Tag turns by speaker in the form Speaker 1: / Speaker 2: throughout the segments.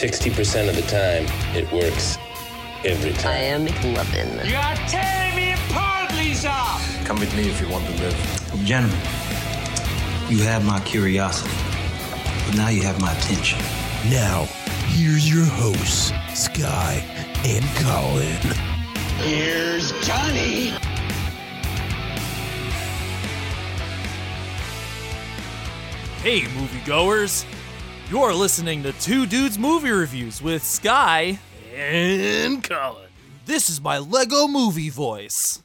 Speaker 1: 60% of the time, it works every time.
Speaker 2: I am McLovin.
Speaker 3: You are tearing me apart, Lisa!
Speaker 4: Gentlemen, you have my curiosity, but now you have my attention.
Speaker 5: Now, here's your hosts, Sky and Colin.
Speaker 6: Hey, moviegoers! You're listening to Two Dudes Movie Reviews with Sky and Colin. This is my Lego movie voice.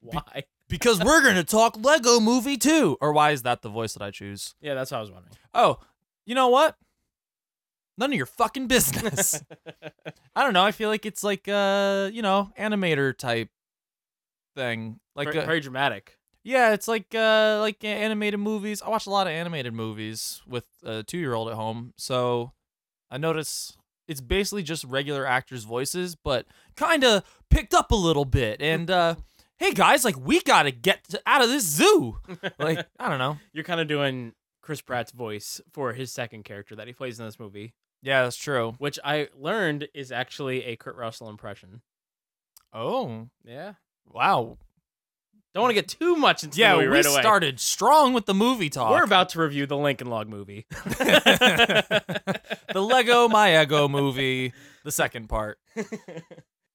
Speaker 7: Why?
Speaker 6: Because we're going to talk Lego movie 2. Or why is that the voice that I choose?
Speaker 7: Yeah, that's what I was wondering.
Speaker 6: Oh, you know what? None of your fucking business. I don't know. I feel like it's like uh, you know, animator type thing. Like
Speaker 7: very,
Speaker 6: uh,
Speaker 7: very dramatic.
Speaker 6: Yeah, it's like uh like a- animated movies. I watch a lot of animated movies with a 2-year-old at home. So I notice it's basically just regular actors' voices but kind of picked up a little bit. And uh hey guys, like we got to get t- out of this zoo. Like, I don't know.
Speaker 7: You're kind of doing Chris Pratt's voice for his second character that he plays in this movie,
Speaker 6: Yeah, that's true.
Speaker 7: which I learned is actually a Kurt Russell impression.
Speaker 6: Oh,
Speaker 7: Yeah.
Speaker 6: wow.
Speaker 7: Don't want to get too much into
Speaker 6: Yeah,
Speaker 7: the
Speaker 6: we
Speaker 7: movie right away.
Speaker 6: started strong with the movie talk.
Speaker 7: We're about to review the Lincoln Log movie.
Speaker 6: the Lego My Ego movie, the second part.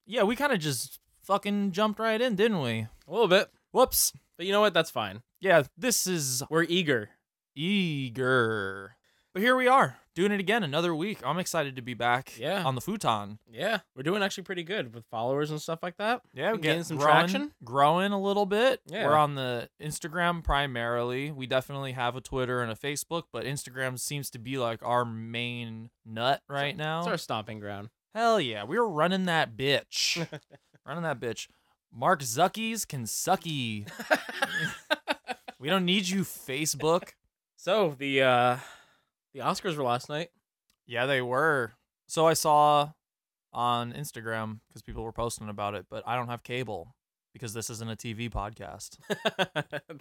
Speaker 6: Yeah, we kind of just fucking jumped right in, didn't we?
Speaker 7: a little bit.
Speaker 6: Whoops.
Speaker 7: But you know what? That's fine.
Speaker 6: Yeah, this is
Speaker 7: We're eager.
Speaker 6: eager. But here we are, doing it again another week. I'm excited to be back
Speaker 7: Yeah.
Speaker 6: on the futon.
Speaker 7: Yeah. We're doing actually pretty good with followers and stuff like that.
Speaker 6: we're
Speaker 7: getting some
Speaker 6: growing,
Speaker 7: traction.
Speaker 6: growing a little bit.
Speaker 7: Yeah.
Speaker 6: We're on the Instagram primarily. We definitely have a Twitter and a Facebook, but Instagram seems to be like our main nut right now.
Speaker 7: It's our stomping ground.
Speaker 6: Hell yeah, we were running that bitch. running that bitch. Mark Zuckies can sucky. we don't need you, Facebook.
Speaker 7: So the uh the Oscars were last night.
Speaker 6: Yeah, they were. So I saw on Instagram because people were posting about it, but I don't have cable because this isn't a TV podcast.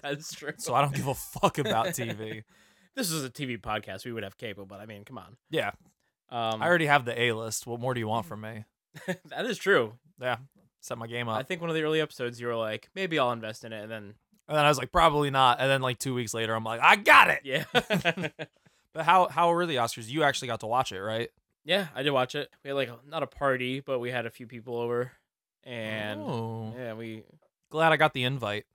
Speaker 7: That's true.
Speaker 6: So I don't give a fuck about TV.
Speaker 7: this is a TV podcast. We would have cable, but I mean, come on.
Speaker 6: Yeah,
Speaker 7: Um,
Speaker 6: I already have the A list. What more do you want from me?
Speaker 7: that is true.
Speaker 6: Yeah, set my game
Speaker 7: I
Speaker 6: up.
Speaker 7: think one of the early episodes you were like, maybe I'll invest in it, and then
Speaker 6: And then I was like, probably not. And then like two weeks later, I'm like, I got it.
Speaker 7: yeah,
Speaker 6: But how how were the Oscars? You actually got to watch it, right?
Speaker 7: yeah, I did watch it. We had like not a party, but we had a few people over, and
Speaker 6: Oh.
Speaker 7: yeah, we
Speaker 6: glad I got the invite.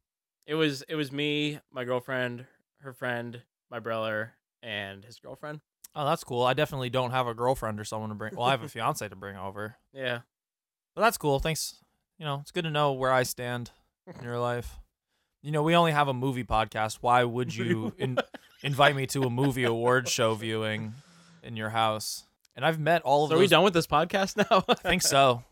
Speaker 7: it was it was me, my girlfriend, her friend, my brother, and his girlfriend.
Speaker 6: Oh, that's cool. I definitely don't have a girlfriend or someone to bring. Well, I have a fiance to bring over,
Speaker 7: Yeah,
Speaker 6: but that's cool. Thanks. You know, it's good to know where I stand in your life. You know, we only have a movie podcast. Why would you in- invite me to a movie award show viewing in your house? And I've met all of
Speaker 7: so are
Speaker 6: those.
Speaker 7: we done with this podcast now?
Speaker 6: I think so.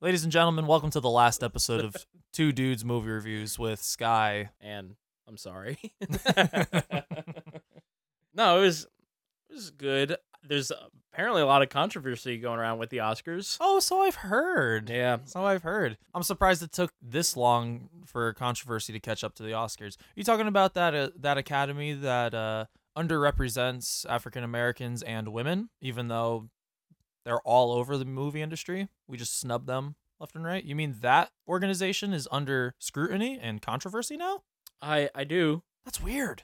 Speaker 6: Ladies and gentlemen, welcome to the last episode of Two Dudes Movie Reviews with Sky.
Speaker 7: and I'm sorry. no, it was it was good. There's apparently a lot of controversy going around with the Oscars.
Speaker 6: Oh, so I've heard.
Speaker 7: Yeah,
Speaker 6: So I've heard. I'm surprised it took this long for controversy to catch up to the Oscars. you talking about that uh, that academy that uh, underrepresents African Americans and women, even though they're all over the movie industry? We just snub them left and right. You mean that organization is under scrutiny and controversy now?
Speaker 7: I I do.
Speaker 6: That's weird.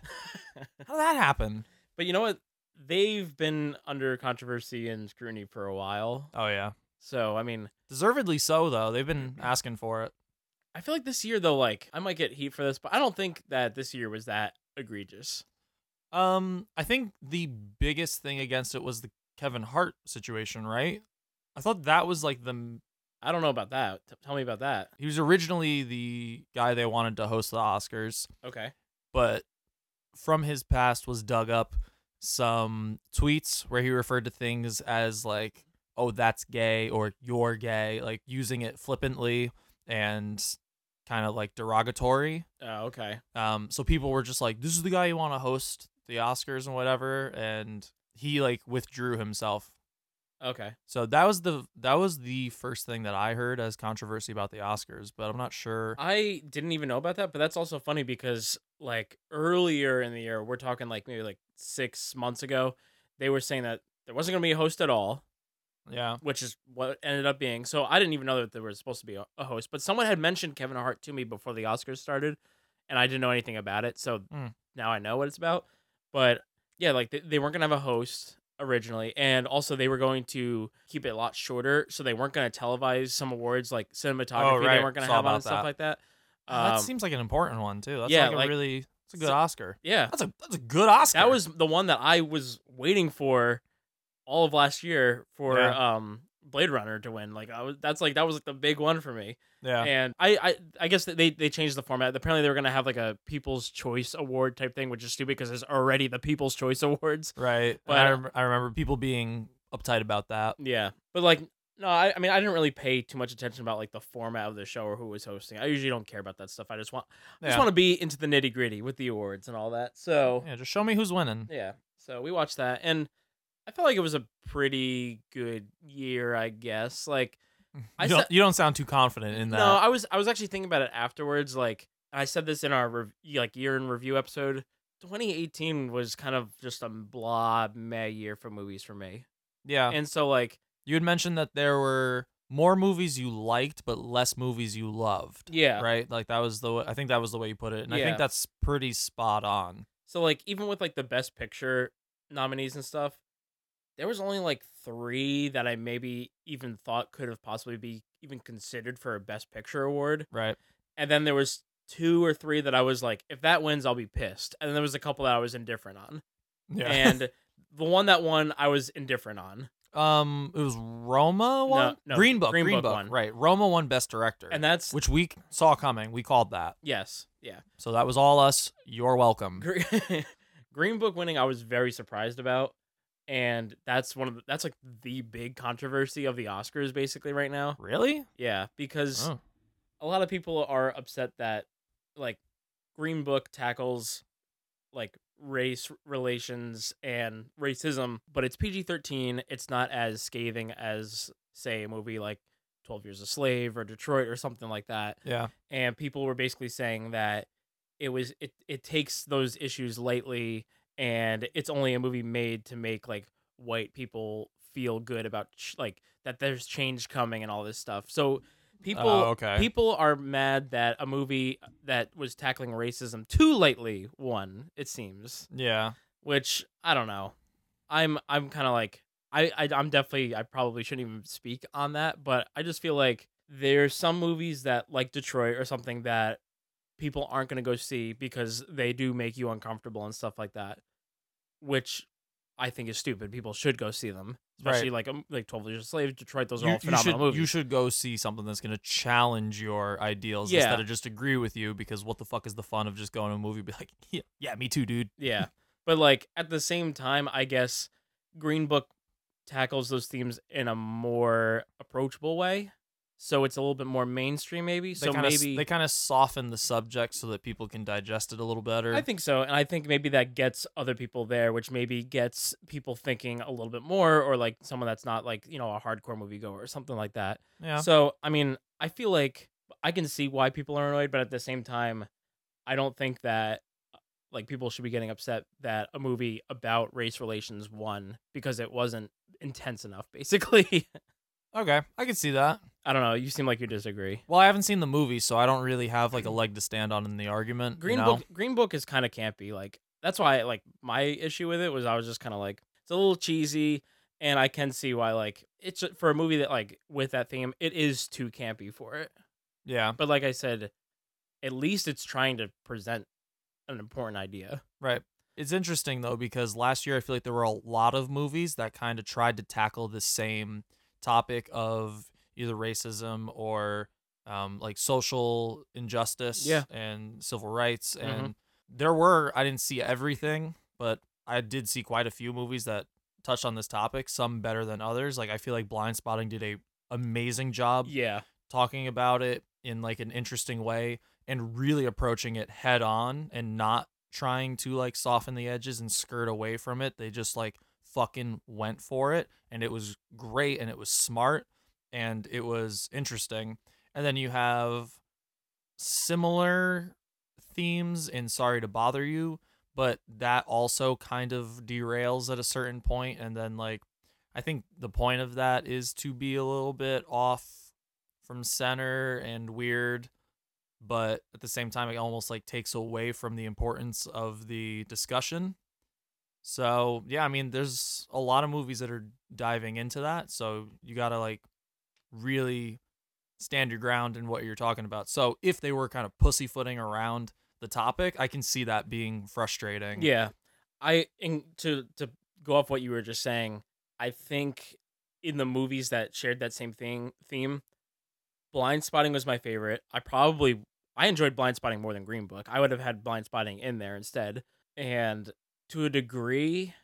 Speaker 6: How did that happen?
Speaker 7: But you know what? They've been under controversy and scrutiny for a while.
Speaker 6: Oh yeah,
Speaker 7: So I mean,
Speaker 6: deservedly so though. They've been asking for it.
Speaker 7: I feel like this year though, like I might get heat for this, but I don't think that this year was that egregious.
Speaker 6: Um, I think the biggest thing against it was the Kevin Hart situation, right? I thought that was like the m-
Speaker 7: I don't know about that. T- tell me about that.
Speaker 6: he was originally the guy they wanted to host the Oscars,
Speaker 7: Okay.
Speaker 6: but from his past was dug up some tweets where he referred to things as like, "Oh, that's gay" or "You're gay," like using it flippantly and kind of like derogatory.
Speaker 7: Oh, okay.
Speaker 6: Um, so people were just like, "This is the guy you want to host the Oscars and whatever," and he like withdrew himself.
Speaker 7: Okay.
Speaker 6: So that was the that was the first thing that I heard as controversy about the Oscars, but I'm not sure.
Speaker 7: I didn't even know about that, but that's also funny because like earlier in the year, we're talking like maybe like six months ago, they were saying that there wasn't going to be a host at all,
Speaker 6: Yeah,
Speaker 7: which is what it ended up being. So I didn't even know that there was supposed to be a a host, but someone had mentioned Kevin Hart to me before the Oscars started, and I didn't know anything about it. So
Speaker 6: Mm.
Speaker 7: now I know what it's about. But yeah, like they, they weren't going to have a host originally, and also they were going to keep it a lot shorter, so they weren't going to televise some awards like cinematography. They
Speaker 6: Oh, right.
Speaker 7: weren't going to
Speaker 6: Saw
Speaker 7: have
Speaker 6: about
Speaker 7: on and stuff
Speaker 6: that. Oh,
Speaker 7: like that.
Speaker 6: that
Speaker 7: Um,
Speaker 6: seems like an important one too. That's
Speaker 7: yeah,
Speaker 6: like a
Speaker 7: like-
Speaker 6: really it's a good
Speaker 7: so-
Speaker 6: Oscar.
Speaker 7: yeah,
Speaker 6: That's a that's a good Oscar.
Speaker 7: that was the one that I was waiting for all of last year for
Speaker 6: Yeah.
Speaker 7: um Blade Runner to win. Like I was, that's like that was like the big one for me.
Speaker 6: yeah.
Speaker 7: And I, I, I guess that they they changed the format. Apparently they were gonna have like a People's Choice Award type thing, which is stupid because there's already the People's Choice Awards.
Speaker 6: Right.
Speaker 7: But-
Speaker 6: But I, rem- I remember people being uptight about that.
Speaker 7: Yeah, but like. No, I, I mean I didn't really pay too much attention about like the format of the show or who was hosting. I usually don't care about that stuff. I just want I just
Speaker 6: Yeah.
Speaker 7: want to be into the nitty gritty with the awards and all that. So
Speaker 6: Yeah, just show me who's winning.
Speaker 7: Yeah. So we watched that and I felt like it was a pretty good year, I guess. Like I
Speaker 6: you, don't,
Speaker 7: said-
Speaker 6: you don't sound too confident in that.
Speaker 7: no, I was I was actually thinking about it afterwards like I said this in our rev- like year in review episode. 2018 was kind of just a blob meh year for movies for me.
Speaker 6: yeah.
Speaker 7: And so like
Speaker 6: you had mentioned that there were more movies you liked, but less movies you loved.
Speaker 7: yeah.
Speaker 6: Right. Like that was the way, I think that was the way you put it, and I
Speaker 7: Yeah.
Speaker 6: think that's pretty spot on.
Speaker 7: So like even with like the best picture nominees and stuff, there was only like three that I maybe even thought could have possibly be even considered for a best picture award.
Speaker 6: Right.
Speaker 7: and then there was two or three that I was like, if that wins, I'll be pissed. And then there was a couple that I was indifferent on.
Speaker 6: Yeah.
Speaker 7: And the one that won, I was indifferent on.
Speaker 6: um, it was Roma one.
Speaker 7: no,
Speaker 6: Green Book.
Speaker 7: Green
Speaker 6: Green,
Speaker 7: Book
Speaker 6: Book.
Speaker 7: won.
Speaker 6: Right. Roma won Best Director,
Speaker 7: And that's
Speaker 6: which we c- saw coming. We called that.
Speaker 7: yes, yeah.
Speaker 6: So that was all us. You're welcome.
Speaker 7: Gre- Green Book winning, I was very surprised about, and that's one of the, that's like the big controversy of the Oscars basically right now.
Speaker 6: Really?
Speaker 7: Yeah, because
Speaker 6: Oh.
Speaker 7: a lot of people are upset that like Green Book tackles like race relations and racism, but it's PG thirteen. It's not as scathing as say a movie like Twelve Years a Slave or Detroit or something like that.
Speaker 6: Yeah.
Speaker 7: And people were basically saying that it was it it takes those issues lightly, and it's only a movie made to make like white people feel good about ch- like that there's change coming and all this stuff. So people
Speaker 6: Oh, okay.
Speaker 7: people are mad that a movie that was tackling racism too lightly won, it seems.
Speaker 6: Yeah.
Speaker 7: Which I don't know. I'm I'm kind of like I, I I'm definitely I probably shouldn't even speak on that, but I just feel like there's some movies that like Detroit or something that people aren't going to go see because they do make you uncomfortable and stuff like that, which I think is stupid. People should go see them,
Speaker 6: Right.
Speaker 7: especially like um, like Twelve Years a Slave, Detroit. Those are
Speaker 6: you,
Speaker 7: all
Speaker 6: you
Speaker 7: phenomenal
Speaker 6: should,
Speaker 7: movies.
Speaker 6: You should go see something that's going to challenge your ideals
Speaker 7: Yeah.
Speaker 6: instead of just agree with you because what the fuck is the fun of just going to a movie and be like, yeah, yeah, me too, dude.
Speaker 7: Yeah. But like at the same time, I guess Green Book tackles those themes in a more approachable way. So it's a little bit more mainstream maybe.
Speaker 6: They
Speaker 7: so
Speaker 6: kinda, s-
Speaker 7: maybe
Speaker 6: they kind of soften the subject so that people can digest it a little better.
Speaker 7: I think so. And I think maybe that gets other people there, which maybe gets people thinking a little bit more or like someone that's not like, you know, a hardcore moviegoer or something like that.
Speaker 6: yeah.
Speaker 7: So, I mean, I feel like I can see why people are annoyed, but at the same time, I don't think that uh, like people should be getting upset that a movie about race relations won because it wasn't intense enough basically.
Speaker 6: okay, I can see that.
Speaker 7: I don't know, you seem like you disagree.
Speaker 6: Well, I haven't seen the movie, so I don't really have like a leg to stand on in the argument. you
Speaker 7: Green
Speaker 6: know?
Speaker 7: Book Green Book is kind of campy. Like that's why like my issue with it was I was just kind of like it's a little cheesy and I can see why like it's for a movie that like with that theme it is too campy for it.
Speaker 6: Yeah,
Speaker 7: But like I said, at least it's trying to present an important idea.
Speaker 6: right. It's interesting though because last year I feel like there were a lot of movies that kind of tried to tackle the same topic of either racism or um, like social injustice
Speaker 7: Yeah.
Speaker 6: and civil rights. And there were I didn't see everything, but I did see quite a few movies that touched on this topic, some better than others. Like I feel like Blind Spotting did a amazing job
Speaker 7: Yeah.
Speaker 6: talking about it in like an interesting way and really approaching it head on and not trying to like soften the edges and skirt away from it. They just like fucking went for it and it was great and it was smart and it was interesting. And then you have similar themes in Sorry to Bother You, but that also kind of derails at a certain point and then like I think the point of that is to be a little bit off from center and weird, but at the same time, it almost like takes away from the importance of the discussion. So yeah, I mean, there's a lot of movies that are diving into that, so you gotta like really stand your ground in what you're talking about. So if they were kind of pussyfooting around the topic, I can see that being frustrating.
Speaker 7: Yeah, I and to to go off what you were just saying, I think in the movies that shared that same thing theme, Blind Spotting was my favorite. I probably I enjoyed Blind Spotting more than Green Book. I would have had Blind Spotting in there instead. And to a degree,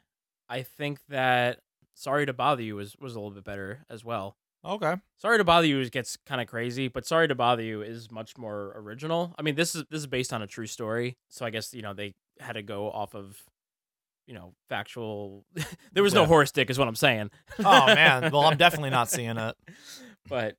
Speaker 7: I think that Sorry to Bother You was was a little bit better as well.
Speaker 6: Okay.
Speaker 7: Sorry to bother you is- gets kind of crazy, but Sorry to bother you is much more original. I mean, this is this is based on a true story, so I guess you know they had to go off of, you know, factual. there was no
Speaker 6: Yeah.
Speaker 7: horse dick, is what I'm saying.
Speaker 6: Oh man. Well, I'm definitely not seeing it.
Speaker 7: but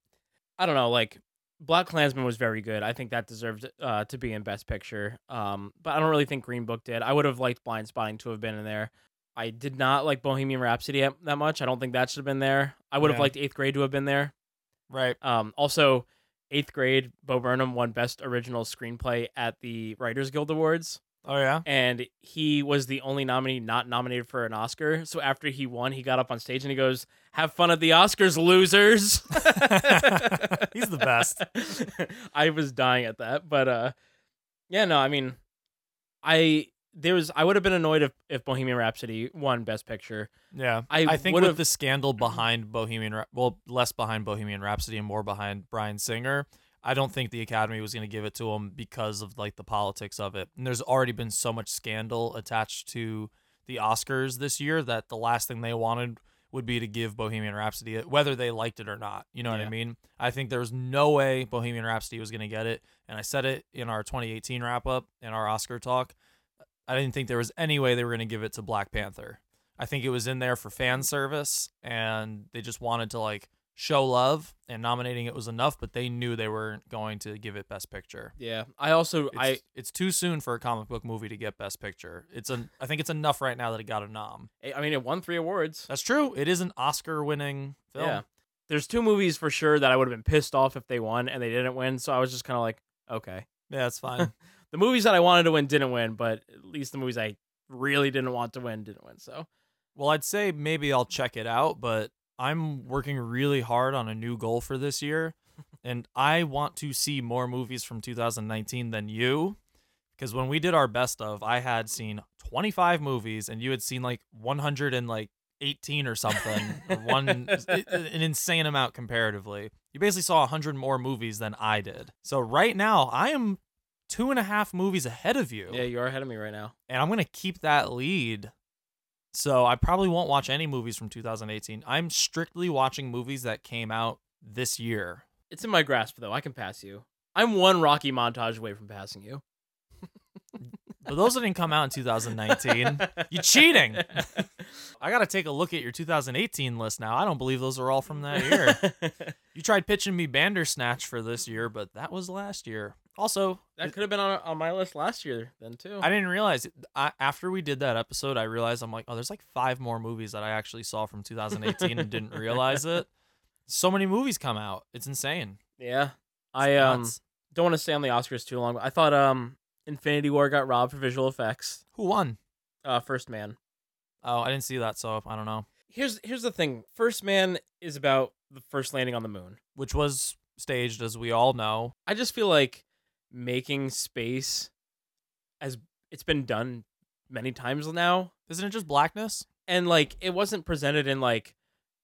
Speaker 7: I don't know. Like Black Klansman was very good. I think that deserved uh, to be in Best Picture. Um, but I don't really think Green Book did. I would have liked Blind Spotting to have been in there. I did not like Bohemian Rhapsody that that much. I don't think that should have been there. I would have
Speaker 6: Yeah.
Speaker 7: liked Eighth Grade to have been there.
Speaker 6: Right.
Speaker 7: Um, also, eighth grade, Bo Burnham won Best Original Screenplay at the Writers Guild Awards,
Speaker 6: Oh yeah.
Speaker 7: and he was the only nominee not nominated for an Oscar. So after he won, he got up on stage and he goes, "Have fun at the Oscars, losers."
Speaker 6: He's the best.
Speaker 7: I was dying at that, but uh, yeah, no, I mean, I there was I would have been annoyed if if Bohemian Rhapsody won Best Picture.
Speaker 6: Yeah,
Speaker 7: I
Speaker 6: think
Speaker 7: would've-
Speaker 6: with the scandal behind Bohemian, Ra- well, less behind Bohemian Rhapsody and more behind Brian Singer, I don't think the Academy was going to give it to him because of like the politics of it. And there's already been so much scandal attached to the Oscars this year that the last thing they wanted would be to give Bohemian Rhapsody, it, whether they liked it or not. You know what
Speaker 7: Yeah.
Speaker 6: I mean? I think there was no way Bohemian Rhapsody was going to get it, and I said it in our 2018 wrap up in our Oscar talk. I didn't think there was any way they were going to give it to Black Panther. I think it was in there for fan service and they just wanted to like show love and nominating it was enough, but they knew they weren't going to give it best picture.
Speaker 7: Yeah, I also
Speaker 6: It's,
Speaker 7: I
Speaker 6: it's too soon for a comic book movie to get best picture. It's an I think it's enough right now that it got a nom.
Speaker 7: I mean it won three awards.
Speaker 6: That's true. It is an Oscar winning film.
Speaker 7: Yeah. There's two movies for sure that I would have been pissed off if they won and they didn't win. So I was just kind of like, okay.
Speaker 6: Yeah, it's fine.
Speaker 7: The movies that I wanted to win didn't win, but at least the movies I really didn't want to win didn't win. So
Speaker 6: Well, I'd say maybe I'll check it out, but I'm working really hard on a new goal for this year, and I want to see more movies from 2019 than you. Because when we did our best of, I had seen 25 movies, and you had seen like 100 and like 18 or something, or one an insane amount comparatively. You basically saw 100 more movies than I did. So right now, I am two and a half movies ahead of you
Speaker 7: yeah, you are ahead of me right now.
Speaker 6: and I'm gonna keep that lead. So I probably won't watch any movies from 2018. I'm strictly watching movies that came out this year.
Speaker 7: It's in my grasp though. I can pass you. I'm one Rocky montage away from passing you.
Speaker 6: But those that didn't come out in 2019. You cheating. I gotta take a look at your 2018 list now. I don't believe those are all from that year. you tried pitching me Bandersnatch for this year, but that was last year. Also,
Speaker 7: that could have been on, on my list last year then too.
Speaker 6: I didn't realize I, after we did that episode, I realized I'm like, oh, there's like five more movies that I actually saw from 2018 and didn't realize it. So many movies come out. It's insane.
Speaker 7: yeah.
Speaker 6: It's
Speaker 7: I um
Speaker 6: nuts.
Speaker 7: don't want to stay on the Oscars too long, but I thought um Infinity War got robbed for visual effects.
Speaker 6: who won?
Speaker 7: Uh First Man.
Speaker 6: Oh, I didn't see that, so I don't know.
Speaker 7: here's here's the thing. First Man is about the first landing on the moon.
Speaker 6: Which was staged, as we all know.
Speaker 7: I just feel like making space as it's been done many times now
Speaker 6: Isn't it just blackness?
Speaker 7: and like it wasn't presented in like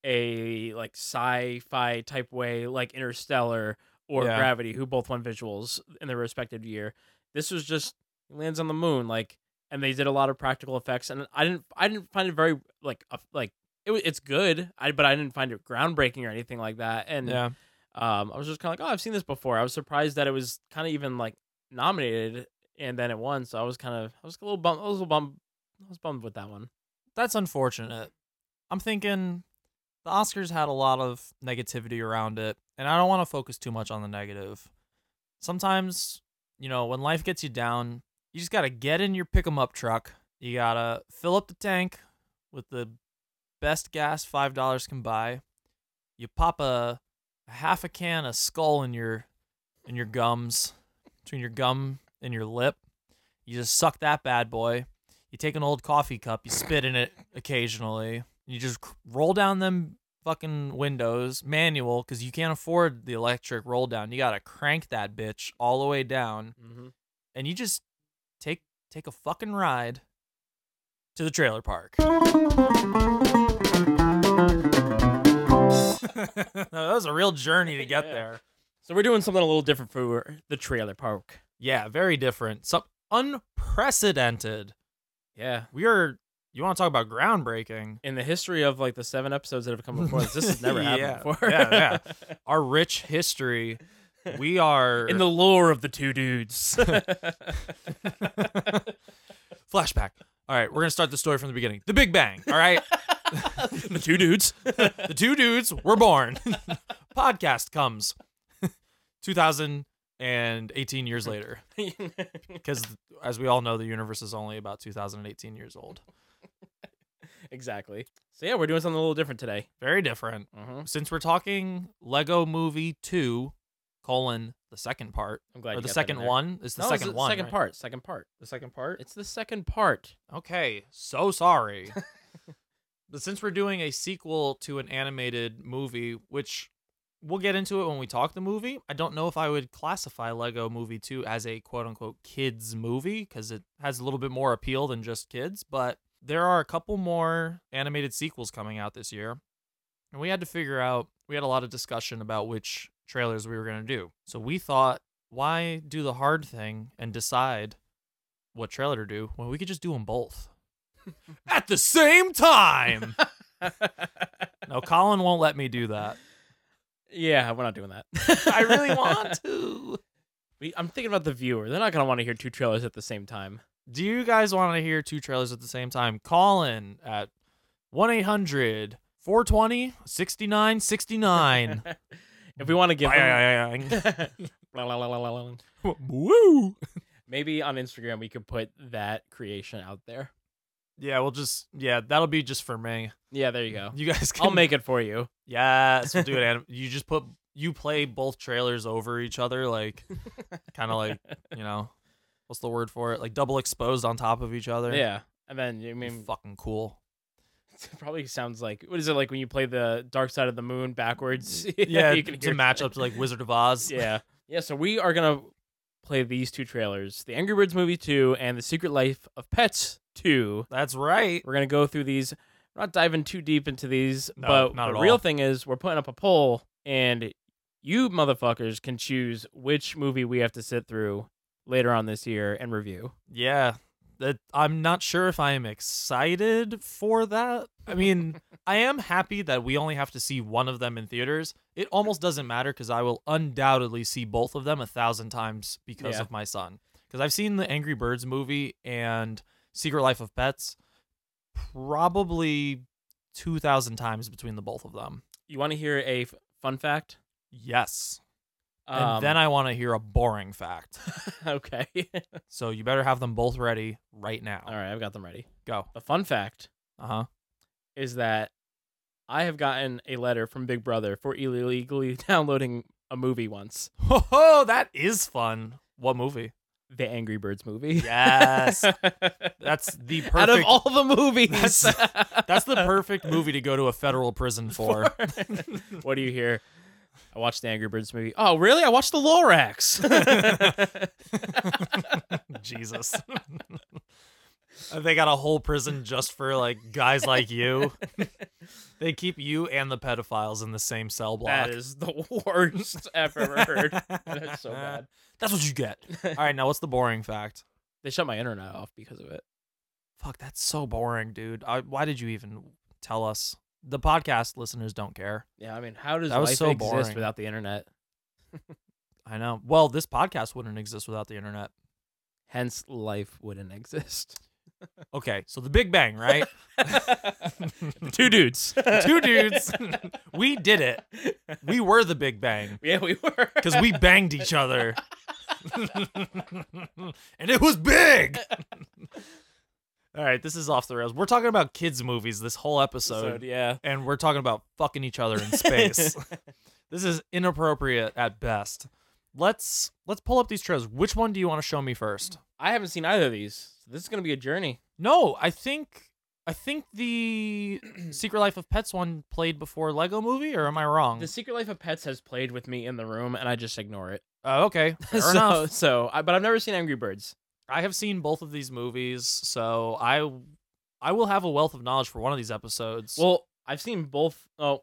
Speaker 7: a like sci-fi type way like Interstellar or
Speaker 6: Yeah.
Speaker 7: Gravity who both won visuals in their respective year. This was just he lands on the moon like and they did a lot of practical effects and I didn't I didn't find it very like uh, like it, wa- it's good I but I didn't find it groundbreaking or anything like that and
Speaker 6: Yeah.
Speaker 7: um I was just kind of like oh I've seen this before I was surprised that it was kind of even like nominated and then it won so I was kind of I was a little bummed I was a little bummed I was bummed with that one
Speaker 6: That's unfortunate. I'm thinking the Oscars had a lot of negativity around it, and I don't want to focus too much on the negative. Sometimes, you know, when life gets you down, you just got to get in your pick 'em up truck. You got to fill up the tank with the best gas $5 can buy. You pop a, a half a can of skull in your in your gums, between your gum and your lip. You just suck that bad boy. You take an old coffee cup, you spit in it occasionally. You just c- roll down them fucking windows manual because you can't afford the electric roll down. You gotta crank that bitch all the way down,
Speaker 7: mm-hmm.
Speaker 6: and you just take take a fucking ride to the trailer park. that was a real journey to get
Speaker 7: Yeah.
Speaker 6: there.
Speaker 7: so we're doing something a little different for the trailer park
Speaker 6: Yeah, very different. Some unprecedented.
Speaker 7: yeah
Speaker 6: We are. You want to talk about groundbreaking?
Speaker 7: in the history of like the seven episodes that have come before this, this has never happened
Speaker 6: Yeah,
Speaker 7: before.
Speaker 6: yeah, our rich history. We are
Speaker 7: in the lore of the two dudes.
Speaker 6: flashback. All right, we're gonna start the story from the beginning. The Big Bang. All right,
Speaker 7: the two dudes.
Speaker 6: the two dudes were born. Podcast comes 2018 years later, because as we all know, the universe is only about 2018 years old.
Speaker 7: exactly. So yeah, we're doing something a little different today.
Speaker 6: Very different.
Speaker 7: Mhm.
Speaker 6: Since we're talking Lego Movie Two, colon the second part
Speaker 7: I'm glad
Speaker 6: or
Speaker 7: you got
Speaker 6: the
Speaker 7: that in
Speaker 6: second
Speaker 7: there.
Speaker 6: one. It's the
Speaker 7: No, it's
Speaker 6: second one.
Speaker 7: Second
Speaker 6: right?
Speaker 7: part. Second part.
Speaker 6: The second part.
Speaker 7: It's the second part.
Speaker 6: Okay, so sorry. but since we're doing a sequel to an animated movie, which we'll get into it when we talk the movie, I don't know if I would classify Lego Movie 2 as a quote unquote kids movie because it has a little bit more appeal than just kids, but there are a couple more animated sequels coming out this year. And we had to figure out, we had a lot of discussion about which trailers we were going to do. So we thought, why do the hard thing and decide what trailer to do when we could just do them both at the same time. no, Colin won't let me do that.
Speaker 7: Yeah, we're not doing that.
Speaker 6: I really want to.
Speaker 7: We, I'm thinking about the viewer. They're not gonna want to hear two trailers at the same time.
Speaker 6: Do you guys want to hear two trailers at the same time? Colin at 1 800 420 6969.
Speaker 7: If we want to give them, La, la, la, la, la, la.
Speaker 6: Woo!
Speaker 7: maybe on Instagram we could put that creation out there.
Speaker 6: Yeah, we'll just, yeah, that'll be just for me.
Speaker 7: Yeah, there you go.
Speaker 6: You guys can
Speaker 7: I'll make it for you.
Speaker 6: Yes, we'll do it. Adam. You just put you play both trailers over each other, like kind of like you know, what's the word for it? Like double exposed on top of each other.
Speaker 7: Yeah. And then I
Speaker 6: Be
Speaker 7: mean
Speaker 6: fucking cool.
Speaker 7: It probably sounds like what is it like when you play the Dark Side of the Moon backwards?
Speaker 6: Mm. Yeah,
Speaker 7: you can
Speaker 6: to
Speaker 7: hear-
Speaker 6: match up to like Wizard of Oz.
Speaker 7: Yeah, yeah. So we are gonna play these two trailers: the Angry Birds movie two and the Secret Life of Pets two.
Speaker 6: that's right.
Speaker 7: We're gonna go through these. We're not diving too deep into these,
Speaker 6: No,
Speaker 7: but
Speaker 6: not
Speaker 7: the
Speaker 6: at
Speaker 7: real
Speaker 6: all.
Speaker 7: thing is we're putting up a poll, and you motherfuckers can choose which movie we have to sit through later on this year and review.
Speaker 6: Yeah, that I'm not sure if I am excited for that. I mean, I am happy that we only have to see one of them in theaters. It almost doesn't matter because I will undoubtedly see both of them a thousand times because
Speaker 7: Yeah.
Speaker 6: of my son. Because I've seen the Angry Birds movie and Secret Life of Pets probably two thousand times between the both of them.
Speaker 7: You want to hear a f- fun fact? Um,
Speaker 6: Yes, and then I want to hear a boring fact.
Speaker 7: okay.
Speaker 6: so you better have them both ready right now.
Speaker 7: All right, I've got them ready.
Speaker 6: Go.
Speaker 7: The fun fact
Speaker 6: Uh huh.
Speaker 7: is that I have gotten a letter from Big Brother for illegally downloading a movie once,
Speaker 6: Oh, that is fun. What movie?
Speaker 7: the Angry Birds movie.
Speaker 6: Yes. That's the perfect.
Speaker 7: Out of all the movies,
Speaker 6: That's- that's the perfect movie to go to a federal prison for.
Speaker 7: what do you hear? I watched the Angry Birds movie. Oh, really? I watched the Lorax.
Speaker 6: Jesus. they got a whole prison just for like guys like you. they keep you and the pedophiles in the same cell block.
Speaker 7: that is the worst I've ever heard. That's so bad.
Speaker 6: That's what you get. All right, now what's the boring fact?
Speaker 7: They shut my internet off because of it.
Speaker 6: Fuck, that's so boring, dude. I, why did you even tell us? The podcast listeners don't care.
Speaker 7: Yeah, I mean, how does
Speaker 6: That was
Speaker 7: life
Speaker 6: so
Speaker 7: exist
Speaker 6: boring.
Speaker 7: without the internet?
Speaker 6: I know. Well, this podcast wouldn't exist without the internet.
Speaker 7: Hence, life wouldn't exist.
Speaker 6: Okay, so the Big Bang, right?
Speaker 7: Two dudes.
Speaker 6: Two dudes. we did it. We were the Big Bang
Speaker 7: Yeah, we were.
Speaker 6: because we banged each other. and it was big. All right, this is off the rails. We're talking about kids' movies this whole episode.
Speaker 7: yeah.
Speaker 6: and we're talking about fucking each other in space. this is inappropriate at best. Let's let's pull up these trailers. Which one do you want to show me first?
Speaker 7: I haven't seen either of these. So this is gonna be a journey.
Speaker 6: No, I think I think the Secret Life of Pets one played before Lego Movie, or am I wrong?
Speaker 7: The Secret Life of Pets has played with me in the room, and I just ignore it.
Speaker 6: Oh, okay, fair
Speaker 7: so,
Speaker 6: enough.
Speaker 7: so, I, but I've never seen Angry Birds.
Speaker 6: I have seen both of these movies, so I I will have a wealth of knowledge for one of these episodes.
Speaker 7: Well, I've seen both. Oh,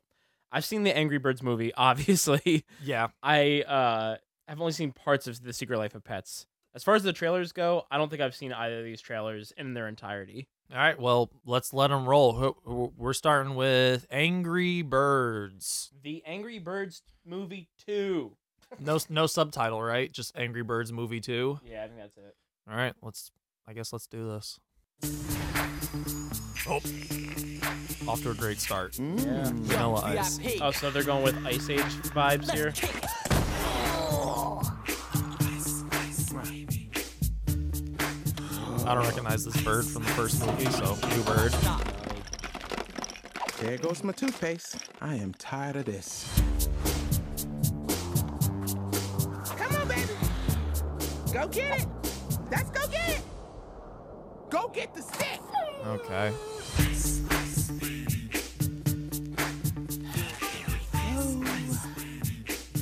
Speaker 7: I've seen the Angry Birds movie. Obviously,
Speaker 6: yeah,
Speaker 7: I uh, have only seen parts of the Secret Life of Pets. As far as the trailers go, I don't think I've seen either of these trailers in their entirety.
Speaker 6: All right, well, let's let them roll. Who- who- We're starting with Angry Birds.
Speaker 7: The Angry Birds movie two.
Speaker 6: No, no subtitle, right? Just Angry Birds Movie Two.
Speaker 7: Yeah, I think that's it.
Speaker 6: All right, let's. I guess let's do this. Oh, off to a great start.
Speaker 7: Mm.
Speaker 6: Vanilla Ice.
Speaker 7: Oh, so they're going with Ice Age vibes here.
Speaker 6: I don't recognize this bird from the first movie, so new bird.
Speaker 2: There goes my toothpaste. I am tired of this. Come on, baby. Go get it. Let's go get it. Go get the stick.
Speaker 6: Okay.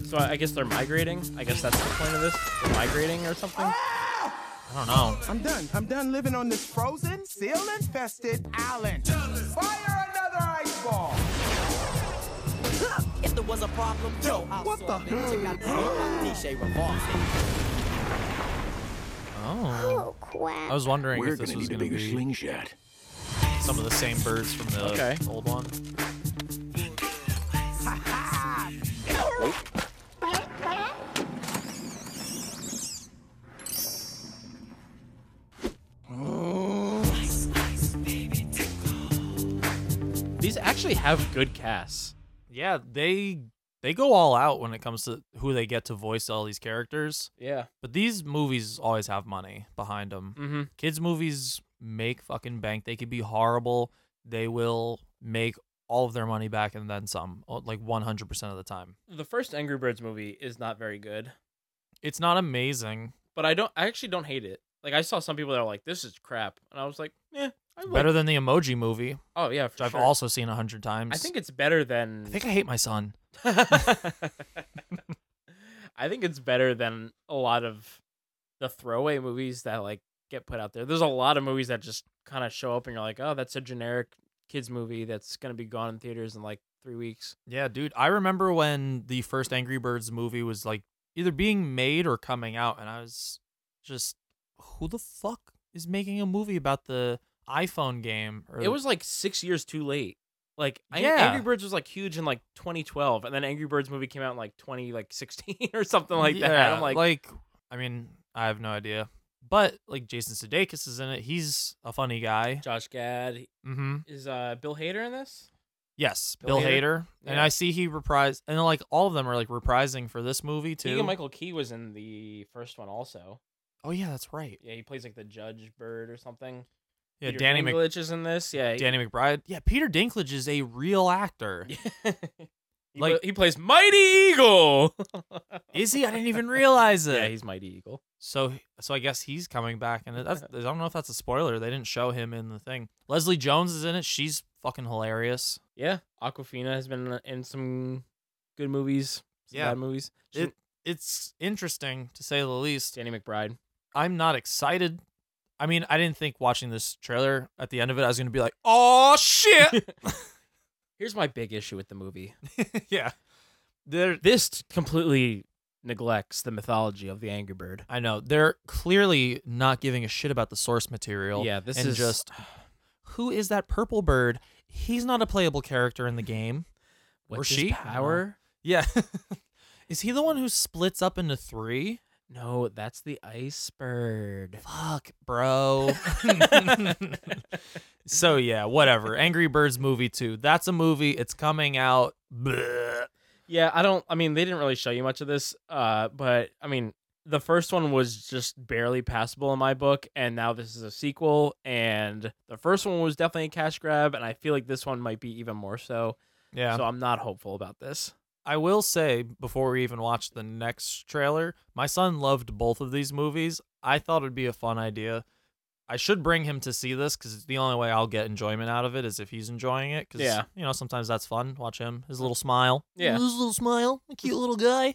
Speaker 7: So I I guess they're migrating. I guess that's the point of this. They're migrating or something.
Speaker 6: I don't know.
Speaker 2: I'm done. I'm done living on this frozen, seal infested island. Fire another ice ball.
Speaker 8: If there was a problem, yo, I'll
Speaker 2: what
Speaker 8: solve
Speaker 2: the-
Speaker 8: it. Check out this my cliche revolving.
Speaker 6: Oh. I was wondering if this was going to be
Speaker 9: slingshot.
Speaker 6: some of the same birds from the
Speaker 7: Okay.
Speaker 6: old one.
Speaker 7: These actually have good casts.
Speaker 6: Yeah, they they go all out when it comes to who they get to voice all these characters.
Speaker 7: Yeah.
Speaker 6: But these movies always have money behind them.
Speaker 7: Mm-hmm.
Speaker 6: Kids movies make fucking bank. They could be horrible. They will make all of their money back and then some, o- like 100% of the time.
Speaker 7: The first Angry Birds movie is not very good,
Speaker 6: It's not amazing.
Speaker 7: but I don't. I actually don't hate it. Like I saw some people that are like, "This is crap," and I was like, "Yeah, I
Speaker 6: Better
Speaker 7: like-
Speaker 6: than the Emoji movie, which
Speaker 7: Oh yeah, for
Speaker 6: I've
Speaker 7: sure.
Speaker 6: also seen a hundred times.
Speaker 7: I think it's better than.
Speaker 6: I think I hate my son.
Speaker 7: I think it's better than a lot of the throwaway movies that like get put out there. There's a lot of movies that just kind of show up and you're like, oh, that's a generic kids movie that's gonna be gone in theaters in like three weeks.
Speaker 6: Yeah, dude. I remember when the first Angry Birds movie was like either being made or coming out, and I was just, who the fuck is making a movie about the iPhone game? Or
Speaker 7: It was like six years too late. Like I-
Speaker 6: Yeah.
Speaker 7: Angry Birds was like huge in like 2012, and then Angry Birds movie came out in like 20 like 16 or something like that. And
Speaker 6: Yeah,
Speaker 7: I'm like,
Speaker 6: I mean, I have no idea. But like Jason Sudeikis is in it. He's a funny guy.
Speaker 7: Josh Gad
Speaker 6: Mm-hmm.
Speaker 7: is uh Bill Hader in this?
Speaker 6: Yes, Bill,
Speaker 7: Bill
Speaker 6: Hader.
Speaker 7: Hader?
Speaker 6: And
Speaker 7: Yeah.
Speaker 6: I see he reprised, and like all of them are like reprising for this movie too.
Speaker 7: Keegan Michael Key was in the first one also.
Speaker 6: oh yeah, that's right.
Speaker 7: Yeah, he plays like the judge bird or something.
Speaker 6: Yeah,
Speaker 7: Peter
Speaker 6: Danny Mc-
Speaker 7: Dinklage is in this. Yeah,
Speaker 6: Danny McBride. Yeah, Peter Dinklage is a real actor.
Speaker 7: he,
Speaker 6: Like-
Speaker 7: like he plays Mighty Eagle.
Speaker 6: Is he? I didn't even realize it.
Speaker 7: yeah, he's Mighty Eagle.
Speaker 6: so so I guess he's coming back, and that's I don't know if that's a spoiler. They didn't show him in the thing. Leslie Jones is in it. She's fucking hilarious.
Speaker 7: Yeah, Aquafina has been in some good movies. Some
Speaker 6: Yeah.
Speaker 7: bad movies. She-
Speaker 6: It- It's interesting to say the least.
Speaker 7: Danny McBride.
Speaker 6: I'm not excited. I mean, I didn't think watching this trailer at the end of it, I was gonna be like, "Oh shit!"
Speaker 7: Here's my big issue with the movie.
Speaker 6: yeah, there.
Speaker 7: This t- completely neglects the mythology of the Angry Bird.
Speaker 6: I know they're clearly not giving a shit about the source material.
Speaker 7: Yeah, this
Speaker 6: and
Speaker 7: is-
Speaker 6: just who is that purple bird? He's not a playable character in the game.
Speaker 7: What's
Speaker 6: or
Speaker 7: his
Speaker 6: she?
Speaker 7: power?
Speaker 6: Yeah. is he the one who splits up into three?
Speaker 7: No, that's the ice bird.
Speaker 6: Fuck, bro. so yeah, whatever. Angry Birds movie two. That's a movie. It's coming out. Bleh.
Speaker 7: Yeah, I don't. I mean, they didn't really show you much of this, uh, but I mean, the first one was just barely passable in my book, and now this is a sequel. And the first one was definitely a cash grab, and I feel like this one might be even more so.
Speaker 6: Yeah.
Speaker 7: So I'm not hopeful about this.
Speaker 6: I will say before we even watch the next trailer, my son loved both of these movies. I thought it'd be a fun idea. I should bring him to see this because it's the only way I'll get enjoyment out of it is if he's enjoying it. 'cause,
Speaker 7: Yeah.
Speaker 6: you know sometimes that's fun. Watch him, his little smile.
Speaker 7: Yeah.
Speaker 6: his little smile, a cute little guy.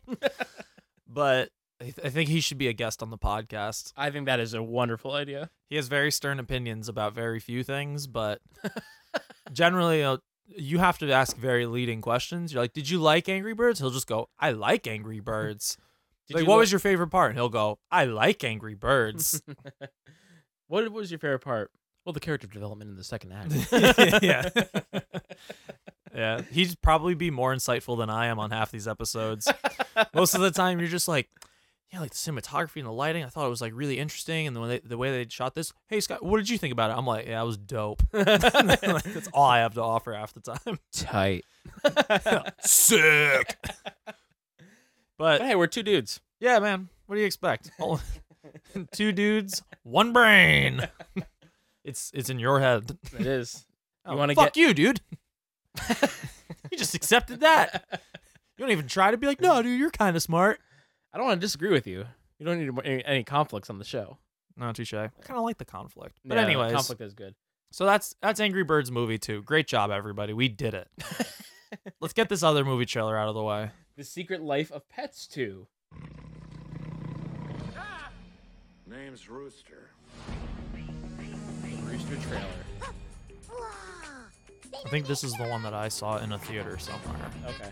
Speaker 6: but I, th- I think he should be a guest on the podcast.
Speaker 7: I think that is a wonderful idea.
Speaker 6: He has very stern opinions about very few things, but generally, uh, you have to ask very leading questions. You're like, "Did you like Angry Birds?" He'll just go, "I like Angry Birds."
Speaker 7: Did
Speaker 6: like,
Speaker 7: you
Speaker 6: what
Speaker 7: li-
Speaker 6: was your favorite part? And he'll go, "I like Angry Birds."
Speaker 7: What was your favorite part? Well, the character development in the second act.
Speaker 6: yeah, yeah. He'd probably be more insightful than I am on half these episodes. Most of the time, you're just like. Yeah, like the cinematography and the lighting, I thought it was like really interesting, and the way they, the way they shot this. Hey, Scott, what did you think about it? I'm like, yeah, it was dope. Like, that's all I have to offer half the time.
Speaker 7: Tight.
Speaker 6: Sick. But
Speaker 7: But hey, we're two dudes.
Speaker 6: yeah, man, what do you expect? All- Two dudes, one brain. It's it's in your head.
Speaker 7: It is.
Speaker 6: Oh,
Speaker 7: You want to
Speaker 6: fuck
Speaker 7: get?
Speaker 6: you, dude. you just accepted that. You don't even try to be like, no, dude, you're kind of smart.
Speaker 7: I don't want to disagree with you. You don't need any, any conflicts on the show.
Speaker 6: No, touche. I kind of like the conflict. But
Speaker 7: Yeah,
Speaker 6: anyways,
Speaker 7: conflict is good.
Speaker 6: so that's that's Angry Birds movie two. Great job, everybody. We did it. Let's get this other movie trailer out of the way.
Speaker 7: The Secret Life of Pets 2.
Speaker 9: Name's Rooster.
Speaker 7: Rooster trailer.
Speaker 6: I think this is the one that I saw in a theater somewhere.
Speaker 7: Okay.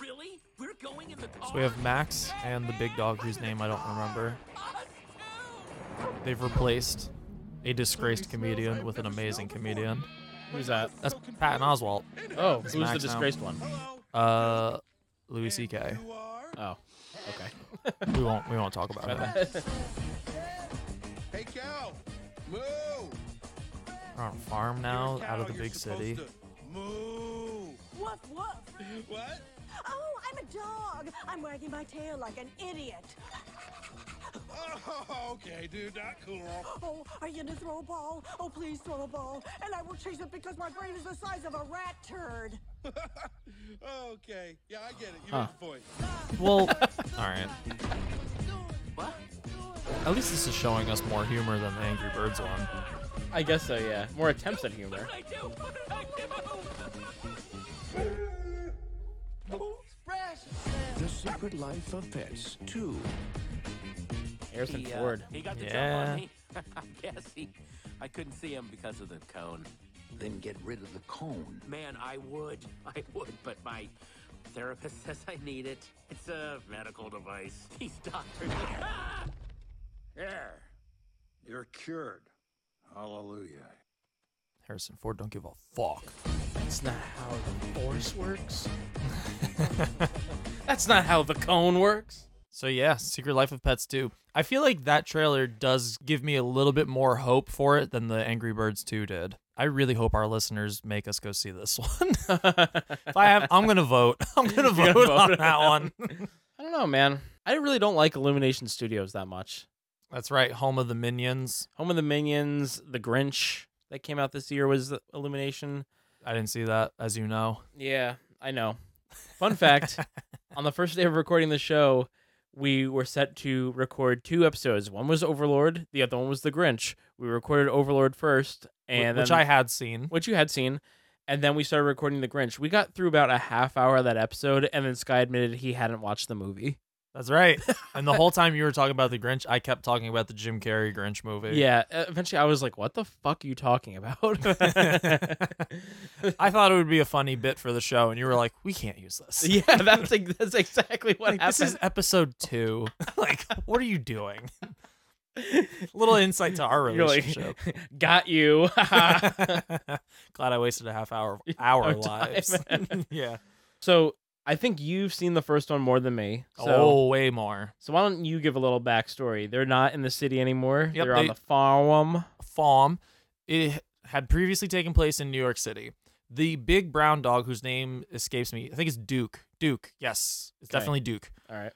Speaker 8: Really? We're going in the car.
Speaker 6: So we have Max and the big dog whose name I don't remember. They've replaced a disgraced comedian with an amazing comedian.
Speaker 7: Who's that?
Speaker 6: That's Patton Oswalt.
Speaker 7: Oh, who's the
Speaker 6: Max now.
Speaker 7: disgraced one?
Speaker 6: Uh Louis C.K.
Speaker 7: Oh, okay.
Speaker 6: We won't we won't talk about him.
Speaker 9: Hey, cow, move.
Speaker 6: We're on a farm now, out of the big city.
Speaker 9: Move.
Speaker 10: Woof woof.
Speaker 9: What?
Speaker 10: Oh, I'm a dog. I'm wagging my tail like an idiot.
Speaker 9: Oh, okay, dude, not cool.
Speaker 10: Oh, are you gonna throw a ball? Oh, please throw a ball, and I will chase it because my brain is the size of a rat turd.
Speaker 9: Okay, yeah, I get it. You
Speaker 7: Huh.
Speaker 9: have the voice.
Speaker 6: Well, all right. At least this is showing us more humor than the Angry Birds one.
Speaker 7: I guess so, yeah. More attempts at humor.
Speaker 8: I do. What did I do?
Speaker 5: The Secret Life of Pets 2.
Speaker 7: Harrison
Speaker 8: He, uh,
Speaker 7: Ford.
Speaker 8: He got the jump
Speaker 6: Yeah.
Speaker 8: on me. I guess he. I couldn't see him because of the cone.
Speaker 4: Then get rid of the cone.
Speaker 8: Man, I would. I would, but my therapist says I need it. It's a medical device. These doctors. Ah! There.
Speaker 9: You're cured. Hallelujah.
Speaker 6: Harrison Ford don't give a fuck.
Speaker 7: That's not how the force works. That's not how the cone works.
Speaker 6: So yeah, Secret Life of Pets 2. I feel like that trailer does give me a little bit more hope for it than the Angry Birds 2 did. I really hope our listeners make us go see this one. if I have I'm going to vote. I'm going to
Speaker 7: You're gonna
Speaker 6: vote on
Speaker 7: vote.
Speaker 6: that one.
Speaker 7: I don't know, man. I really don't like Illumination Studios that much.
Speaker 6: That's right, Home of the Minions.
Speaker 7: Home of the Minions, The Grinch that came out this year was Illumination.
Speaker 6: I didn't see that as you know.
Speaker 7: Yeah, I know. Fun fact on the first day of recording the show, we were set to record two episodes. One was Overlord, the other one was The Grinch. We recorded Overlord first, and
Speaker 6: which
Speaker 7: then-
Speaker 6: I had seen.
Speaker 7: which you had seen, and then we started recording The Grinch. We got through about a half hour of that episode, and then Sky admitted he hadn't watched the movie.
Speaker 6: That's right. And the whole time you were talking about the Grinch, I kept talking about the Jim Carrey Grinch movie.
Speaker 7: Yeah, uh, eventually I was like, "What the fuck are you talking about?"
Speaker 6: I thought it would be a funny bit for the show, and you were like, "We can't use this."
Speaker 7: Yeah, that's like, that's exactly what
Speaker 6: Like, this is episode two. like, what are you doing? Little insight to our
Speaker 7: You're like,
Speaker 6: relationship.
Speaker 7: Got you.
Speaker 6: Glad I wasted a half hour of our
Speaker 7: Our time.
Speaker 6: lives. yeah.
Speaker 7: So I think you've seen the first one more than me. So,
Speaker 6: Oh, way more.
Speaker 7: So why don't you give a little backstory? They're not in the city anymore.
Speaker 6: Yep,
Speaker 7: They're on
Speaker 6: they-
Speaker 7: the farm.
Speaker 6: farm. It had previously taken place in New York City. The big brown dog, whose name escapes me, I think it's Duke. Duke, yes, it's
Speaker 7: Okay.
Speaker 6: definitely Duke.
Speaker 7: All right.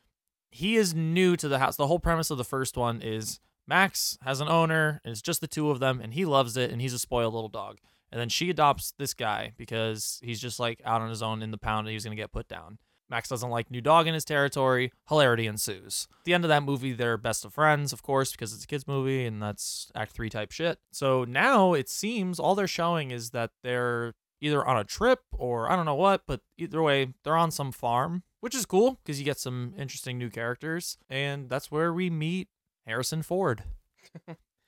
Speaker 6: He is new to the house. The whole premise of the first one is Max has an owner, and it's just the two of them, and he loves it, and he's a spoiled little dog. And then she adopts this guy because he's just like out on his own in the pound, and he's gonna get put down. Max doesn't like new dog in his territory. Hilarity ensues. At the end of that movie, they're best of friends, of course, because it's a kids movie and that's act 3 type shit. So now it seems all they're showing is that they're either on a trip or I don't know what, but either way, they're on some farm, which is cool because you get some interesting new characters and that's where we meet Harrison Ford.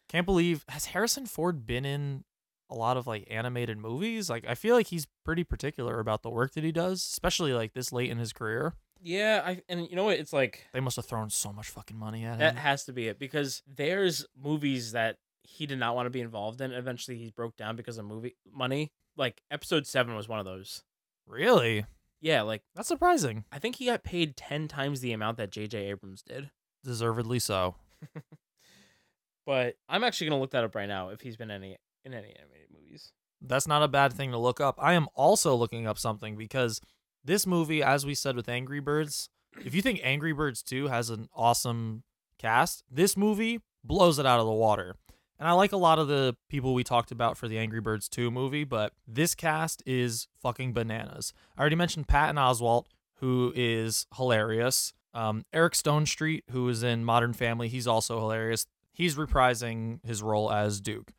Speaker 6: Can't believe has Harrison Ford been in a lot of like animated movies? Like I feel like he's pretty particular about the work that he does, especially like this late in his career.
Speaker 7: Yeah, I and you know what? It's like
Speaker 6: They must have thrown so much fucking money at
Speaker 7: that
Speaker 6: him.
Speaker 7: has to be it because there's movies that he did not want to be involved in. Eventually, he broke down because of movie money. Like episode seven was one of those.
Speaker 6: Really?
Speaker 7: Yeah, like
Speaker 6: That's surprising.
Speaker 7: I think he got paid ten times the amount that J.J. Abrams did.
Speaker 6: Deservedly so.
Speaker 7: But I'm actually gonna look that up right now if he's been any in any animated movies.
Speaker 6: That's not a bad thing to look up. I am also looking up something because this movie, as we said with Angry Birds, if you think Angry Birds 2 has an awesome cast, this movie blows it out of the water. And I like a lot of the people we talked about for the Angry Birds 2 movie, but this cast is fucking bananas. I already mentioned Patton Oswalt, who is hilarious. Um, Eric Stone Street, who is in Modern Family, he's also hilarious. He's reprising his role as Duke.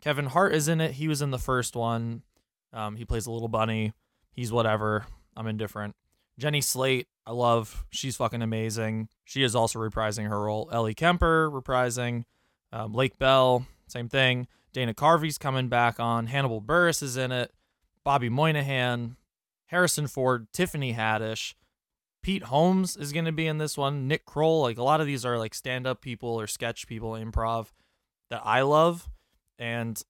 Speaker 6: Kevin Hart is in it. He was in the first one. Um, he plays a little bunny. He's whatever. I'm indifferent. Jenny Slate, I love. She's fucking amazing. She is also reprising her role. Ellie Kemper reprising. Um, Lake Bell, same thing. Dana Carvey's coming back on. Hannibal Burris is in it. Bobby Moynihan, Harrison Ford, Tiffany Haddish. Pete Holmes is going to be in this one. Nick Kroll, like a lot of these are like stand up people or sketch people, improv that I love. And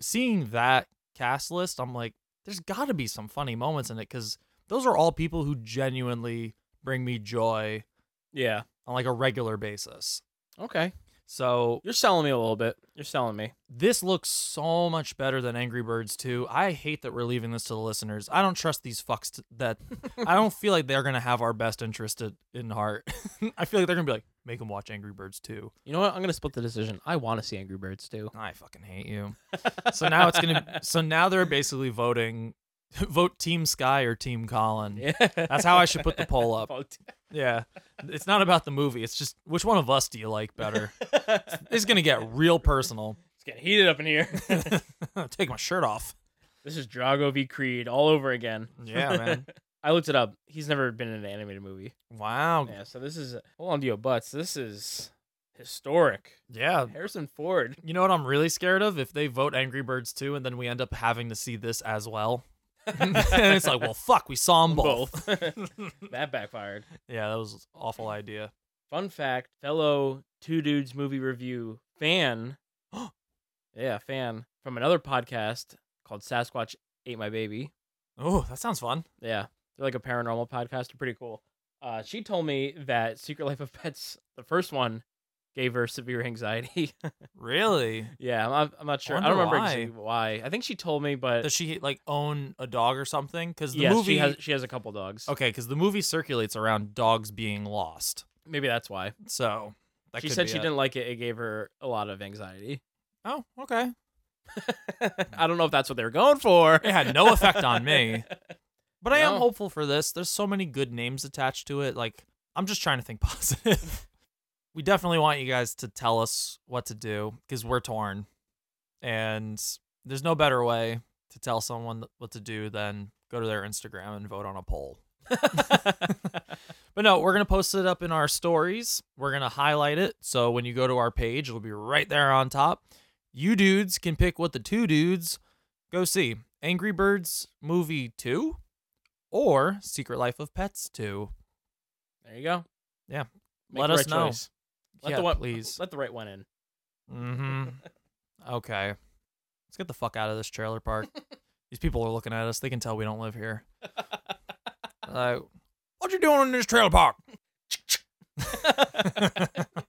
Speaker 6: seeing that cast list, I'm like, there's got to be some funny moments in it because those are all people who genuinely bring me joy
Speaker 7: Yeah.
Speaker 6: on like a regular basis.
Speaker 7: Okay.
Speaker 6: So
Speaker 7: You're selling me a little bit. You're selling me.
Speaker 6: this looks so much better than Angry Birds 2. I hate that we're leaving this to the listeners. I don't trust these fucks to, that I don't feel like they're going to have our best interest at, in heart. I feel like they're going to be like, make them watch Angry Birds 2.
Speaker 7: You know what? I'm gonna split the decision. I want to see Angry Birds too.
Speaker 6: I fucking hate you. So now it's going to so now they're basically voting vote team Sky or team Colin. That's how I should put the poll up.
Speaker 7: Oh,
Speaker 6: Yeah. It's not about the movie. It's just which one of us do you like better? It's going to get real personal.
Speaker 7: It's getting heated up in here.
Speaker 6: Take my shirt off.
Speaker 7: this is Drago v Creed all over again.
Speaker 6: Yeah, man.
Speaker 7: I looked it up. He's never been in an animated movie.
Speaker 6: Wow.
Speaker 7: Yeah, so this is hold on to your butts. This is historic.
Speaker 6: Yeah.
Speaker 7: Harrison Ford.
Speaker 6: You know what I'm really scared of? If they vote Angry Birds 2 and then we end up having to see this as well. and it's like, well, fuck, we saw them both.
Speaker 7: that backfired.
Speaker 6: Yeah, that was an awful idea.
Speaker 7: Fun fact, fellow two dudes movie review fan. yeah, fan from another podcast called Sasquatch Ate My Baby.
Speaker 6: Oh, that sounds fun.
Speaker 7: Yeah. They're like a paranormal podcast. They're pretty cool. Uh, she told me that Secret Life of Pets, the first one, gave her severe anxiety.
Speaker 6: Really?
Speaker 7: yeah, I'm, I'm- I'm not sure. I, don't
Speaker 6: Wonder
Speaker 7: remember
Speaker 6: why.
Speaker 7: exactly why. I think she told me, but
Speaker 6: Does she like own a dog or something? Because the
Speaker 7: yes,
Speaker 6: movie
Speaker 7: she has she has a couple dogs.
Speaker 6: okay, because the movie circulates around dogs being lost.
Speaker 7: Maybe that's why.
Speaker 6: So that
Speaker 7: she
Speaker 6: could
Speaker 7: said
Speaker 6: be
Speaker 7: she
Speaker 6: it.
Speaker 7: didn't like it. It gave her a lot of anxiety.
Speaker 6: Oh, okay.
Speaker 7: I don't know if that's what they were going for.
Speaker 6: It had no effect on me. But I am
Speaker 7: No.
Speaker 6: hopeful for this. There's so many good names attached to it. Like, I'm just trying to think positive. we definitely want you guys to tell us what to do because we're torn. And there's no better way to tell someone what to do than go to their Instagram and vote on a poll. but But no, we're gonna post it up in our stories. We're gonna highlight it. So when you go to our page, it'll be right there on top. You dudes can pick what the two dudes go see. Angry Birds movie two or Secret Life of Pets two.
Speaker 7: There you go.
Speaker 6: Yeah.
Speaker 7: Make
Speaker 6: let
Speaker 7: the
Speaker 6: us
Speaker 7: right
Speaker 6: know.
Speaker 7: choice. Let
Speaker 6: yeah,
Speaker 7: the one,
Speaker 6: please.
Speaker 7: Let the right one in.
Speaker 6: Mm-hmm. okay. Let's get the fuck out of this trailer park. These people are looking at us. They can tell we don't live here. Uh, what you doing in this trailer park?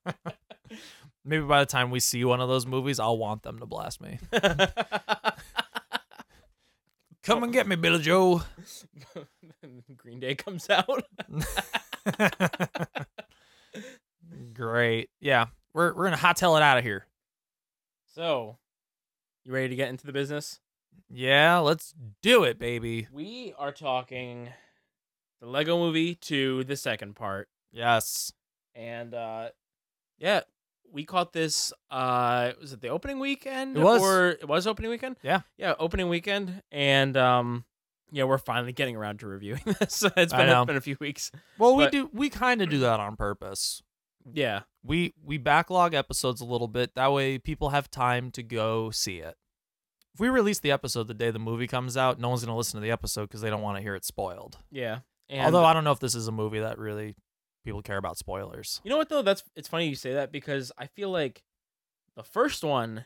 Speaker 6: Maybe by the time we see one of those movies, I'll want them to blast me. Come and get me, Billy Joe.
Speaker 7: Green Day comes out.
Speaker 6: Great. Yeah. We're we're gonna hot tail it out of here.
Speaker 7: so, you ready to get into the business?
Speaker 6: Yeah, let's do it, baby.
Speaker 7: We are talking the Lego movie to the second part.
Speaker 6: Yes.
Speaker 7: And uh yeah, we caught this uh was it the opening weekend?
Speaker 6: It was.
Speaker 7: or it was opening weekend?
Speaker 6: Yeah.
Speaker 7: Yeah, opening weekend. And um yeah, we're finally getting around to reviewing this. it's
Speaker 6: I
Speaker 7: been
Speaker 6: know.
Speaker 7: it's been a few weeks.
Speaker 6: Well, we
Speaker 7: But-
Speaker 6: do we kind of do that on purpose.
Speaker 7: Yeah.
Speaker 6: We we backlog episodes a little bit that way people have time to go see it. If we release the episode the day the movie comes out, no one's going to listen to the episode cuz they don't want to hear it spoiled.
Speaker 7: Yeah. And
Speaker 6: Although I don't know if this is a movie that really people care about spoilers.
Speaker 7: You know what though? That's it's funny you say that because I feel like the first one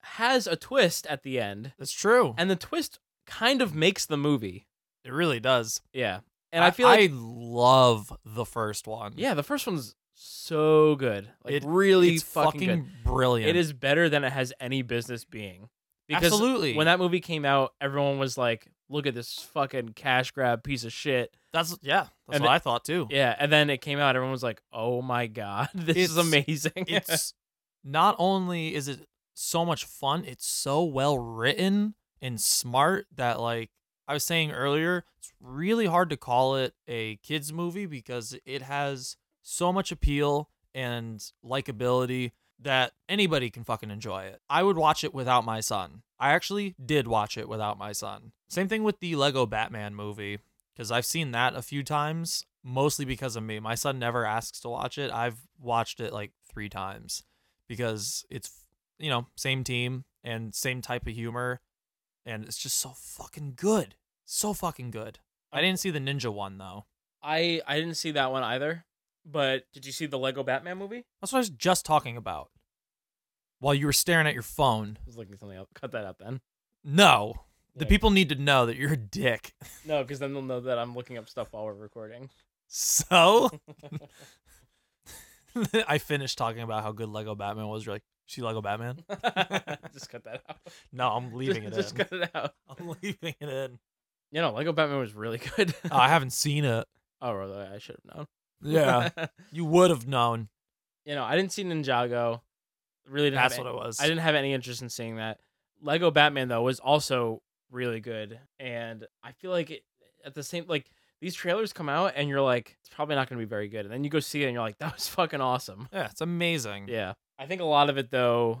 Speaker 7: has a twist at the end,
Speaker 6: That's true.
Speaker 7: and the twist kind of makes the movie.
Speaker 6: It really does.
Speaker 7: Yeah, and I, feel like
Speaker 6: I love the first one.
Speaker 7: yeah, the first one's so good, like
Speaker 6: It-
Speaker 7: really
Speaker 6: it's
Speaker 7: fucking, good.
Speaker 6: brilliant.
Speaker 7: It is better than it has any business being. Because
Speaker 6: Absolutely.
Speaker 7: When that movie came out, everyone was like, "Look at this fucking cash grab piece of shit."
Speaker 6: That's yeah. That's
Speaker 7: And
Speaker 6: what
Speaker 7: it-
Speaker 6: I thought too.
Speaker 7: Yeah, and then it came out, everyone was like, "Oh my god, this is
Speaker 6: It's-
Speaker 7: amazing."
Speaker 6: it's not only is it so much fun, it's so well written and smart that like I was saying earlier, it's really hard to call it a kids movie because it has so much appeal and likability that anybody can fucking enjoy it. I would watch it without my son. I actually did watch it without my son. Same thing with the Lego Batman movie because I've seen that a few times, mostly because of me. My son never asks to watch it. I've watched it like three times because it's, you know, same team and same type of humor. And it's just so fucking good. So fucking good. I didn't see the ninja one though.
Speaker 7: I I didn't see that one either. But did you see the Lego Batman movie? I
Speaker 6: That's what I was just talking about while you were staring at your phone.
Speaker 7: was looking something up. Cut that out then.
Speaker 6: No. The
Speaker 7: Yeah.
Speaker 6: people need to know that you're a dick.
Speaker 7: No, because then they'll know that I'm looking up stuff while we're recording.
Speaker 6: So I finished talking about how good Lego Batman was. You're like, see Lego Batman?
Speaker 7: just cut that out.
Speaker 6: No, I'm leaving it
Speaker 7: just,
Speaker 6: in.
Speaker 7: Just cut it out.
Speaker 6: I'm leaving it in.
Speaker 7: You know, Lego Batman was really good.
Speaker 6: Oh, I haven't seen it.
Speaker 7: oh, well, I should have known.
Speaker 6: you would have known.
Speaker 7: you know, I didn't see Ninjago. Really, didn't
Speaker 6: That's
Speaker 7: have
Speaker 6: what it was.
Speaker 7: I didn't have any interest in seeing that. Lego Batman though was also really good, and I feel like it, at the same like these trailers come out and you're like it's probably not going to be very good, and then you go see it and you're like that was fucking awesome.
Speaker 6: Yeah, it's amazing.
Speaker 7: Yeah, I think a lot of it though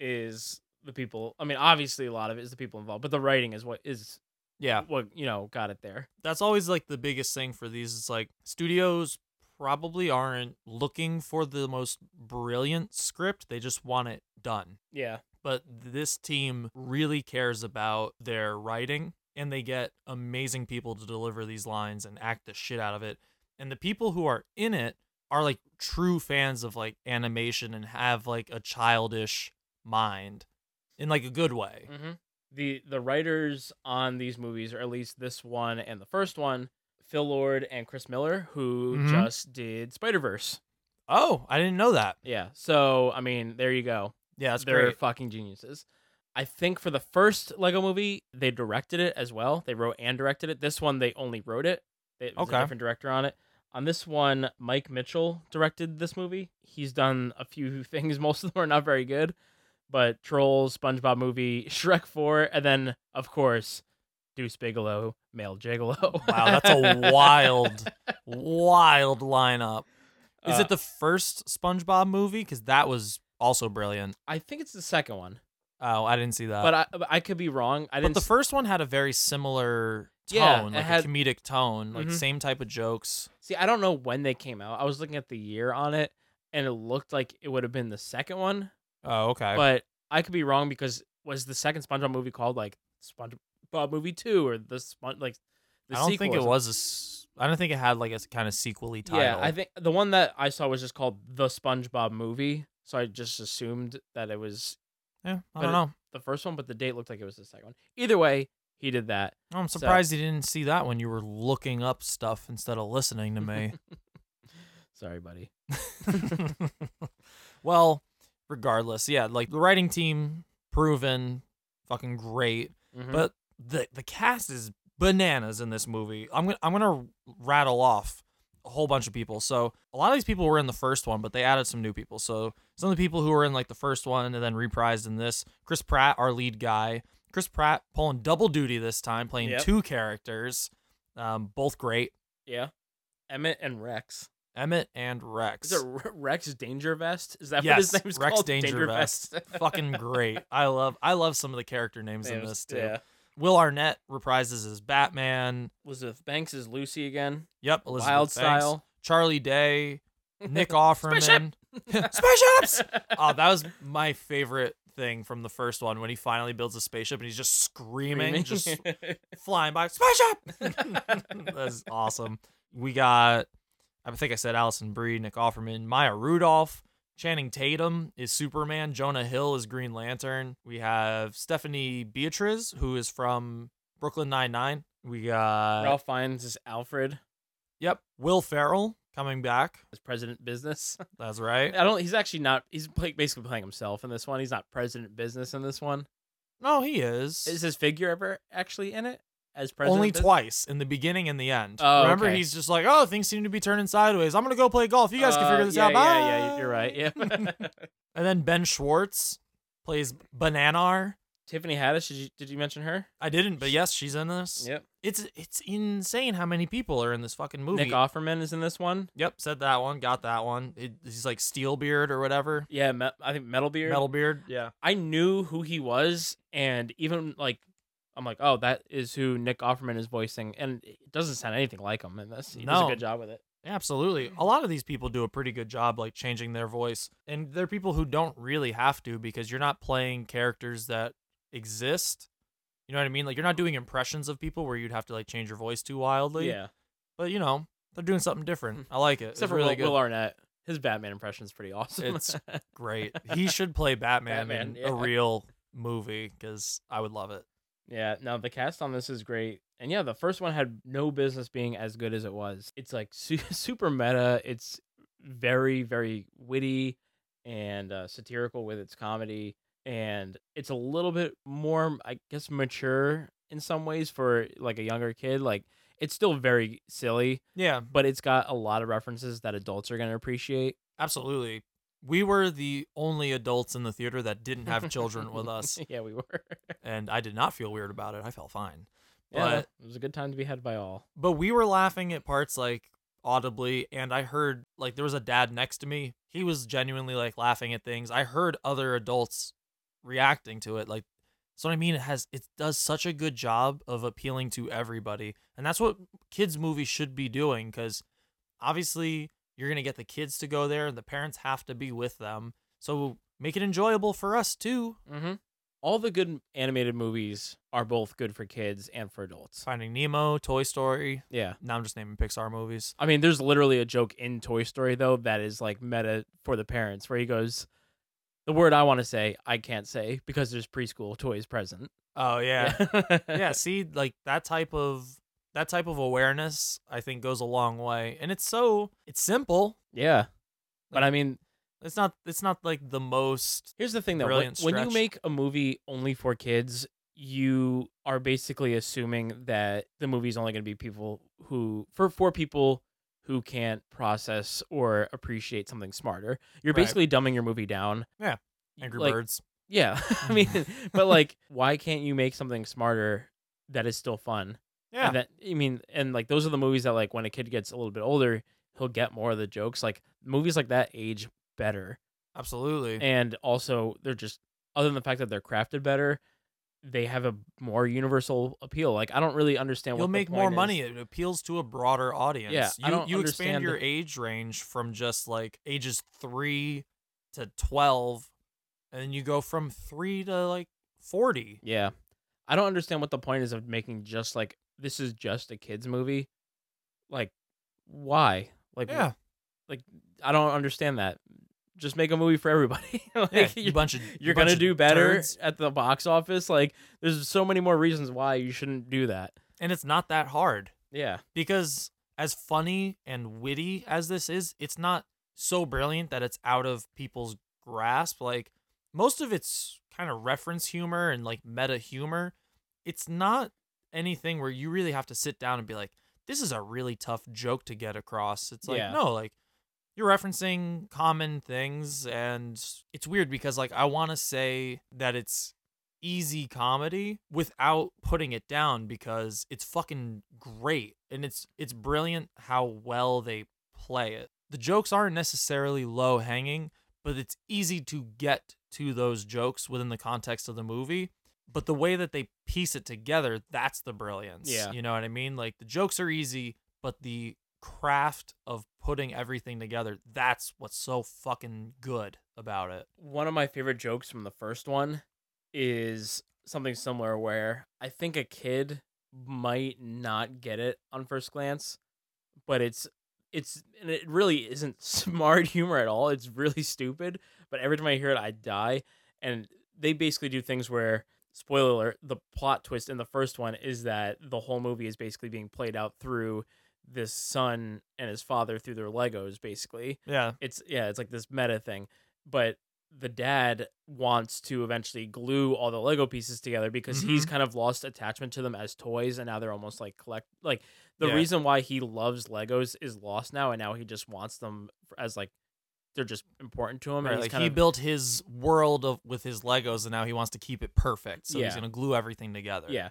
Speaker 7: is the people. I mean, obviously a lot of it is the people involved, but the writing is what is
Speaker 6: Yeah.
Speaker 7: what you know got it there.
Speaker 6: That's always like the biggest thing for these. It's like studios probably aren't looking for the most brilliant script. They just want it done.
Speaker 7: Yeah,
Speaker 6: But this team really cares about their writing and they get amazing people to deliver these lines and act the shit out of it. And the people who are in it are like true fans of like animation and have like a childish mind in like a good way.
Speaker 7: Mm-hmm. The the writers on these movies, or at least this one and the first one, Phil Lord and Chris Miller, who
Speaker 6: Mhm.
Speaker 7: just did Spider Verse.
Speaker 6: Oh, I didn't know that.
Speaker 7: Yeah. So I mean, there you go.
Speaker 6: Yeah, that's
Speaker 7: They're
Speaker 6: great.
Speaker 7: fucking geniuses. I think for the first Lego movie, they directed it as well. They wrote and directed it. This one, they only wrote it. It was
Speaker 6: Okay.
Speaker 7: a different director on it. On this one, Mike Mitchell directed this movie. He's done a few things. Most of them are not very good, but Trolls, SpongeBob movie, Shrek 4, and then, of course, Deuce Bigelow, Male Gigolo.
Speaker 6: Wow, that's a wild, wild lineup. Is
Speaker 7: Uh,
Speaker 6: it the first SpongeBob movie? Because that was also brilliant.
Speaker 7: I think it's the second one.
Speaker 6: Oh, I didn't see that.
Speaker 7: But I but I could be wrong. I
Speaker 6: But
Speaker 7: didn't.
Speaker 6: the
Speaker 7: s-
Speaker 6: first one had a very similar tone,
Speaker 7: Yeah, it
Speaker 6: like
Speaker 7: had-
Speaker 6: a comedic tone, like
Speaker 7: Mhm.
Speaker 6: same type of jokes.
Speaker 7: see, I don't know when they came out. I was looking at the year on it, and it looked like it would have been the second one.
Speaker 6: Oh, okay.
Speaker 7: But I could be wrong because was the second SpongeBob movie called like SpongeBob Movie Two or the Spon- like the
Speaker 6: I don't
Speaker 7: sequel
Speaker 6: think
Speaker 7: or
Speaker 6: it
Speaker 7: something?
Speaker 6: was a. s- I don't think it had like a kind of sequely title.
Speaker 7: Yeah, I think the one that I saw was just called the SpongeBob movie, so I just assumed that it was.
Speaker 6: Yeah, I
Speaker 7: but
Speaker 6: don't know.
Speaker 7: the first one, but the date looked like it was the second one. Either way, he did that.
Speaker 6: I'm surprised you didn't see that when you were looking up stuff instead of listening to me.
Speaker 7: Sorry, buddy.
Speaker 6: well, regardless, yeah, like the writing team proven fucking great,
Speaker 7: Mhm.
Speaker 6: but the the cast is bananas in this movie. I'm gonna I'm gonna rattle off a whole bunch of people. So a lot of these people were in the first one, but they added some new people. So some of the people who were in like the first one and then reprised in this, Chris Pratt, our lead guy, Chris Pratt pulling double duty this time, playing
Speaker 7: Yep.
Speaker 6: two characters, um, both great.
Speaker 7: Yeah, Emmett and Rex.
Speaker 6: Emmett and Rex.
Speaker 7: Is it Re- Rex Danger Vest? Is that
Speaker 6: yes,
Speaker 7: what his name's
Speaker 6: Rex
Speaker 7: called?
Speaker 6: Danger, Vest. Fucking great. I love I love some of the character names in
Speaker 7: Names,
Speaker 6: this too.
Speaker 7: yeah.
Speaker 6: Will Arnett reprises as Batman.
Speaker 7: Elizabeth Banks is Lucy again.
Speaker 6: Yep, Elizabeth
Speaker 7: Wild
Speaker 6: Banks,
Speaker 7: style.
Speaker 6: Charlie Day, Nick Offerman, spaceships. oh, that was my favorite thing from the first one when he finally builds a spaceship and he's just screaming, just flying by spaceship. That's awesome. We got, I think I said Allison Brie, Nick Offerman, Maya Rudolph, Channing Tatum is Superman, Jonah Hill is Green Lantern. We have Stephanie Beatriz, who is from Brooklyn Nine Nine. We got
Speaker 7: Ralph Fiennes is Alfred
Speaker 6: Yep, Will Ferrell coming back.
Speaker 7: as President Business.
Speaker 6: That's right.
Speaker 7: I don't. He's actually not. He's play, basically playing himself in this one. He's not president business in this one.
Speaker 6: No, he is.
Speaker 7: Is his figure ever actually in it as president?
Speaker 6: Only
Speaker 7: Business?
Speaker 6: twice in the beginning and the end.
Speaker 7: Oh,
Speaker 6: Remember,
Speaker 7: okay.
Speaker 6: he's just like, "Oh, things seem to be turning sideways. I'm gonna go play golf. You guys can
Speaker 7: Uh,
Speaker 6: figure this
Speaker 7: yeah, Yeah,
Speaker 6: out." Bye."
Speaker 7: yeah, you're right. Yeah.
Speaker 6: And then Ben Schwartz plays Bananar.
Speaker 7: Tiffany Haddish. Did you did you mention her?
Speaker 6: I didn't, but yes, she's in this.
Speaker 7: Yep.
Speaker 6: It's it's insane how many people are in this fucking movie.
Speaker 7: Nick Offerman is in this one.
Speaker 6: Yep, said that one, got that one. It, he's like Steelbeard or whatever.
Speaker 7: Yeah, me- I think Metal Beard.
Speaker 6: Metalbeard.
Speaker 7: Yeah. I knew who he was, and even like, I'm like, oh, that is who Nick Offerman is voicing, and it doesn't sound anything like him in this. He does
Speaker 6: No.
Speaker 7: a good job with it.
Speaker 6: Yeah, absolutely. A lot of these people do a pretty good job like changing their voice. And they're people who don't really have to because you're not playing characters that exist. You know what I mean? Like you're not doing impressions of people where you'd have to like change your voice too wildly.
Speaker 7: Yeah. Hmm.
Speaker 6: But you know, they're doing something different. I like it.
Speaker 7: Except
Speaker 6: it's
Speaker 7: for
Speaker 6: really
Speaker 7: Will,
Speaker 6: good.
Speaker 7: Will Arnett. His Batman impression is pretty awesome.
Speaker 6: It's great. He should play Batman,
Speaker 7: Batman,
Speaker 6: in
Speaker 7: yeah.
Speaker 6: a real movie because I would love it.
Speaker 7: Yeah, no, the cast on this is great. And yeah, the first one had no business being as good as it was. It's like su- super meta. It's very, very witty and uh, satirical with its comedy. And it's a little bit more, I guess, mature in some ways for like a younger kid. Like, it's still very silly,
Speaker 6: Yeah,
Speaker 7: but it's got a lot of references that adults are going to appreciate.
Speaker 6: absolutely. We were the only adults in the theater that didn't have children with us,
Speaker 7: yeah, we were.
Speaker 6: and I did not feel weird about it. I felt fine.
Speaker 7: Yeah, no,
Speaker 6: But
Speaker 7: it was a good time to be had by all.
Speaker 6: but we were laughing at parts like audibly and i heard like there was a dad next to me he was genuinely like laughing at things i heard other adults reacting to it like so i mean it has it does such a good job of appealing to everybody and that's what kids movies should be doing because obviously you're gonna get the kids to go there and the parents have to be with them so make it enjoyable for us too
Speaker 7: Mm-hmm. All the good animated movies are both good for kids and for adults.
Speaker 6: finding nemo toy story
Speaker 7: Yeah.
Speaker 6: now i'm just naming pixar movies
Speaker 7: I mean, there's literally a joke in Toy Story though that is like meta for the parents, where he goes, "The word I want to say, I can't say because there's preschool toys present."
Speaker 6: oh
Speaker 7: yeah.
Speaker 6: yeah see like that type of that type of awareness i think goes a long way and it's so it's simple
Speaker 7: Yeah. But
Speaker 6: Like-
Speaker 7: I mean,
Speaker 6: it's not it's not like the most
Speaker 7: here's the thing though: when,
Speaker 6: Brilliant
Speaker 7: when you
Speaker 6: stretch.
Speaker 7: make a movie only for kids, you are basically assuming that the movie's only going to be people who for for people who can't process or appreciate something smarter. You're
Speaker 6: Right.
Speaker 7: basically dumbing your movie down.
Speaker 6: Yeah. angry
Speaker 7: Like,
Speaker 6: birds
Speaker 7: Yeah. I mean, but like, why can't you make something smarter that is still fun?
Speaker 6: yeah
Speaker 7: And that, I mean, and like, those are the movies that, like, when a kid gets a little bit older, he'll get more of the jokes. Like, movies like that age better.
Speaker 6: absolutely
Speaker 7: And also, they're just other than the fact that they're crafted better, they have a more universal appeal. Like I don't really understand what
Speaker 6: You'll
Speaker 7: the
Speaker 6: make more
Speaker 7: point is.
Speaker 6: money. It appeals to a broader audience.
Speaker 7: Yeah,
Speaker 6: you,
Speaker 7: I don't
Speaker 6: you
Speaker 7: understand
Speaker 6: expand your
Speaker 7: the-
Speaker 6: age range from just like ages three to twelve, and you go from three to like forty.
Speaker 7: Yeah. I don't understand what the point is of making just like this is just a kids movie. Like why? Like wh-
Speaker 6: Yeah.
Speaker 7: Like I don't understand that. Just make a movie for everybody. like
Speaker 6: Yeah, you
Speaker 7: you-
Speaker 6: bunch of
Speaker 7: you're going
Speaker 6: bunch
Speaker 7: to
Speaker 6: of
Speaker 7: do better
Speaker 6: turds.
Speaker 7: at the box office. Like there's so many more reasons why you shouldn't do that.
Speaker 6: and it's not that hard.
Speaker 7: Yeah.
Speaker 6: Because as funny and witty as this is, it's not so brilliant that it's out of people's grasp. Like most of it's kind of reference humor and like meta humor. It's not anything where you really have to sit down and be like, this is a really tough joke to get across. It's like,
Speaker 7: Yeah.
Speaker 6: no, like you're referencing common things and it's weird because like I want to say that it's easy comedy without putting it down because it's fucking great and it's it's brilliant how well they play it. The jokes aren't necessarily low hanging, but it's easy to get to those jokes within the context of the movie. But the way that they piece it together, that's the brilliance.
Speaker 7: Yeah.
Speaker 6: You know what I mean? Like the jokes are easy, but the craft of putting everything together, that's what's so fucking good about it.
Speaker 7: one of my favorite jokes from the first one is something similar where I think a kid might not get it on first glance, but it's it's and it really isn't smart humor at all. It's really stupid, but every time I hear it I die and they basically do things where spoiler alert, the plot twist in the first one is that the whole movie is basically being played out through this son and his father through their Legos basically
Speaker 6: Yeah.
Speaker 7: it's yeah, it's like this meta thing. But the dad wants to eventually glue all the Lego pieces together because
Speaker 6: Mm-hmm.
Speaker 7: he's kind of lost attachment to them as toys, and now they're almost like collect. Like the
Speaker 6: Yeah.
Speaker 7: reason why he loves Legos is lost now, and now he just wants them f- as like they're just important to him.
Speaker 6: Right,
Speaker 7: and he's
Speaker 6: like
Speaker 7: kind
Speaker 6: he
Speaker 7: of,
Speaker 6: built his world of with his Legos, and now he wants to keep it perfect. So he's
Speaker 7: Yeah.
Speaker 6: gonna glue everything together.
Speaker 7: Yeah.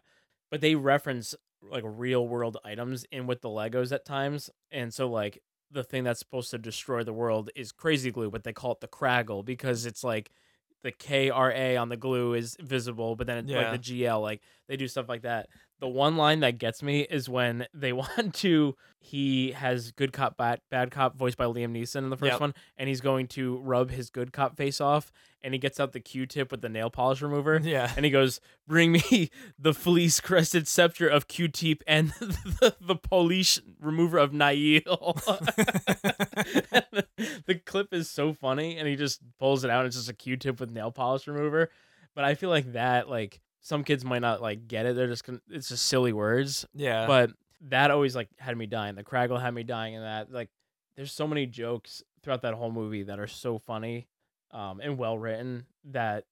Speaker 7: But they reference like real world items in with the Legos at times. And so like the thing that's supposed to destroy the world is crazy glue, but they call it the craggle because it's like the K R A on the glue is visible, but then it's
Speaker 6: Yeah.
Speaker 7: like the GL, like they do stuff like that. The one line that gets me is when they want to he has good cop bad, bad cop voiced by Liam Neeson in the first
Speaker 6: Yep.
Speaker 7: one and he's going to rub his good cop face off and he gets out the Q-tip with the nail polish remover
Speaker 6: Yeah.
Speaker 7: and he goes, "Bring me the fleece crested scepter of Q-tip and the, the polish remover of Nail." the clip is so funny, and he just pulls it out. It's just a Q-tip with nail polish remover. But I feel like that, like some kids might not like get it. They're just gonna, it's just silly words.
Speaker 6: Yeah.
Speaker 7: But that always like had me dying. The craggle had me dying, and that like there's so many jokes throughout that whole movie that are so funny um, and well written that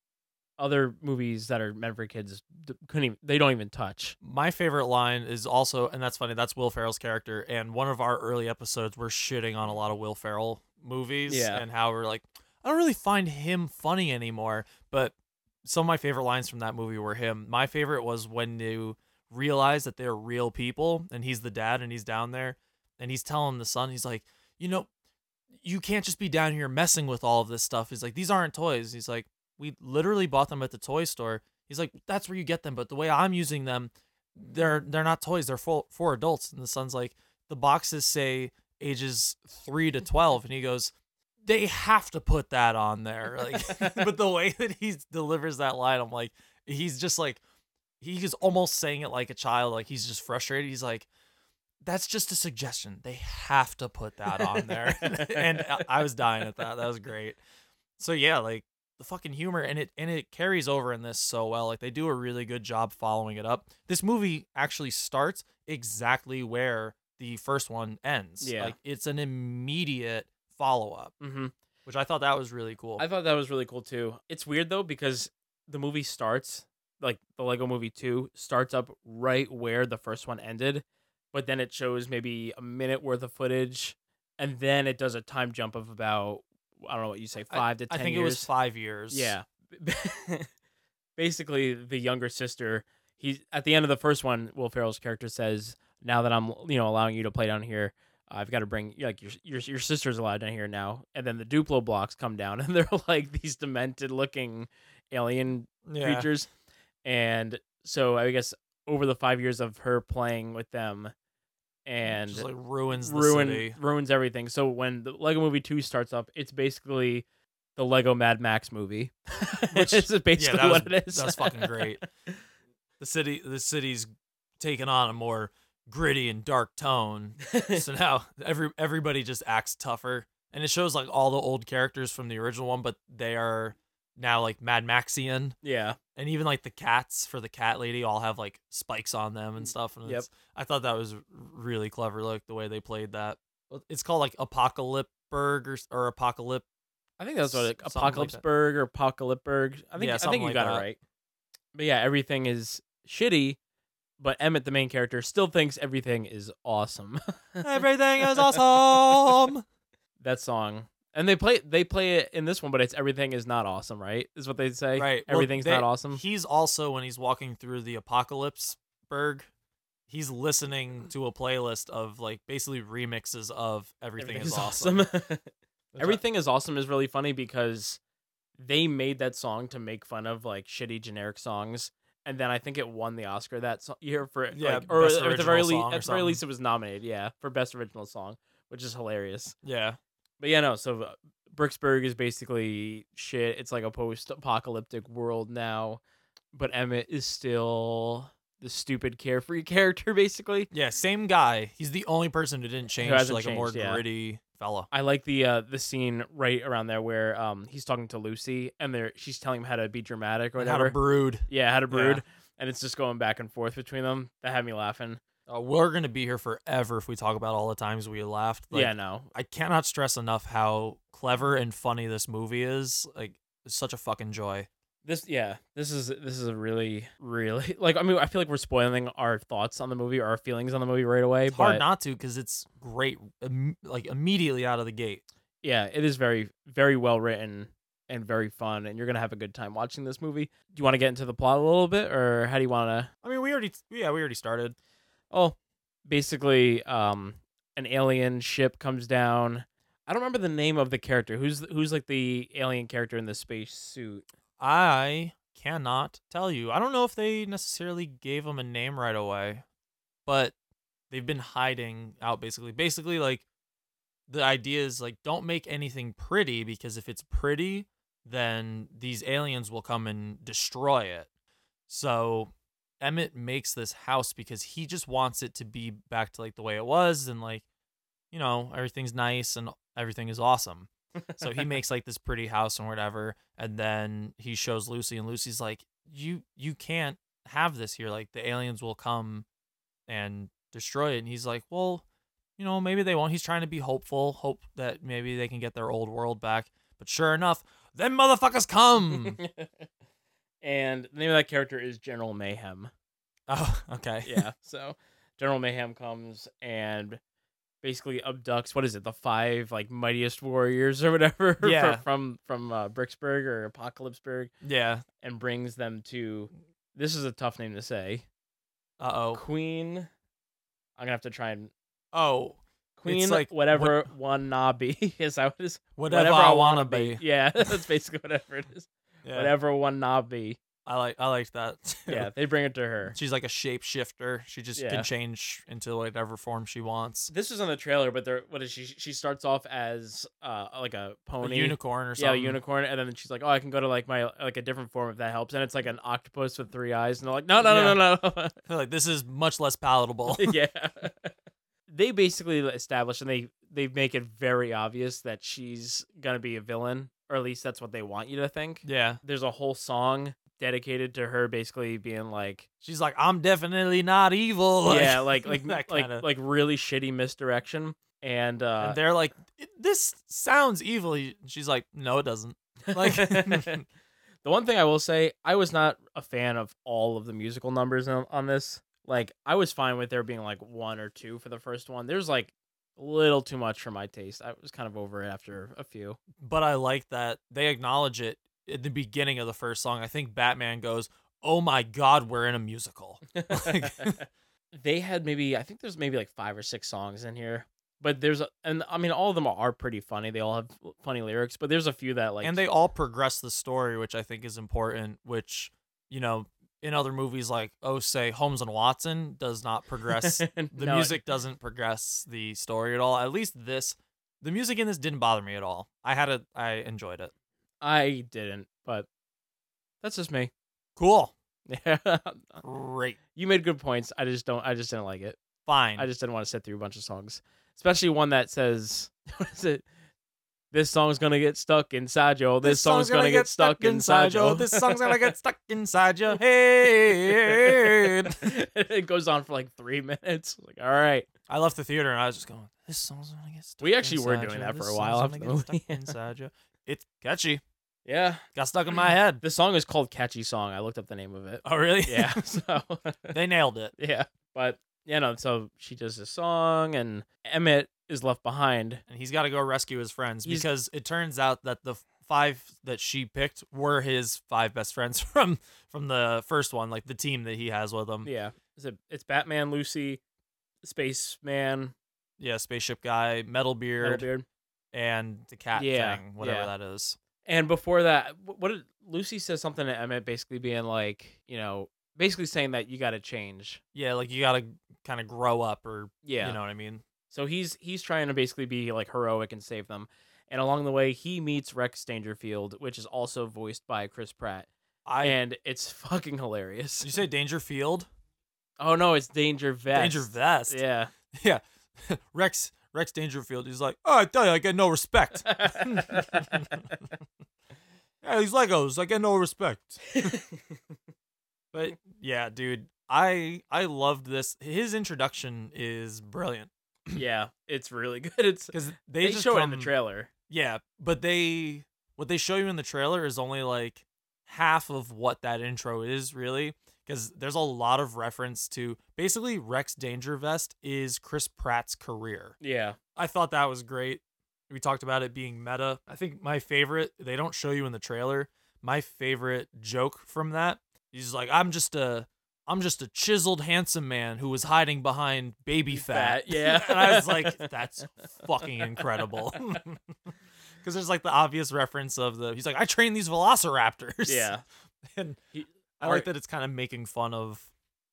Speaker 7: other movies that are meant for kids d- couldn't even they don't even touch.
Speaker 6: My favorite line is also, and that's funny, that's Will Ferrell's character. And one of our early episodes, we're shitting on a lot of Will Ferrell movies
Speaker 7: Yeah.
Speaker 6: and how we're like, I don't really find him funny anymore. But some of my favorite lines from that movie were him. My favorite was when you realize that they're real people and he's the dad and he's down there and he's telling the son, he's like, you know, you can't just be down here messing with all of this stuff. He's like, these aren't toys. He's like, we literally bought them at the toy store. He's like, that's where you get them. But the way I'm using them, they're they're not toys. They're for for adults. And the son's like, the boxes say ages three to twelve, and he goes, they have to put that on there. Like, but the way that he delivers that line, I'm like, he's just like, he is almost saying it like a child. Like he's just frustrated. He's like, that's just a suggestion. They have to put that on there. and I- I was dying at that. That was great. So yeah, like the fucking humor and it and it carries over in this so well. Like they do a really good job following it up. This movie actually starts exactly where the first one ends.
Speaker 7: Yeah.
Speaker 6: Like it's an immediate follow up,
Speaker 7: Mm-hmm.
Speaker 6: which I thought that was really cool.
Speaker 7: I thought that was really cool too. It's weird though because the movie starts like the Lego Movie Two starts up right where the first one ended, but then it shows maybe a minute worth of footage, and then it does a time jump of about I don't know what you say
Speaker 6: I-
Speaker 7: five to
Speaker 6: I
Speaker 7: ten.
Speaker 6: think
Speaker 7: years.
Speaker 6: it was five years.
Speaker 7: Yeah. Basically, the younger sister. He at the end of the first one, Will Ferrell's character says, "Now that I'm, you know, allowing you to play down here, I've got to bring like your your your sister's allowed down here now." And then the Duplo blocks come down, and they're like these demented looking alien
Speaker 6: Yeah.
Speaker 7: creatures. And so I guess over the five years of her playing with them, and
Speaker 6: like, ruins the city.
Speaker 7: ruins everything. So when the Lego Movie Two starts up, it's basically the Lego Mad Max movie, which is basically
Speaker 6: yeah, that
Speaker 7: what
Speaker 6: was,
Speaker 7: it is.
Speaker 6: That's fucking great. The city, the city's taken on a more gritty and dark tone. so now every everybody just acts tougher, and it shows like all the old characters from the original one, but they are now like Mad Maxian.
Speaker 7: Yeah.
Speaker 6: and even like the cats for the cat lady all have like spikes on them and stuff. And
Speaker 7: Yep.
Speaker 6: it's- I thought that was really clever, like the way they played that. It's called like Apocalypse or, s- or Apocalypse.
Speaker 7: I think that's what it,
Speaker 6: something like that.
Speaker 7: Apocalypseburg or Apocalypseburg. I think
Speaker 6: Yeah,
Speaker 7: I think
Speaker 6: something
Speaker 7: you
Speaker 6: like
Speaker 7: got
Speaker 6: that.
Speaker 7: it right. But yeah, everything is shitty, but Emmett, the main character, still thinks everything is awesome.
Speaker 6: Everything is awesome.
Speaker 7: that song. And they play they play it in this one, but it's everything is not awesome, right? Is what they say.
Speaker 6: Right. well,
Speaker 7: Everything's
Speaker 6: they-
Speaker 7: not awesome.
Speaker 6: He's also when he's walking through the apocalypse burg, he's listening to a playlist of like basically remixes of everything,
Speaker 7: Everything
Speaker 6: is
Speaker 7: is
Speaker 6: awesome. I-
Speaker 7: everything is awesome is really funny because they made that song to make fun of like shitty generic songs. And then I think it won the Oscar that so- year for it,
Speaker 6: Yeah,
Speaker 7: like, or,
Speaker 6: best
Speaker 7: or at the
Speaker 6: original
Speaker 7: very
Speaker 6: song
Speaker 7: least,
Speaker 6: or
Speaker 7: at the very least, it was nominated, yeah, for best original song, which is hilarious.
Speaker 6: yeah.
Speaker 7: But yeah, no. So uh, Bricksburg is basically shit. It's like a post-apocalyptic world now, but Emmett is still the stupid carefree character, basically.
Speaker 6: Yeah, same guy. He's the only person who didn't change to
Speaker 7: hasn't
Speaker 6: like a more
Speaker 7: changed, yeah.
Speaker 6: gritty fella.
Speaker 7: I like the uh, the scene right around there where um he's talking to Lucy and there she's telling him how to be dramatic or
Speaker 6: And
Speaker 7: whatever.
Speaker 6: how to brood.
Speaker 7: Yeah, how to
Speaker 6: Yeah.
Speaker 7: brood. And it's just going back and forth between them. That had me laughing.
Speaker 6: Uh, we're gonna be here forever if we talk about all the times we laughed. Like,
Speaker 7: yeah, no.
Speaker 6: I cannot stress enough how clever and funny this movie is. Like, it's such a fucking joy.
Speaker 7: This yeah, this is this is a really really like I mean I feel like we're spoiling our thoughts on the movie or our feelings on the movie right away.
Speaker 6: It's
Speaker 7: but
Speaker 6: hard not to because it's great, im- like immediately out of the gate.
Speaker 7: yeah, it is very very well written and very fun, and you're gonna have a good time watching this movie. Do you want to get into the plot a little bit, or how do you want to?
Speaker 6: I mean, we already, yeah, we already started.
Speaker 7: Oh, basically, um, an alien ship comes down. I don't remember the name of the character. Who's who's like the alien character in the space suit?
Speaker 6: I cannot tell you. I don't know if they necessarily gave him a name right away, but they've been hiding out basically. Basically, like the idea is like don't make anything pretty because if it's pretty, then these aliens will come and destroy it. So Emmett makes this house because he just wants it to be back to like the way it was and like you know, everything's nice and everything is awesome. So he makes like this pretty house and whatever, and then he shows Lucy, and Lucy's like, "You you can't have this here. Like the aliens will come and destroy it." And he's like, "Well, you know, maybe they won't." He's trying to be hopeful, hope that maybe they can get their old world back. But sure enough, them motherfuckers come.
Speaker 7: and the name of that character is General Mayhem.
Speaker 6: oh, okay.
Speaker 7: yeah. So General Mayhem comes and basically abducts what is it, the five like mightiest warriors or whatever fro-
Speaker 6: Yeah.
Speaker 7: from from uh, Bricksburg or Apocalypseburg
Speaker 6: Yeah.
Speaker 7: and brings them to this is a tough name to say.
Speaker 6: Uh oh.
Speaker 7: Queen I'm gonna have to try and
Speaker 6: Oh,
Speaker 7: Queen
Speaker 6: like,
Speaker 7: like whatever one nabi is that what it is?
Speaker 6: whatever,
Speaker 7: Whatever
Speaker 6: I
Speaker 7: I
Speaker 6: wanna be.
Speaker 7: Yeah, that's basically whatever it is.
Speaker 6: Yeah.
Speaker 7: Whatever one nabi.
Speaker 6: I like I liked that. too.
Speaker 7: Yeah, they bring it to her.
Speaker 6: She's like a shapeshifter. She just
Speaker 7: Yeah.
Speaker 6: can change into whatever form she wants.
Speaker 7: This is on the trailer, but there. What is she? She starts off as uh like a pony,
Speaker 6: A unicorn
Speaker 7: yeah,
Speaker 6: or
Speaker 7: a
Speaker 6: something.
Speaker 7: unicorn, and then she's like, "Oh, I can go to like my like a different form if that helps." And it's like an octopus with three eyes, and they're like, "No, no, no, no,
Speaker 6: They're like this is much less palatable.
Speaker 7: no." yeah, they basically establish and they they make it very obvious that she's gonna be a villain, or at least that's what they want you to think.
Speaker 6: yeah.
Speaker 7: There's a whole song dedicated to her basically being like
Speaker 6: She's like, I'm definitely not evil.
Speaker 7: yeah like like
Speaker 6: that
Speaker 7: like,
Speaker 6: kind of.
Speaker 7: like really shitty misdirection and uh
Speaker 6: and they're like, "It- this sounds evil. He- She's like, no, it doesn't. Like,
Speaker 7: the one thing I will say, I was not a fan of all of the musical numbers on, on this. Like, I was fine with there being like one or two for the first one. There's like a little too much for my taste. I was kind of over it after a few.
Speaker 6: but I like that they acknowledge it at the beginning of the first song. I think Batman goes, oh my God, we're in a musical. Like-
Speaker 7: they had maybe, I think there's maybe like five or six songs in here. But there's a, and I mean all of them are pretty funny. They all have funny lyrics, but there's a few that like
Speaker 6: and they all progress the story, which I think is important. Which you know, in other movies like oh, say Holmes and Watson does not progress. the
Speaker 7: No, it-
Speaker 6: music doesn't progress the story at all. At least this, the music in this didn't bother me at all. I had a, I enjoyed it.
Speaker 7: I didn't, but that's just me.
Speaker 6: Cool.
Speaker 7: Yeah. Uh,
Speaker 6: Great.
Speaker 7: You made good points. I just don't I just didn't like it.
Speaker 6: Fine.
Speaker 7: I just didn't want to sit through a bunch of songs. Especially one that says what is it? This song's gonna get stuck inside yo. This, song's, gonna, get, stuck, inside yo.
Speaker 6: This song's gonna get stuck inside your head.
Speaker 7: it goes on for like three minutes. Like, all right.
Speaker 6: I left the theater and I was just going, this song's gonna get stuck.
Speaker 7: We actually were
Speaker 6: inside
Speaker 7: doing
Speaker 6: ya.
Speaker 7: that for
Speaker 6: This
Speaker 7: a while
Speaker 6: song's
Speaker 7: after
Speaker 6: gonna
Speaker 7: the
Speaker 6: get stuck inside ya. It's catchy.
Speaker 7: Yeah.
Speaker 6: Got stuck in my head.
Speaker 7: The song is called Catchy Song. I looked up the name of it.
Speaker 6: Oh, really?
Speaker 7: Yeah. So
Speaker 6: They nailed it.
Speaker 7: Yeah. But you know, so she does this song and Emmett is left behind.
Speaker 6: And he's got to go rescue his friends
Speaker 7: He's-
Speaker 6: because it turns out that the five that she picked were his five best friends from from the first one, like the team that he has with him.
Speaker 7: Yeah. Is it it's Batman, Lucy, Spaceman,
Speaker 6: Yeah, spaceship guy, metal beard,
Speaker 7: Metalbeard.
Speaker 6: and the cat
Speaker 7: Yeah,
Speaker 6: thing, whatever
Speaker 7: yeah.
Speaker 6: that is.
Speaker 7: And before that, wh- what did Lucy says something to Emmett basically being like, you know, basically saying that you got to change.
Speaker 6: Yeah, like you got to kind of grow up, or
Speaker 7: Yeah.
Speaker 6: you know what I mean.
Speaker 7: So he's he's trying to basically be like heroic and save them. And along the way, he meets Rex Dangerfield, which is also voiced by Chris Pratt.
Speaker 6: I-
Speaker 7: and it's fucking
Speaker 6: Did
Speaker 7: hilarious.
Speaker 6: you say Dangerfield?
Speaker 7: Oh no, it's Danger Vest.
Speaker 6: Danger Vest.
Speaker 7: Yeah.
Speaker 6: Yeah, Rex Rex Dangerfield. He's like, oh, I tell you, I get no respect. yeah, these Legos, I get no respect. but yeah, dude, I I loved this. His introduction is brilliant
Speaker 7: yeah, it's really good. It's
Speaker 6: because
Speaker 7: they,
Speaker 6: they, just
Speaker 7: show
Speaker 6: come,
Speaker 7: it in the trailer.
Speaker 6: Yeah, but they what they show you in the trailer is only like half of what that intro is really because there's a lot of reference to basically Rex Danger Vest is Chris Pratt's career.
Speaker 7: Yeah.
Speaker 6: I thought that was great. We talked about it being meta. I think my favorite, they don't show you in the trailer. My favorite joke from that, he's like, I'm just a I'm just a chiseled handsome man who was hiding behind baby fat.
Speaker 7: Fat, yeah.
Speaker 6: and I was like, that's fucking incredible. Cause there's like the obvious reference of the he's like, I train these velociraptors.
Speaker 7: Yeah.
Speaker 6: And
Speaker 7: He-
Speaker 6: I
Speaker 7: or-
Speaker 6: like that it's kind of making fun of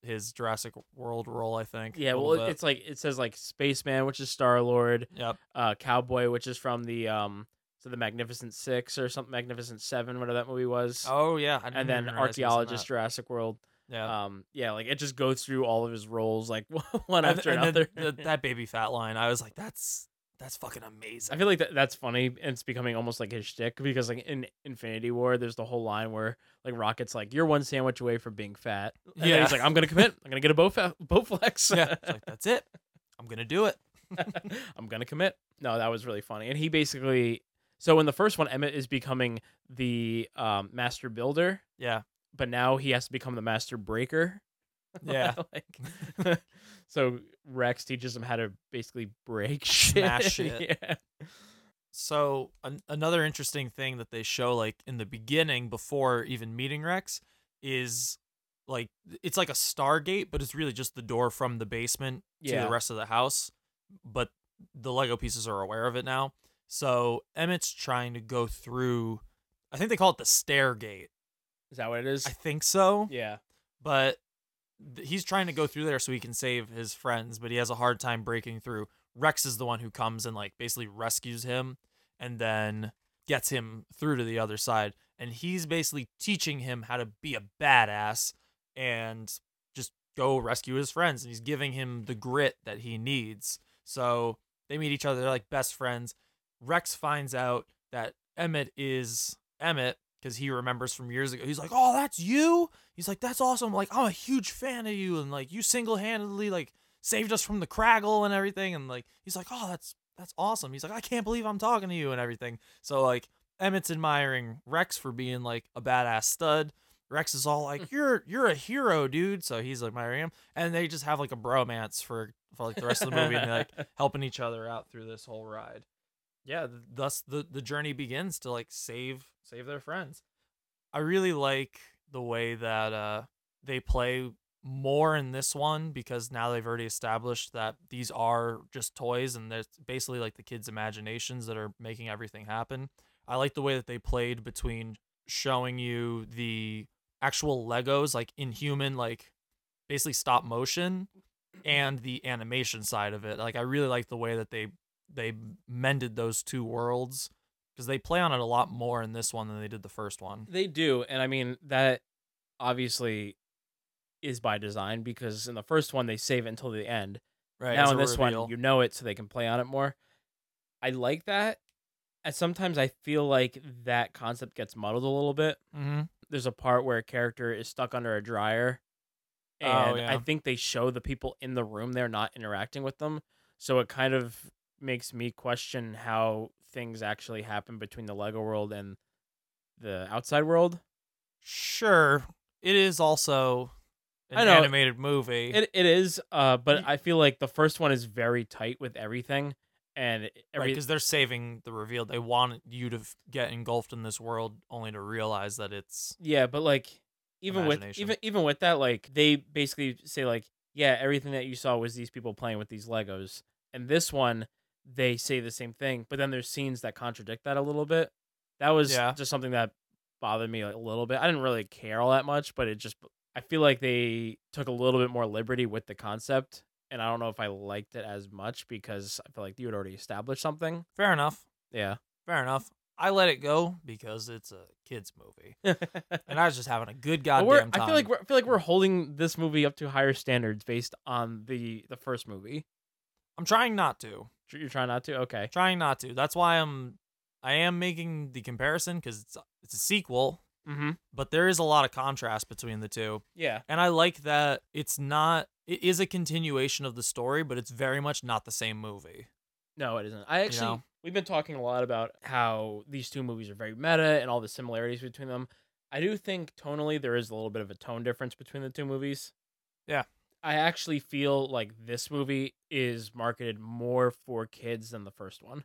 Speaker 6: his Jurassic World role, I think.
Speaker 7: Yeah,
Speaker 6: a little
Speaker 7: well,
Speaker 6: bit.
Speaker 7: it's like it says like Spaceman, which is Star Lord,
Speaker 6: Yep.
Speaker 7: uh, Cowboy, which is from the um, so the Magnificent Six or something, Magnificent Seven, whatever that movie was,
Speaker 6: Oh yeah. I didn't
Speaker 7: and
Speaker 6: even
Speaker 7: then
Speaker 6: realize he was in
Speaker 7: Archaeologist,
Speaker 6: that.
Speaker 7: Jurassic World.
Speaker 6: Yeah.
Speaker 7: Um, yeah, like it just goes through all of his roles, like one
Speaker 6: And-
Speaker 7: after
Speaker 6: and then
Speaker 7: another.
Speaker 6: the- that baby fat line, I was like, that's that's fucking amazing.
Speaker 7: I feel like that, that's funny, and it's becoming almost like his shtick because, like in Infinity War, there's the whole line where like Rocket's like, "You're one sandwich away from being fat." And then
Speaker 6: Yeah.
Speaker 7: he's like, "I'm gonna commit. I'm gonna get a Bowfa- Bowflex.
Speaker 6: yeah, it's like that's it. I'm gonna do it.
Speaker 7: I'm gonna commit." No, that was really funny, and he basically. So in the first one, Emmett is becoming the um, master builder,
Speaker 6: Yeah,
Speaker 7: but now he has to become the master breaker.
Speaker 6: yeah.
Speaker 7: like, so Rex teaches him how to basically break shit.
Speaker 6: Smash it.
Speaker 7: yeah.
Speaker 6: so an- another interesting thing that they show, like in the beginning, before even meeting Rex, is like it's like a Stargate, but it's really just the door from the basement to
Speaker 7: Yeah.
Speaker 6: the rest of the house. But the Lego pieces are aware of it now. So Emmett's trying to go through. I think they call it the Stairgate.
Speaker 7: Is that what it is?
Speaker 6: I think so.
Speaker 7: yeah.
Speaker 6: but th- he's trying to go through there so he can save his friends, but he has a hard time breaking through. Rex is the one who comes and like basically rescues him and then gets him through to the other side. And he's basically teaching him how to be a badass and just go rescue his friends. And he's giving him the grit that he needs. So they meet each other, they're like best friends. Rex finds out that Emmett is Emmett because he remembers from years ago. He's like, "Oh, that's you." He's like, "That's awesome. Like, I'm a huge fan of you, and like, you single-handedly like saved us from the craggle and everything." And like, he's like, "Oh, that's that's awesome." He's like, "I can't believe I'm talking to you and everything." So like, Emmett's admiring Rex for being like a badass stud. Rex is all like, "You're you're a hero, dude." So he's admiring him, and they just have like a bromance for for like the rest of the movie, and they're like helping each other out through this whole ride yeah th- thus the the journey begins to like save save their friends i really like the way that uh they play more in this one because now they've already established that these are just toys and that's basically like the kids' imaginations that are making everything happen. I like the way that they played between showing you the actual Legos, like in human, like basically stop motion, and the animation side of it. Like I really like the way that they they mended those two worlds because they play on it a lot more in this one than they did the first one.
Speaker 7: They do, and I mean that obviously is by design because in the first one they save it until the end.
Speaker 6: Right. as
Speaker 7: now in
Speaker 6: a
Speaker 7: this
Speaker 6: reveal.
Speaker 7: one you know it so they can play on it more. I like that. And sometimes I feel like that concept gets muddled a little bit.
Speaker 6: Mhm.
Speaker 7: There's a part where a character is stuck under a dryer.
Speaker 6: Oh,
Speaker 7: And I
Speaker 6: yeah.
Speaker 7: think they show the people in the room they're not interacting with them. So it kind of makes me question how things actually happen between the Lego world and the outside world.
Speaker 6: Sure, it is also an
Speaker 7: I know.
Speaker 6: animated movie.
Speaker 7: It it is, uh, but I feel like the first one is very tight with everything, and it- every
Speaker 6: because they're saving the reveal. They want you to f- get engulfed in this world, only to realize that it's
Speaker 7: yeah. But like even with
Speaker 6: Imagination.
Speaker 7: even even with that, like they basically say like yeah, everything that you saw was these people playing with these Legos, and this one they say the same thing, but then there's scenes that contradict that a little bit. That was
Speaker 6: Yeah.
Speaker 7: just something that bothered me a little bit. I didn't really care all that much, but it just I feel like they took a little bit more liberty with the concept. And I don't know if I liked it as much because I feel like you had already established something.
Speaker 6: fair enough.
Speaker 7: Yeah.
Speaker 6: Fair enough. I let it go because it's a kids movie, and I was just having a good goddamn
Speaker 7: But we're-
Speaker 6: time.
Speaker 7: I feel like we're, I feel like we're holding this movie up to higher standards based on the the first movie.
Speaker 6: I'm trying not to.
Speaker 7: You're trying not to. Okay.
Speaker 6: Trying not to. That's why I'm. I am making the comparison because it's it's a sequel,
Speaker 7: Mm-hmm.
Speaker 6: but there is a lot of contrast between the two.
Speaker 7: Yeah.
Speaker 6: And I like that it's not. It is a continuation of the story, but it's very much not the same movie.
Speaker 7: No, it isn't. I
Speaker 6: You
Speaker 7: actually
Speaker 6: know?
Speaker 7: we've been talking a lot about how these two movies are very meta and all the similarities between them. I do think tonally there is a little bit of a tone difference between the two movies.
Speaker 6: Yeah.
Speaker 7: I actually feel like this movie is marketed more for kids than the first one.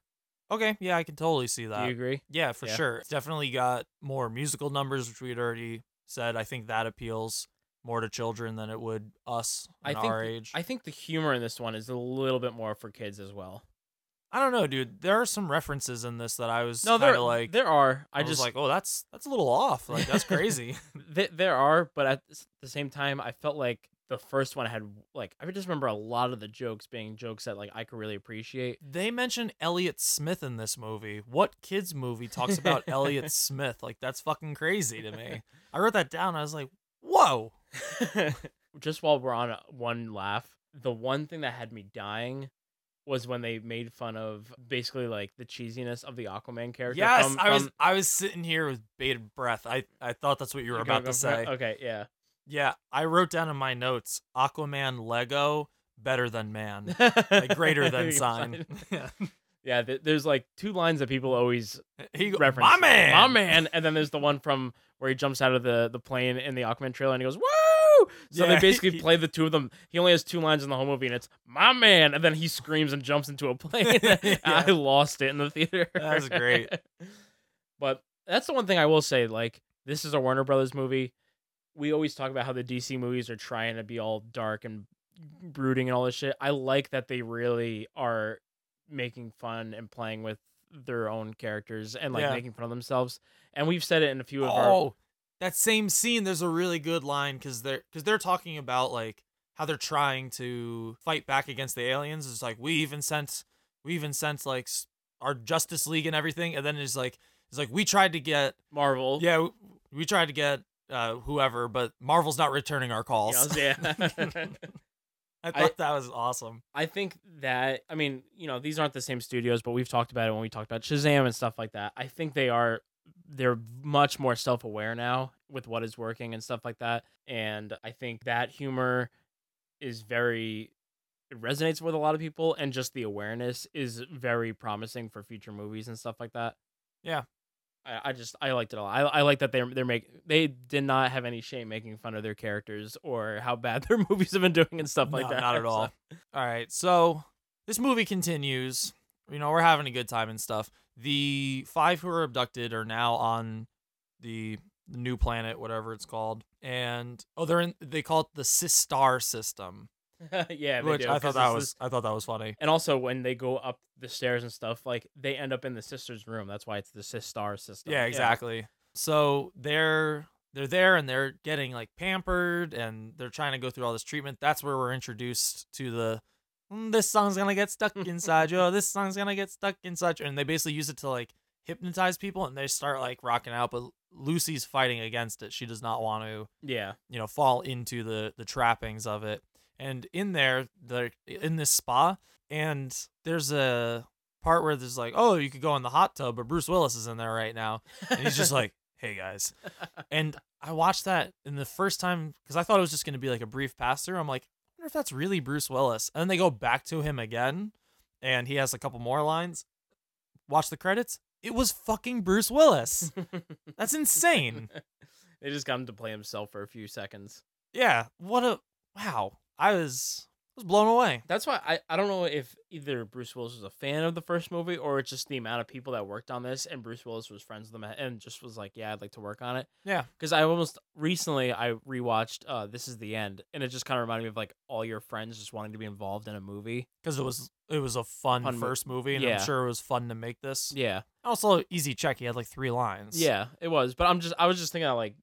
Speaker 6: Okay, yeah, I can totally see that.
Speaker 7: you agree?
Speaker 6: Yeah, for
Speaker 7: Yeah.
Speaker 6: sure. It's definitely got more musical numbers, which we had already said. I think that appeals more to children than it would us
Speaker 7: I
Speaker 6: and
Speaker 7: think
Speaker 6: our
Speaker 7: the-
Speaker 6: age.
Speaker 7: I think the humor in this one is a little bit more for kids as well.
Speaker 6: I don't know, dude. There are some references in this that I was
Speaker 7: No,
Speaker 6: kind
Speaker 7: there
Speaker 6: of like,
Speaker 7: there are. I,
Speaker 6: I, was
Speaker 7: just
Speaker 6: like, oh, that's that's a little off. Like that's crazy.
Speaker 7: Th- there are, but at s- the same time, I felt like the first one had like I just remember a lot of the jokes being jokes that like I could really appreciate.
Speaker 6: they mention Elliot Smith in this movie. What kids movie talks about Elliot Smith? Like that's fucking crazy to me. I wrote that down. I was like, whoa.
Speaker 7: just while we're on uh, one laugh, the one thing that had me dying was when they made fun of basically like the cheesiness of the Aquaman character.
Speaker 6: Yes,
Speaker 7: from-
Speaker 6: I was
Speaker 7: from-
Speaker 6: I was sitting here with bated breath. I I thought that's what you were
Speaker 7: You're
Speaker 6: about
Speaker 7: gonna
Speaker 6: to
Speaker 7: go for
Speaker 6: say.
Speaker 7: it? Okay, yeah.
Speaker 6: Yeah, I wrote down in my notes Aquaman Lego better than man, Mm. like greater than
Speaker 7: You're
Speaker 6: sign.
Speaker 7: fine. yeah, th- there's like two lines that people always
Speaker 6: He go,
Speaker 7: reference.
Speaker 6: my man,
Speaker 7: my man, and then there's the one from where he jumps out of the the plane in the Aquaman trailer and he goes woo. So
Speaker 6: Yeah,
Speaker 7: they basically
Speaker 6: he-
Speaker 7: play the two of them. He only has two lines in the whole movie, and it's my man, and then he screams and jumps into a plane.
Speaker 6: Yeah.
Speaker 7: I lost it in the theater.
Speaker 6: That was great.
Speaker 7: but that's the one thing I will say. Like this is a Warner Brothers movie. We always talk about how the DC movies are trying to be all dark and brooding and all this shit. I like that they really are making fun and playing with their own characters and like
Speaker 6: Yeah.
Speaker 7: making fun of themselves. And we've said it in a few of our
Speaker 6: Oh, that same scene. There's a really good line because they're because they're talking about like how they're trying to fight back against the aliens. It's like we even sent we even sent like s- our Justice League and everything, and then it's like it's like we tried to get
Speaker 7: Marvel.
Speaker 6: yeah w- we tried to get uh whoever, but Marvel's not returning our calls.
Speaker 7: Yeah.
Speaker 6: I
Speaker 7: I-
Speaker 6: thought that was awesome.
Speaker 7: I think that I mean, you know, these aren't the same studios, but we've talked about it when we talked about Shazam and stuff like that. I think they are they're much more self-aware now with what is working and stuff like that. And I think that humor is very it resonates with a lot of people and just the awareness is very promising for future movies and stuff like that.
Speaker 6: Yeah.
Speaker 7: I, I just I liked it a lot. I, I like that they're they're make they did not have any shame making fun of their characters or how bad their movies have been doing and stuff like
Speaker 6: No,
Speaker 7: that.
Speaker 6: Not at
Speaker 7: So-
Speaker 6: all. All right. So this movie continues. You know, we're having a good time and stuff. The five who are abducted are now on the the new planet, whatever it's called. And oh, they're in. They call it the Sistar system.
Speaker 7: yeah, they
Speaker 6: which
Speaker 7: do,
Speaker 6: I
Speaker 7: 'cause
Speaker 6: thought that
Speaker 7: it's
Speaker 6: was
Speaker 7: this-
Speaker 6: I thought that was funny.
Speaker 7: And also when they go up the stairs and stuff, like they end up in the sister's room. That's why it's the sister system.
Speaker 6: Yeah, exactly. So they're they're there and they're getting like pampered and they're trying to go through all this treatment. That's where we're introduced to the "Mm, this song's gonna get stuck inside you. Oh, This song's gonna get stuck inside you. And they basically use it to like hypnotize people and they start like rocking out. But Lucy's fighting against it. She does not want to,
Speaker 7: Yeah.
Speaker 6: you know, fall into the the trappings of it. And in there, they're in this spa, and there's a part where there's like, oh, you could go in the hot tub, but Bruce Willis is in there right now, and he's just like, hey guys. And I watched that in the first time because I thought it was just going to be like a brief pass through. I'm like, I wonder if that's really Bruce Willis. And then they go back to him again, and he has a couple more lines. Watch the credits. It was fucking Bruce Willis. That's insane.
Speaker 7: They just got him to play himself for a few seconds.
Speaker 6: Yeah. What a wow. I was I was blown away.
Speaker 7: That's why I, I don't know if either Bruce Willis was a fan of the first movie or it's just the amount of people that worked on this and Bruce Willis was friends with them and just was like, yeah, I'd like to work on it.
Speaker 6: Yeah.
Speaker 7: Because I almost recently I rewatched uh, This Is the End and it just kind of reminded me of like all your friends just wanting to be involved in a movie.
Speaker 6: Because it was it was a fun,
Speaker 7: Fun mo-
Speaker 6: first movie, and
Speaker 7: Yeah.
Speaker 6: I'm sure it was fun to make this.
Speaker 7: Yeah.
Speaker 6: Also, easy check. He had like three lines.
Speaker 7: Yeah, it was. But I'm just I was just thinking like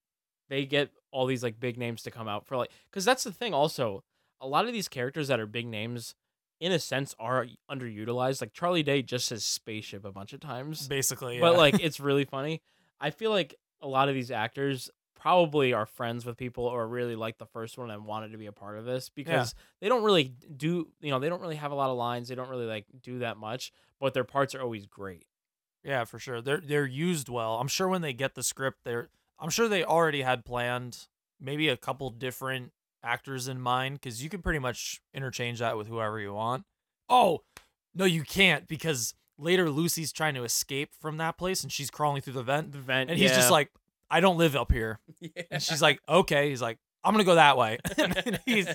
Speaker 7: they get all these like big names to come out for like cuz that's the thing also. A lot of these characters that are big names in a sense are underutilized. Like Charlie Day just says spaceship a bunch of times.
Speaker 6: Basically,
Speaker 7: But
Speaker 6: yeah.
Speaker 7: like it's really funny. I feel like a lot of these actors probably are friends with people or really like the first one and wanted to be a part of this because they don't really do you know they don't really have a lot of lines they don't really like do that much but their parts are always great
Speaker 6: Yeah, for sure. They're they're used well. I'm sure when they get the script, they're I'm sure they already had planned maybe a couple different actors in mind because you can pretty much interchange that with whoever you want. Oh no, you can't because later Lucy's trying to escape from that place and she's crawling through the vent. The
Speaker 7: vent,
Speaker 6: and he's
Speaker 7: yeah.
Speaker 6: just like, I don't live up here. And she's like, okay. He's like, I'm gonna go that way. and then he's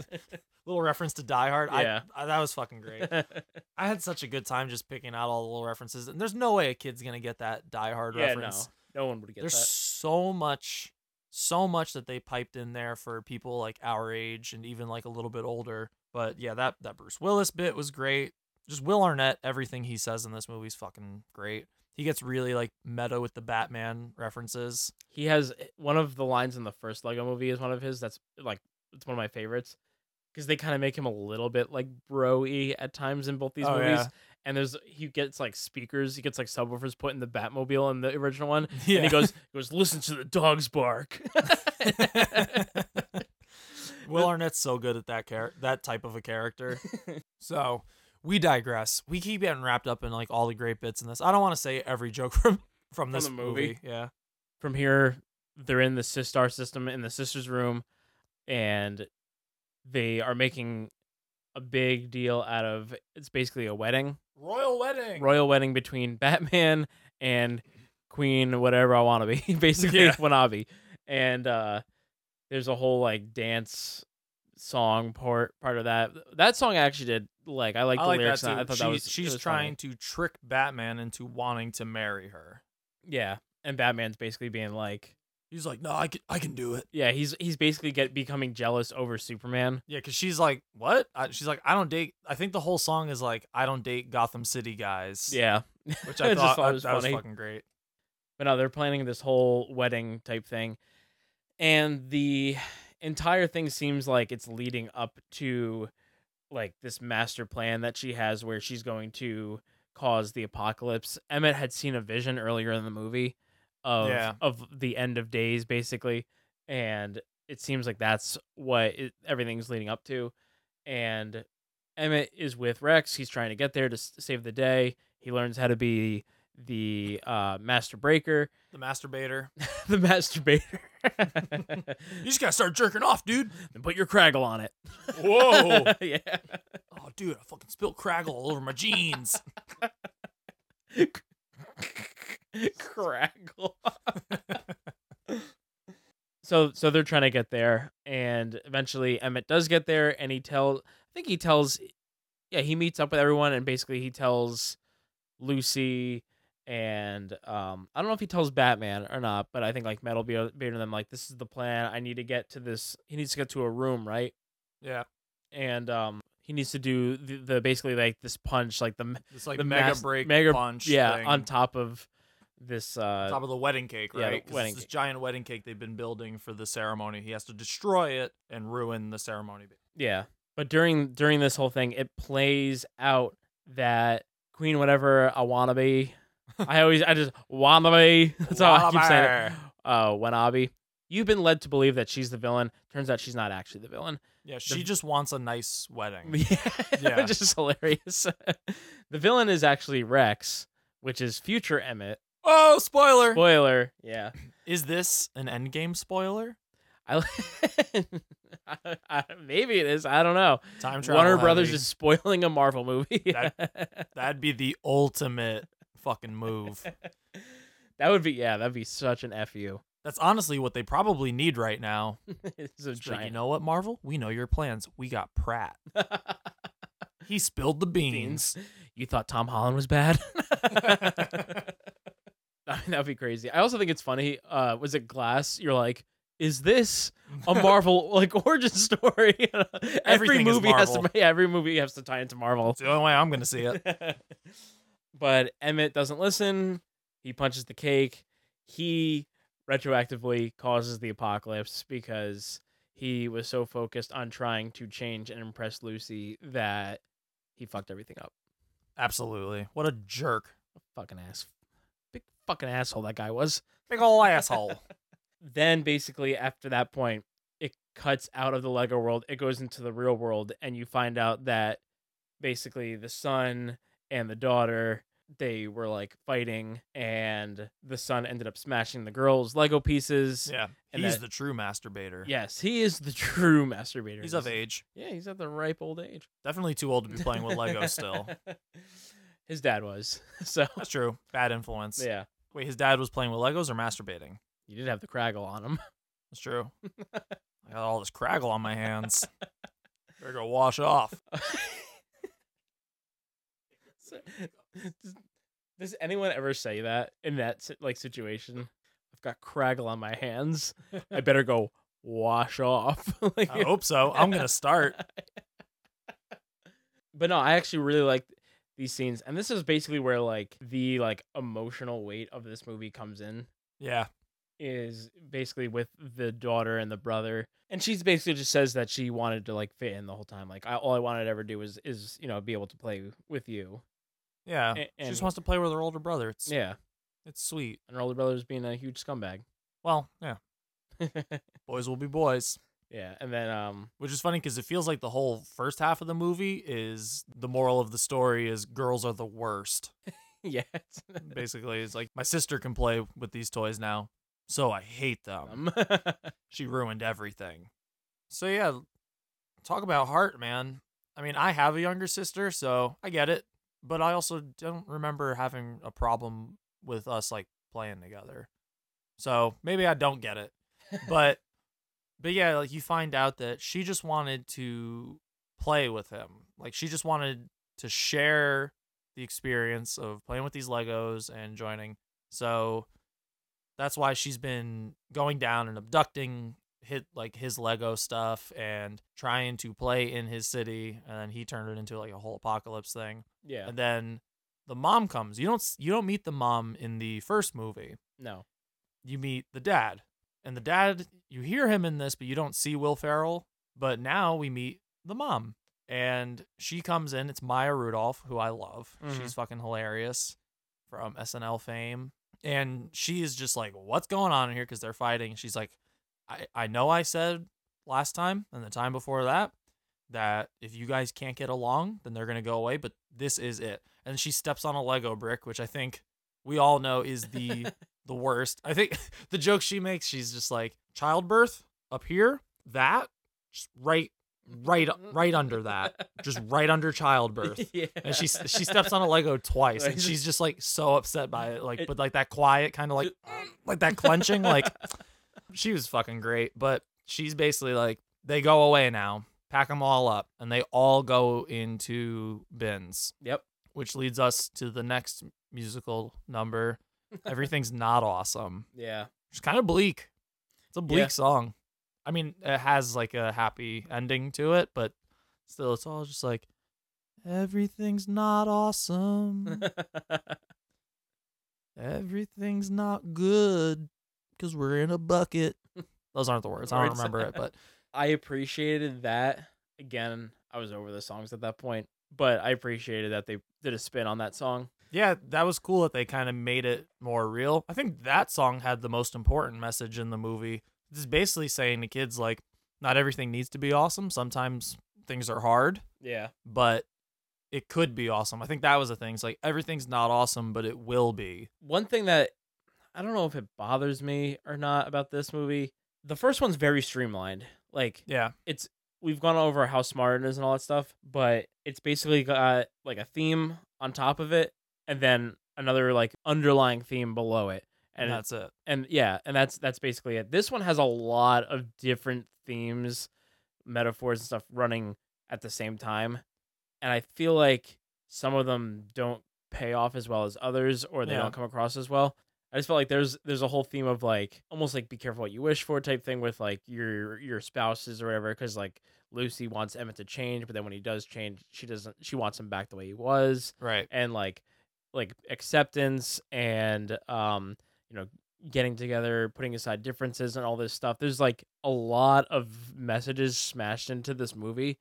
Speaker 6: little reference to Die Hard.
Speaker 7: Yeah.
Speaker 6: I, I, that was fucking great. I had such a good time just picking out all the little references, and there's no way a kid's gonna get that Die Hard
Speaker 7: Yeah,
Speaker 6: reference.
Speaker 7: no. No one would get
Speaker 6: there's
Speaker 7: that.
Speaker 6: so much, so much that they piped in there for people like our age and even like a little bit older. But yeah, that that Bruce Willis bit was great. Just Will Arnett, everything he says in this movie is fucking great. He gets really like meta with the Batman references.
Speaker 7: He has eh, one of the lines in the first Lego movie is one of his. That's like it's one of my favorites because they kind of make him a little bit like bro-y at times in both these
Speaker 6: Oh,
Speaker 7: movies.
Speaker 6: yeah.
Speaker 7: And there's he gets like speakers, he gets like subwoofers put in the Batmobile in the original one, and
Speaker 6: Yeah.
Speaker 7: he goes he goes listen to the dogs bark.
Speaker 6: Will Arnett's so good at that char- that type of a character. so we digress. We keep getting wrapped up in like all the great bits in this. I don't want to say every joke from from this
Speaker 7: the movie.
Speaker 6: Yeah.
Speaker 7: From here, they're in the Sistar system in the sister's room, and they are making a big deal out of it's basically a wedding.
Speaker 6: Royal wedding.
Speaker 7: royal wedding between Batman and Queen, whatever I want to be, basically
Speaker 6: Yeah.
Speaker 7: Wanabi. And uh, there's a whole like dance song part part of that. That song I actually did like. I liked
Speaker 6: I
Speaker 7: the
Speaker 6: like that
Speaker 7: lyrics.
Speaker 6: too.
Speaker 7: and I thought
Speaker 6: She-
Speaker 7: that was it
Speaker 6: she's
Speaker 7: was
Speaker 6: trying
Speaker 7: funny.
Speaker 6: to trick Batman into wanting to marry her.
Speaker 7: yeah. And Batman's basically being like,
Speaker 6: He's like, no, I can, I can do it.
Speaker 7: yeah, he's he's basically get becoming jealous over Superman.
Speaker 6: Yeah, because she's like, what? I, she's like, I don't date. I think the whole song is like, I don't date Gotham City guys.
Speaker 7: Yeah,
Speaker 6: Which I
Speaker 7: just
Speaker 6: thought,
Speaker 7: thought
Speaker 6: I-
Speaker 7: it was
Speaker 6: that was
Speaker 7: funny.
Speaker 6: fucking great.
Speaker 7: But no, they're planning this whole wedding type thing. And the entire thing seems like it's leading up to like this master plan that she has where she's going to cause the apocalypse. Emmett had seen a vision earlier in the movie of
Speaker 6: Yeah.
Speaker 7: of the end of days basically, and it seems like that's what it, everything's leading up to. And Emmett is with Rex. He's trying to get there to s- save the day. He learns how to be the uh, master breaker,
Speaker 6: The masturbator.
Speaker 7: the masturbator. you
Speaker 6: just gotta start jerking off, dude.
Speaker 7: And put your craggle on it.
Speaker 6: Whoa.
Speaker 7: yeah.
Speaker 6: Oh, dude, I fucking spilled craggle all over my jeans.
Speaker 7: Craggle. so so they're trying to get there, and eventually Emmett does get there, and he tells. I think he tells. Yeah, he meets up with everyone, and basically he tells Lucy and um, I don't know if he tells Batman or not, but I think like Metal be beating them like this is the plan. I need to get to this. He needs to get to a room, right?
Speaker 6: Yeah.
Speaker 7: And um, he needs to do the, the basically like this punch, like the
Speaker 6: This, like,
Speaker 7: the
Speaker 6: mega break punch
Speaker 7: yeah,
Speaker 6: thing.
Speaker 7: on top of this uh,
Speaker 6: On top of the wedding cake,
Speaker 7: yeah, the
Speaker 6: right? 'Cause it's
Speaker 7: wedding
Speaker 6: this
Speaker 7: cake.
Speaker 6: giant wedding cake they've been building for the ceremony. He has to destroy it and ruin the ceremony.
Speaker 7: Yeah. But during during this whole thing, it plays out that Queen whatever I wanna be. I always I just wanna be. That's how I keep saying it.
Speaker 6: Wannabe.
Speaker 7: Uh Wanabe. You've been led to believe that she's the villain. Turns out she's not actually the villain.
Speaker 6: Yeah,
Speaker 7: The-
Speaker 6: she just wants a nice wedding.
Speaker 7: Yeah. Which is hilarious. the villain is actually Rex, which is future Emmett.
Speaker 6: Oh, spoiler!
Speaker 7: Spoiler. Yeah.
Speaker 6: Is this an endgame spoiler?
Speaker 7: I, I, maybe it is. I don't know.
Speaker 6: Time travel.
Speaker 7: Warner Brothers
Speaker 6: heavy.
Speaker 7: is spoiling a Marvel movie.
Speaker 6: That- that'd be the ultimate fucking move.
Speaker 7: That would be yeah. That'd be such an fu.
Speaker 6: That's honestly what they probably need right now.
Speaker 7: It's a
Speaker 6: It's like, you
Speaker 7: giant-
Speaker 6: know what, Marvel? We know your plans. We got Pratt. he spilled the beans.
Speaker 7: You thought Tom Holland was bad? I mean, that'd be crazy. I also think it's funny. Uh, was it Glass? You're like, is this a Marvel like origin story? every
Speaker 6: Everything is
Speaker 7: movie has to.
Speaker 6: Marvel.
Speaker 7: Yeah, every movie has to tie into Marvel.
Speaker 6: It's the only way I'm gonna see it.
Speaker 7: but Emmett doesn't listen. He punches the cake. He retroactively causes the apocalypse because he was so focused on trying to change and impress Lucy that he fucked everything up.
Speaker 6: Absolutely. What a jerk.
Speaker 7: Fucking ass. Big fucking asshole that guy was.
Speaker 6: Big ol' asshole.
Speaker 7: then basically after that point, it cuts out of the Lego world. It goes into the real world, and you find out that basically the son and the daughter they were like fighting, and the son ended up smashing the girl's Lego pieces.
Speaker 6: yeah.
Speaker 7: and
Speaker 6: He's
Speaker 7: that-
Speaker 6: the true masturbator.
Speaker 7: Yes, he is the true masturbator.
Speaker 6: He's of age.
Speaker 7: Yeah, he's at the ripe old age.
Speaker 6: Definitely too old to be playing with Lego still.
Speaker 7: His dad was. So
Speaker 6: That's true. Bad influence.
Speaker 7: yeah,
Speaker 6: Wait, his dad was playing with Legos or masturbating?
Speaker 7: you did have the craggle on him.
Speaker 6: That's true. I got all this craggle on my hands. They're gonna wash off.
Speaker 7: So- does, does anyone ever say that in that si- like situation? I've got craggle on my hands. I better go wash off. like,
Speaker 6: I hope so. I'm gonna start.
Speaker 7: but no, I actually really like these scenes, and this is basically where like the like emotional weight of this movie comes in.
Speaker 6: Yeah.
Speaker 7: Is basically with the daughter and the brother, and she's basically just says that she wanted to like fit in the whole time. Like I, all I wanted to ever do was is you know be able to play with you.
Speaker 6: Yeah.
Speaker 7: A-
Speaker 6: she
Speaker 7: and-
Speaker 6: just wants to play with her older brother. It's
Speaker 7: Yeah,
Speaker 6: it's sweet.
Speaker 7: and her older brother's being a huge scumbag.
Speaker 6: Well, yeah. boys will be boys.
Speaker 7: Yeah, and then um
Speaker 6: Which is funny because it feels like the whole first half of the movie is the moral of the story is girls are the worst.
Speaker 7: yeah, it's
Speaker 6: Basically, it's like my sister can play with these toys now, so I hate them.
Speaker 7: um,
Speaker 6: she ruined everything. So yeah, talk about heart, man. I mean, I have a younger sister, so I get it, but I also don't remember having a problem with us like playing together. So maybe I don't get it. But but yeah, like you find out that she just wanted to play with him. Like she just wanted to share the experience of playing with these Legos and joining. So that's why she's been going down and abducting hit like his Lego stuff and trying to play in his city and then he turned it into like a whole apocalypse thing.
Speaker 7: yeah.
Speaker 6: And then the mom comes. You don't s- you don't meet the mom in the first movie.
Speaker 7: No.
Speaker 6: You meet the dad. And the dad you hear him in this but you don't see Will Ferrell, but now we meet the mom. And she comes in, it's Maya Rudolph who I love.
Speaker 7: Mhm.
Speaker 6: She's fucking hilarious from SNL fame. And she is just like, "What's going on in here cuz they're fighting." She's like, "I I know I said last time and the time before that that if you guys can't get along, then they're gonna go away. But this is it. And she steps on a Lego brick, which I think we all know is the the worst. I think the joke she makes, she's just like childbirth up here, that just right, right, right under that, just right under childbirth.
Speaker 7: yeah.
Speaker 6: And she she steps on a Lego twice, and
Speaker 7: Right.
Speaker 6: she's just like so upset by it, like but like that quiet kind of like like that clenching, like she was fucking great. But she's basically like they go away now, pack them all up, and they all go into bins
Speaker 7: Yep.
Speaker 6: which leads us to the next musical number. Everything's not awesome.
Speaker 7: Yeah.
Speaker 6: It's kind of bleak. It's a bleak
Speaker 7: Yeah.
Speaker 6: song. I mean, it has like a happy ending to it, but still, it's all just like everything's not awesome. everything's not good because we're in a bucket. Those aren't the words. I don't
Speaker 7: Words.
Speaker 6: remember it, but
Speaker 7: I appreciated that. Again, I was over the songs at that point, but I appreciated that they did a spin on that song.
Speaker 6: yeah, that was cool that they kind of made it more real. I think that song had the most important message in the movie. It's basically saying to kids like, not everything needs to be awesome. Sometimes things are hard.
Speaker 7: Yeah.
Speaker 6: but it could be awesome. I think that was the thing. It's like everything's not awesome, but it will be.
Speaker 7: One thing that I don't know if it bothers me or not about this movie, the first one's very streamlined. Like,
Speaker 6: Yeah.
Speaker 7: it's we've gone over how smart it is and all that stuff, but it's basically got like a theme on top of it, and then another like underlying theme below it, and
Speaker 6: That's it.
Speaker 7: And yeah, and that's that's basically it. This one has a lot of different themes, metaphors and stuff running at the same time, and I feel like some of them don't pay off as well as others, or they
Speaker 6: Yeah.
Speaker 7: don't come across as well. I just felt like there's there's a whole theme of like almost like be careful what you wish for type thing with like your your spouses or whatever because like Lucy wants Emmett to change, but then when he does change, she doesn't she wants him back the way he was,
Speaker 6: Right.
Speaker 7: and like like acceptance and um you know getting together, putting aside differences and all this stuff. There's like a lot of messages smashed into this movie,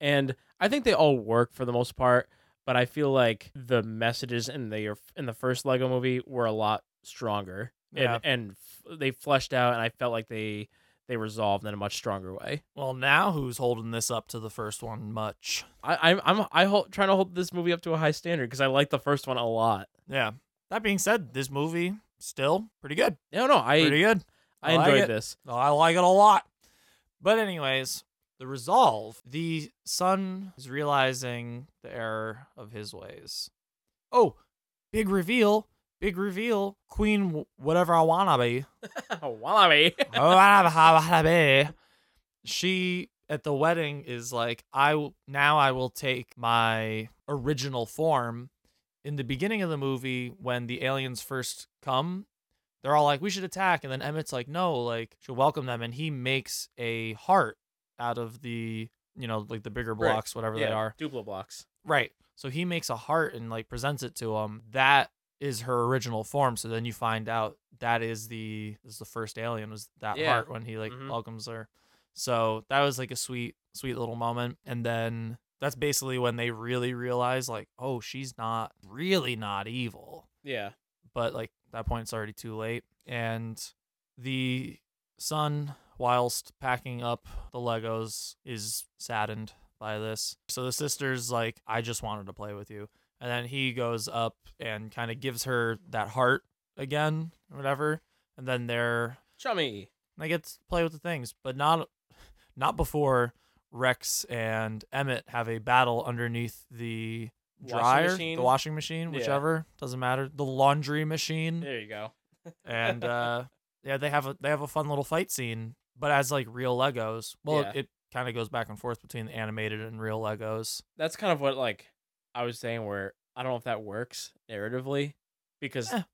Speaker 7: and I think they all work for the most part. But I feel like the messages in the in the first Lego movie were a lot stronger,
Speaker 6: Yeah.
Speaker 7: and and f- they fleshed out, and I felt like they they resolved in a much stronger way.
Speaker 6: Well, now who's holding this up to the first one much?
Speaker 7: I, I'm I'm I hold, trying to hold this movie up to a high standard because I like the first one a lot.
Speaker 6: Yeah. That being said, this movie still pretty good.
Speaker 7: No, no, I
Speaker 6: pretty good.
Speaker 7: I
Speaker 6: like
Speaker 7: enjoyed
Speaker 6: it.
Speaker 7: this.
Speaker 6: I like it a lot. But anyways, the resolve, the son is realizing the error of his ways. Oh, big reveal, big reveal. Queen w- whatever I wanna be.
Speaker 7: Wallaby.
Speaker 6: Oh, eh, she at the wedding is like i w- now i will take my original form in the beginning of the movie when the aliens first come they're all like we should attack and then emmett's like no like she'll welcome them and he makes a heart out of the you know like the bigger
Speaker 7: Right.
Speaker 6: blocks whatever they
Speaker 7: Yeah,
Speaker 6: are
Speaker 7: Duplo blocks.
Speaker 6: Right. So he makes a heart and like presents it to him. That is her original form. So then you find out that is the is the first alien was that
Speaker 7: Yeah.
Speaker 6: heart when he like
Speaker 7: Mhm.
Speaker 6: welcomes her. So that was like a sweet sweet little moment. And then that's basically when they really realize like, oh, she's not really not evil.
Speaker 7: Yeah.
Speaker 6: But like that point it's already too late. And the son, whilst packing up the Legos, is saddened by this. So the sister's like, I just wanted to play with you. And then he goes up and kind of gives her that heart again, or whatever. And then they're
Speaker 7: Chummy.
Speaker 6: and they get to play with the things, but not not before Rex and Emmett have a battle underneath the
Speaker 7: Washing
Speaker 6: dryer,
Speaker 7: machine?
Speaker 6: the washing machine,
Speaker 7: Yeah.
Speaker 6: whichever doesn't matter, the laundry machine
Speaker 7: There you go.
Speaker 6: and uh yeah they have a they have a fun little fight scene but as like real legos well
Speaker 7: Yeah.
Speaker 6: it, kind of goes back and forth between the animated and real legos
Speaker 7: That's kind of what like I was saying where I don't know if that works narratively because
Speaker 6: Eh, it's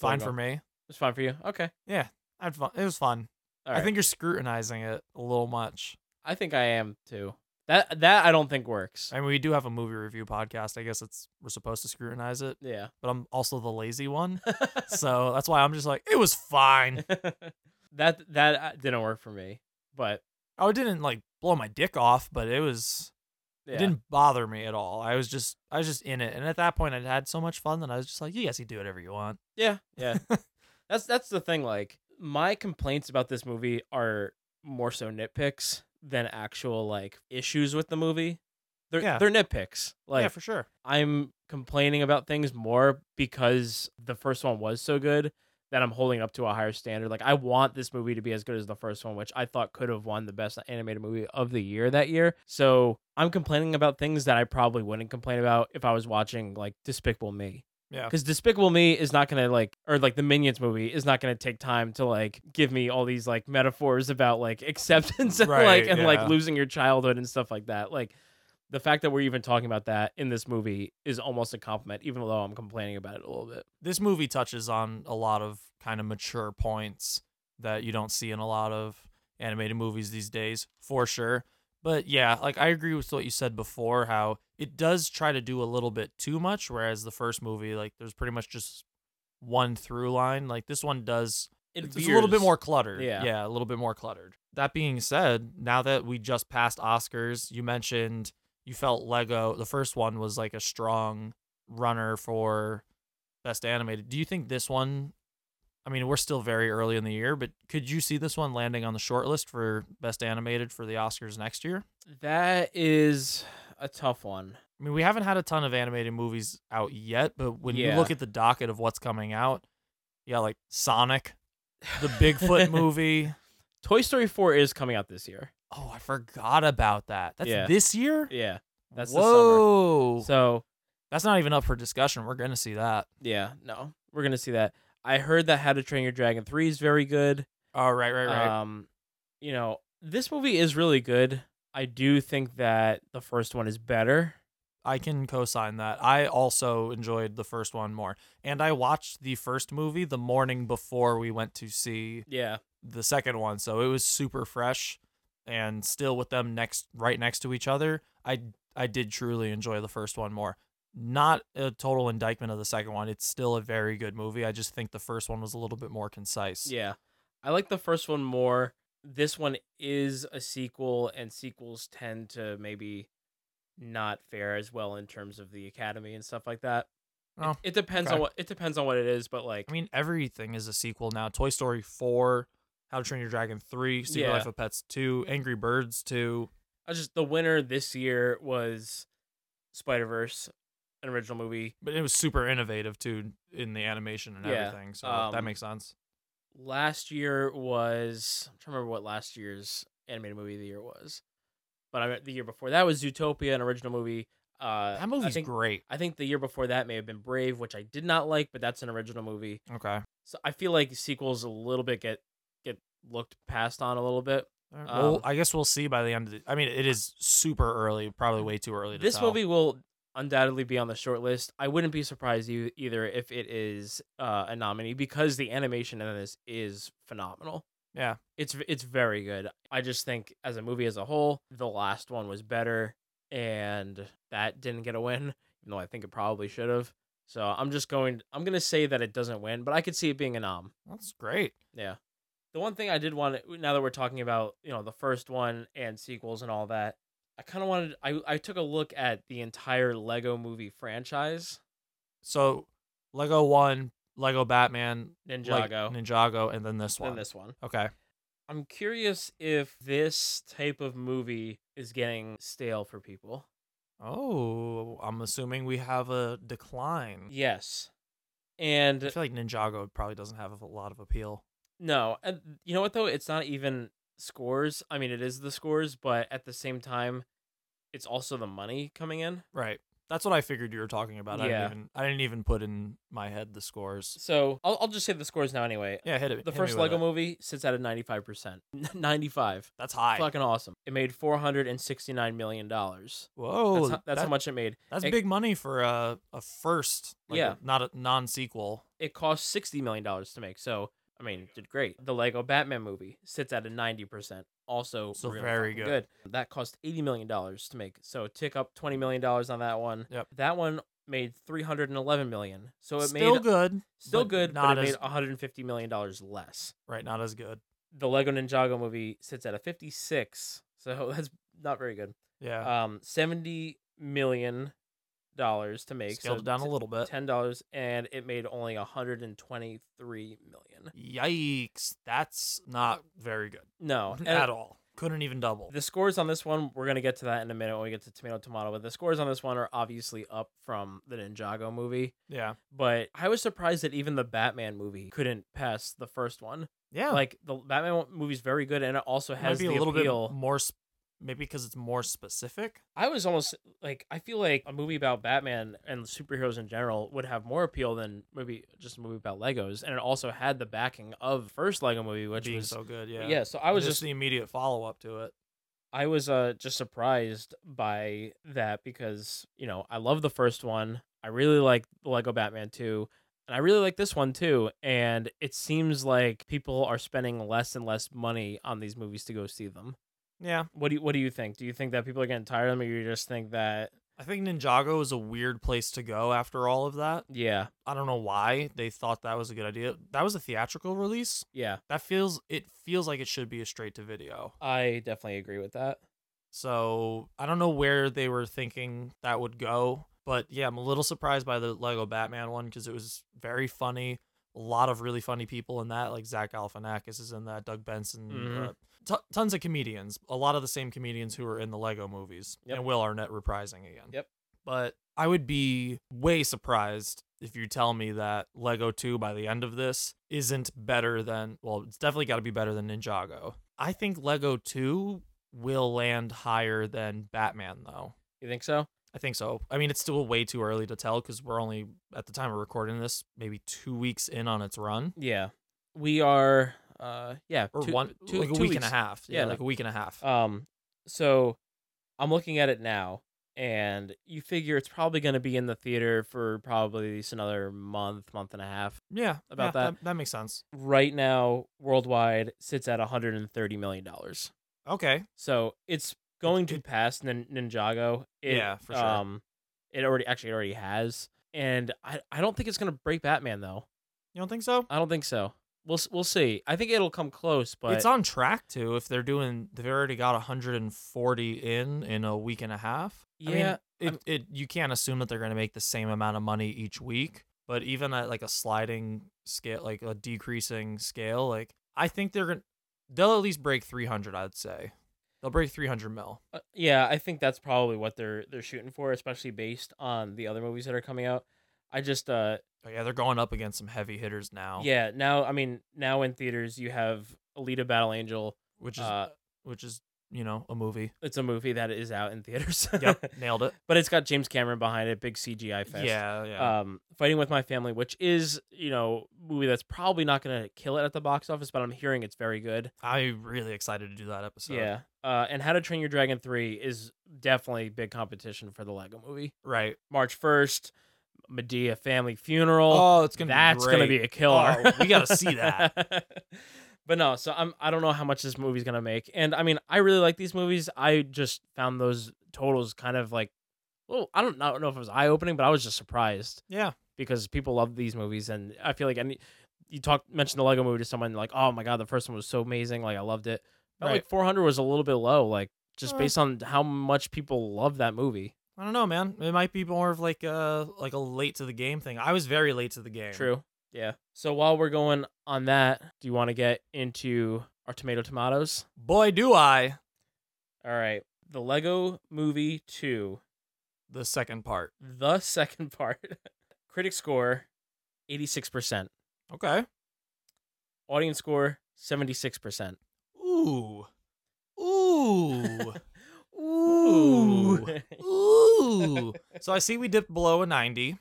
Speaker 7: people are
Speaker 6: fine for
Speaker 7: going-
Speaker 6: me
Speaker 7: It's fine for you. Okay.
Speaker 6: yeah i had fun it was fun
Speaker 7: All
Speaker 6: i
Speaker 7: right.
Speaker 6: think you're scrutinizing it a little much
Speaker 7: I think I am too. That that I don't think works.
Speaker 6: i mean we do have a movie review podcast i guess it's we're supposed to scrutinize it
Speaker 7: Yeah.
Speaker 6: but i'm also the lazy one so that's why i'm just like it was fine
Speaker 7: that that uh, didn't work for me. But
Speaker 6: oh it didn't like blow my dick off but it was
Speaker 7: yeah.
Speaker 6: It didn't bother me at all. I was just I was just in it. And at that point I'd had so much fun that I was just like, you guys can do whatever you want.
Speaker 7: Yeah, yeah. that's that's the thing. Like my complaints about this movie are more so nitpicks than actual like issues with the movie. They're
Speaker 6: Yeah.
Speaker 7: they're nitpicks. Like
Speaker 6: yeah, for sure.
Speaker 7: I'm complaining about things more because the first one was so good that I'm holding it up to a higher standard. Like I want this movie to be as good as the first one, which I thought could have won the best animated movie of the year that year. So I'm complaining about things that I probably wouldn't complain about if I was watching like Despicable Me.
Speaker 6: Yeah.
Speaker 7: Because Despicable Me is not gonna like, or like the Minions movie is not gonna take time to like give me all these like metaphors about like acceptance and
Speaker 6: Right,
Speaker 7: like and
Speaker 6: yeah.
Speaker 7: like losing your childhood and stuff like that. Like the fact that we're even talking about that in this movie is almost a compliment, even though I'm complaining about it a little bit.
Speaker 6: This movie touches on a lot of kind of mature points that you don't see in a lot of animated movies these days, for sure. But yeah, like I agree with what you said before, how it does try to do a little bit too much, whereas the first movie, like there's pretty much just one through line. Like this one does
Speaker 7: It
Speaker 6: it's a little bit
Speaker 7: veers.
Speaker 6: more cluttered.
Speaker 7: Yeah.
Speaker 6: Yeah, a little bit more cluttered. That being said, now that we just passed Oscars, you mentioned you felt Lego the first one was like a strong runner for best animated. Do you think this one I mean, we're still very early in the year, but could you see this one landing on the short list for best animated for the Oscars next year?
Speaker 7: That is a tough one.
Speaker 6: I mean, we haven't had a ton of animated movies out yet, but when you
Speaker 7: Yeah.
Speaker 6: look at the docket of what's coming out, you got like Sonic, the Bigfoot movie.
Speaker 7: Toy Story 4 is coming out this year.
Speaker 6: Oh, I forgot about that. That's
Speaker 7: Yeah.
Speaker 6: this year?
Speaker 7: Yeah. That's
Speaker 6: Whoa.
Speaker 7: the summer. So,
Speaker 6: That's not even up for discussion. We're going to see that.
Speaker 7: yeah, no. We're going to see that. I heard that How to Train Your Dragon 3 is very good.
Speaker 6: Oh, right, right, right.
Speaker 7: Um, you know, this movie is really good. I do think that the first one is better.
Speaker 6: I can co-sign that. I also enjoyed the first one more. And I watched the first movie the morning before we went to see
Speaker 7: Yeah.
Speaker 6: the second one. So it was super fresh and still with them next right next to each other. I I did truly enjoy the first one more. Not a total indictment of the second one. It's still a very good movie. I just think the first one was a little bit more concise.
Speaker 7: Yeah. I like the first one more. This one is a sequel, and sequels tend to maybe not fare as well in terms of the academy and stuff like that. It-
Speaker 6: Oh,
Speaker 7: it, depends on
Speaker 6: okay.
Speaker 7: what it depends on what it is, but like
Speaker 6: I mean, everything is a sequel now. Toy Story 4, How to Train Your Dragon 3, Secret
Speaker 7: Yeah.
Speaker 6: Life of Pets 2, Angry Birds 2.
Speaker 7: I just the winner this year was Spider Verse, an original movie.
Speaker 6: But it was super innovative too in the animation and
Speaker 7: Yeah,
Speaker 6: everything. So that
Speaker 7: um,
Speaker 6: makes sense.
Speaker 7: Last year was I'm trying to remember what last year's animated movie of the year was, but I meant the year before that was Zootopia, an original movie. Uh,
Speaker 6: That
Speaker 7: I
Speaker 6: movie's
Speaker 7: think,
Speaker 6: great.
Speaker 7: I think the year before that may have been Brave, which I did not like, but that's an original movie.
Speaker 6: Okay.
Speaker 7: So I feel like sequels a little bit get get looked past on a little bit.
Speaker 6: Alright, well,
Speaker 7: Um,
Speaker 6: I guess we'll see by the end of the. I mean, it is super early, probably way too early. To
Speaker 7: This
Speaker 6: tell.
Speaker 7: movie will undoubtedly be on the short list. I wouldn't be surprised e- either if it is uh, a nominee because the animation in this is phenomenal.
Speaker 6: Yeah.
Speaker 7: It's v- it's very good. I just think as a movie as a whole, the last one was better and that didn't get a win, even though I think it probably should have. So I'm just going I'm going to say that it doesn't win, but I could see it being a nom.
Speaker 6: That's great.
Speaker 7: Yeah. The one thing I did want to now that we're talking about, you know, the first one and sequels and all that, I kind of wanted I I took a look at the entire Lego movie franchise,
Speaker 6: So, Lego One, Lego Batman, Leg-
Speaker 7: Ninjago,
Speaker 6: Ninjago, and then this one.
Speaker 7: and this one.
Speaker 6: Okay.
Speaker 7: I'm curious if this type of movie is getting stale for people.
Speaker 6: Oh, I'm assuming we have a decline.
Speaker 7: Yes. And
Speaker 6: I feel like Ninjago probably doesn't have a lot of appeal.
Speaker 7: No, and you know what though? It's not even scores. I mean, it is the scores, but at the same time, it's also the money coming in.
Speaker 6: Right. That's what I figured you were talking about. I
Speaker 7: Yeah.
Speaker 6: didn't even I didn't even put in my head the scores.
Speaker 7: So I'll I'll just say the scores now anyway.
Speaker 6: Yeah, hit it.
Speaker 7: The
Speaker 6: hit me
Speaker 7: first
Speaker 6: with
Speaker 7: Lego
Speaker 6: it.
Speaker 7: movie sits at a 95%. 95.
Speaker 6: That's high.
Speaker 7: Fucking awesome. It made 469 million dollars.
Speaker 6: Whoa.
Speaker 7: that's how, that's
Speaker 6: that-
Speaker 7: how much it made.
Speaker 6: That's
Speaker 7: it,
Speaker 6: big money for a a first, like
Speaker 7: Yeah.
Speaker 6: a- not a non sequel.
Speaker 7: It cost 60 million dollars to make. So, I mean, it did great. The Lego Batman movie sits at a 90%. Also
Speaker 6: So
Speaker 7: really
Speaker 6: very
Speaker 7: fucking
Speaker 6: good.
Speaker 7: good. That cost 80 million dollars to make. So, tick up 20 million dollars on that one.
Speaker 6: Yep.
Speaker 7: That one made 311 million. So, it
Speaker 6: Still
Speaker 7: made
Speaker 6: good,
Speaker 7: still
Speaker 6: but
Speaker 7: good,
Speaker 6: not
Speaker 7: but it
Speaker 6: as-
Speaker 7: made 150 million dollars less.
Speaker 6: right? Not as good.
Speaker 7: the Lego Ninjago movie sits at a 56. So that's not very good.
Speaker 6: Yeah,
Speaker 7: Um 70 million dollars to make.
Speaker 6: scaled
Speaker 7: so
Speaker 6: it down a
Speaker 7: t-
Speaker 6: little bit.
Speaker 7: $10 and it made only 123 million.
Speaker 6: Yikes, that's not very good
Speaker 7: No. Oh, and
Speaker 6: at all. Couldn't even double.
Speaker 7: The scores on this one, we're going to get to that in a minute when we get to Tomato Tomato, but the scores on this one are obviously up from the Ninjago movie,
Speaker 6: yeah,
Speaker 7: but I was surprised that even the Batman movie couldn't pass the first one.
Speaker 6: yeah.
Speaker 7: Like the Batman movie's very good and it also
Speaker 6: might
Speaker 7: has
Speaker 6: be a
Speaker 7: the
Speaker 6: little
Speaker 7: appeal.
Speaker 6: bit more. Sp- maybe because it's more specific.
Speaker 7: I was almost like I feel like a movie about Batman and superheroes in general would have more appeal than maybe just a movie about Legos, and it also had the backing of the first Lego movie, which
Speaker 6: being
Speaker 7: was
Speaker 6: so good, yeah.
Speaker 7: yeah. So I was
Speaker 6: Just
Speaker 7: just
Speaker 6: the immediate follow up to it.
Speaker 7: I was uh just surprised by that because you know I love the first one. I really like the Lego Batman two, and I really like this one too. And it seems like people are spending less and less money on these movies to go see them.
Speaker 6: Yeah.
Speaker 7: What do you, What do you think? Do you think that people are getting tired of them, or you just think that?
Speaker 6: I think Ninjago is a weird place to go after all of that.
Speaker 7: Yeah.
Speaker 6: I don't know why they thought that was a good idea. That was a theatrical release.
Speaker 7: Yeah.
Speaker 6: That feels it feels like it should be a straight to video.
Speaker 7: I definitely agree with that.
Speaker 6: So I don't know where they were thinking that would go, but yeah, I'm a little surprised by the Lego Batman one because it was very funny. A lot of really funny people in that, like Zach Galifianakis is in that, Doug Benson,
Speaker 7: Mhm.
Speaker 6: uh, t- tons of comedians. A lot of the same comedians who were in the Lego movies,
Speaker 7: Yep.
Speaker 6: and Will Arnett reprising again.
Speaker 7: Yep.
Speaker 6: But I would be way surprised if you tell me that Lego 2 by the end of this isn't better than, well, it's definitely got to be better than Ninjago. I think Lego 2 will land higher than Batman, though.
Speaker 7: You think so?
Speaker 6: I think so. I mean, it's still way too early to tell because we're only, at the time of recording this, maybe two weeks in on its run.
Speaker 7: Yeah. We are. Uh. Yeah.
Speaker 6: Or
Speaker 7: two-
Speaker 6: one,
Speaker 7: two-
Speaker 6: like a
Speaker 7: two
Speaker 6: week
Speaker 7: weeks.
Speaker 6: and a half. Yeah,
Speaker 7: no.
Speaker 6: like a week and a half.
Speaker 7: Um, so I'm looking at it now, and you figure it's probably going to be in the theater for probably at least another month, month and a half.
Speaker 6: yeah,
Speaker 7: about
Speaker 6: yeah,
Speaker 7: that.
Speaker 6: That makes sense.
Speaker 7: Right now, worldwide sits at 130 million dollars.
Speaker 6: Okay.
Speaker 7: So it's going to pass Nin- Ninjago. It,
Speaker 6: Yeah, for sure.
Speaker 7: Um, it already actually it already has, and I I don't think it's going to break Batman though.
Speaker 6: You don't think so?
Speaker 7: I don't think so. We'll s- we'll see. I think it'll come close, but
Speaker 6: it's on track to if they're doing they've already got 140 in in a week and a half I mean,
Speaker 7: Yeah,
Speaker 6: it, it you can't assume that they're going to make the same amount of money each week but even at like a sliding scale like a decreasing scale like i think they're going they'll at least break 300 i'd say they'll break 300 mil
Speaker 7: Uh, yeah, I think that's probably what they're they're shooting for, especially based on the other movies that are coming out. I just uh
Speaker 6: oh, yeah they're going up against some heavy hitters now
Speaker 7: yeah, now I mean, now in theaters you have Alita Battle Angel,
Speaker 6: which is
Speaker 7: uh
Speaker 6: which is you know a movie
Speaker 7: it's a movie that is out in theaters.
Speaker 6: Yep, nailed it.
Speaker 7: But it's got James Cameron behind it, big CGI fest.
Speaker 6: Yeah, yeah.
Speaker 7: Um Fighting with My Family, which is, you know, movie that's probably not going to kill it at the box office, but I'm hearing it's very good.
Speaker 6: i'm really excited to do that episode
Speaker 7: Yeah. Uh, and How to Train Your Dragon 3 is definitely big competition for the Lego movie.
Speaker 6: right
Speaker 7: March 1st, Medea family funeral.
Speaker 6: Oh, it's gonna be
Speaker 7: That's gonna
Speaker 6: great.
Speaker 7: be a killer.
Speaker 6: Oh, we gotta see
Speaker 7: that. but no, so I'm I don't know how much this movie's gonna make. And I mean, I really like these movies. I just found those totals kind of like well, I don't, I don't know if it was eye opening, but I was just surprised
Speaker 6: yeah
Speaker 7: because people love these movies and I feel like any you talk mentioned the Lego movie to someone like, "Oh my god, the first one was so amazing. Like I loved it." But
Speaker 6: Right.
Speaker 7: like 400 was a little bit low like just
Speaker 6: Uh.
Speaker 7: based on how much people love that movie.
Speaker 6: I don't know, man. It might be more of like a like a late to the game thing. I was very late to the game.
Speaker 7: True. Yeah. So while we're going on that, do you want to get into our tomato tomatoes?
Speaker 6: Boy, do I.
Speaker 7: All right. The Lego Movie 2,
Speaker 6: The second part.
Speaker 7: the second part. Critic score 86%.
Speaker 6: Okay.
Speaker 7: Audience score 76%.
Speaker 6: Ooh. Ooh.
Speaker 7: Ooh.
Speaker 6: Ooh. so I see we dipped below a 90,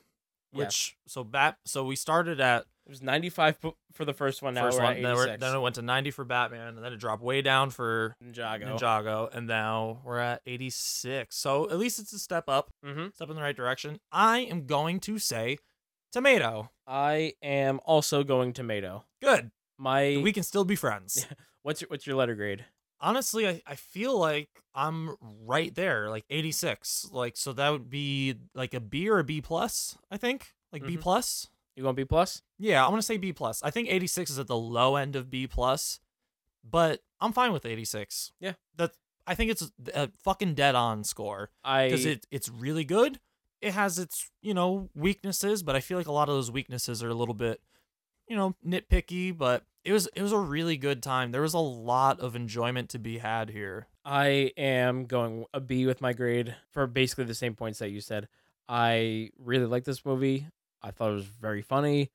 Speaker 6: which so bat so we started at
Speaker 7: It was 95 po- for the first one. Oh, Now
Speaker 6: first
Speaker 7: we're
Speaker 6: one,
Speaker 7: at
Speaker 6: then,
Speaker 7: 86.
Speaker 6: we're, then it went to 90 for Batman, and then it dropped way down for
Speaker 7: Ninjago.
Speaker 6: Ninjago, and now we're at 86. So at least it's a step up,
Speaker 7: Mm-hmm.
Speaker 6: step in the right direction. I am going to say tomato.
Speaker 7: I am also going tomato.
Speaker 6: Good.
Speaker 7: My
Speaker 6: we can still be friends.
Speaker 7: what's your what's your letter grade?
Speaker 6: Honestly, I, I feel like I'm right there, like 86. Like so that would be like a B or a B plus, I think. Like B
Speaker 7: Mhm.
Speaker 6: plus.
Speaker 7: You going B plus?
Speaker 6: Yeah, I want to say B plus. I think 86 is at the low end of B plus, but I'm fine with 86.
Speaker 7: Yeah.
Speaker 6: That I think it's a fucking dead on score
Speaker 7: I
Speaker 6: because it it's really good. It has its you know weaknesses, but I feel like a lot of those weaknesses are a little bit you know nitpicky. But it was it was a really good time. There was a lot of enjoyment to be had here.
Speaker 7: I am going a B with my grade for basically the same points that you said. I really like this movie. I thought it was very funny.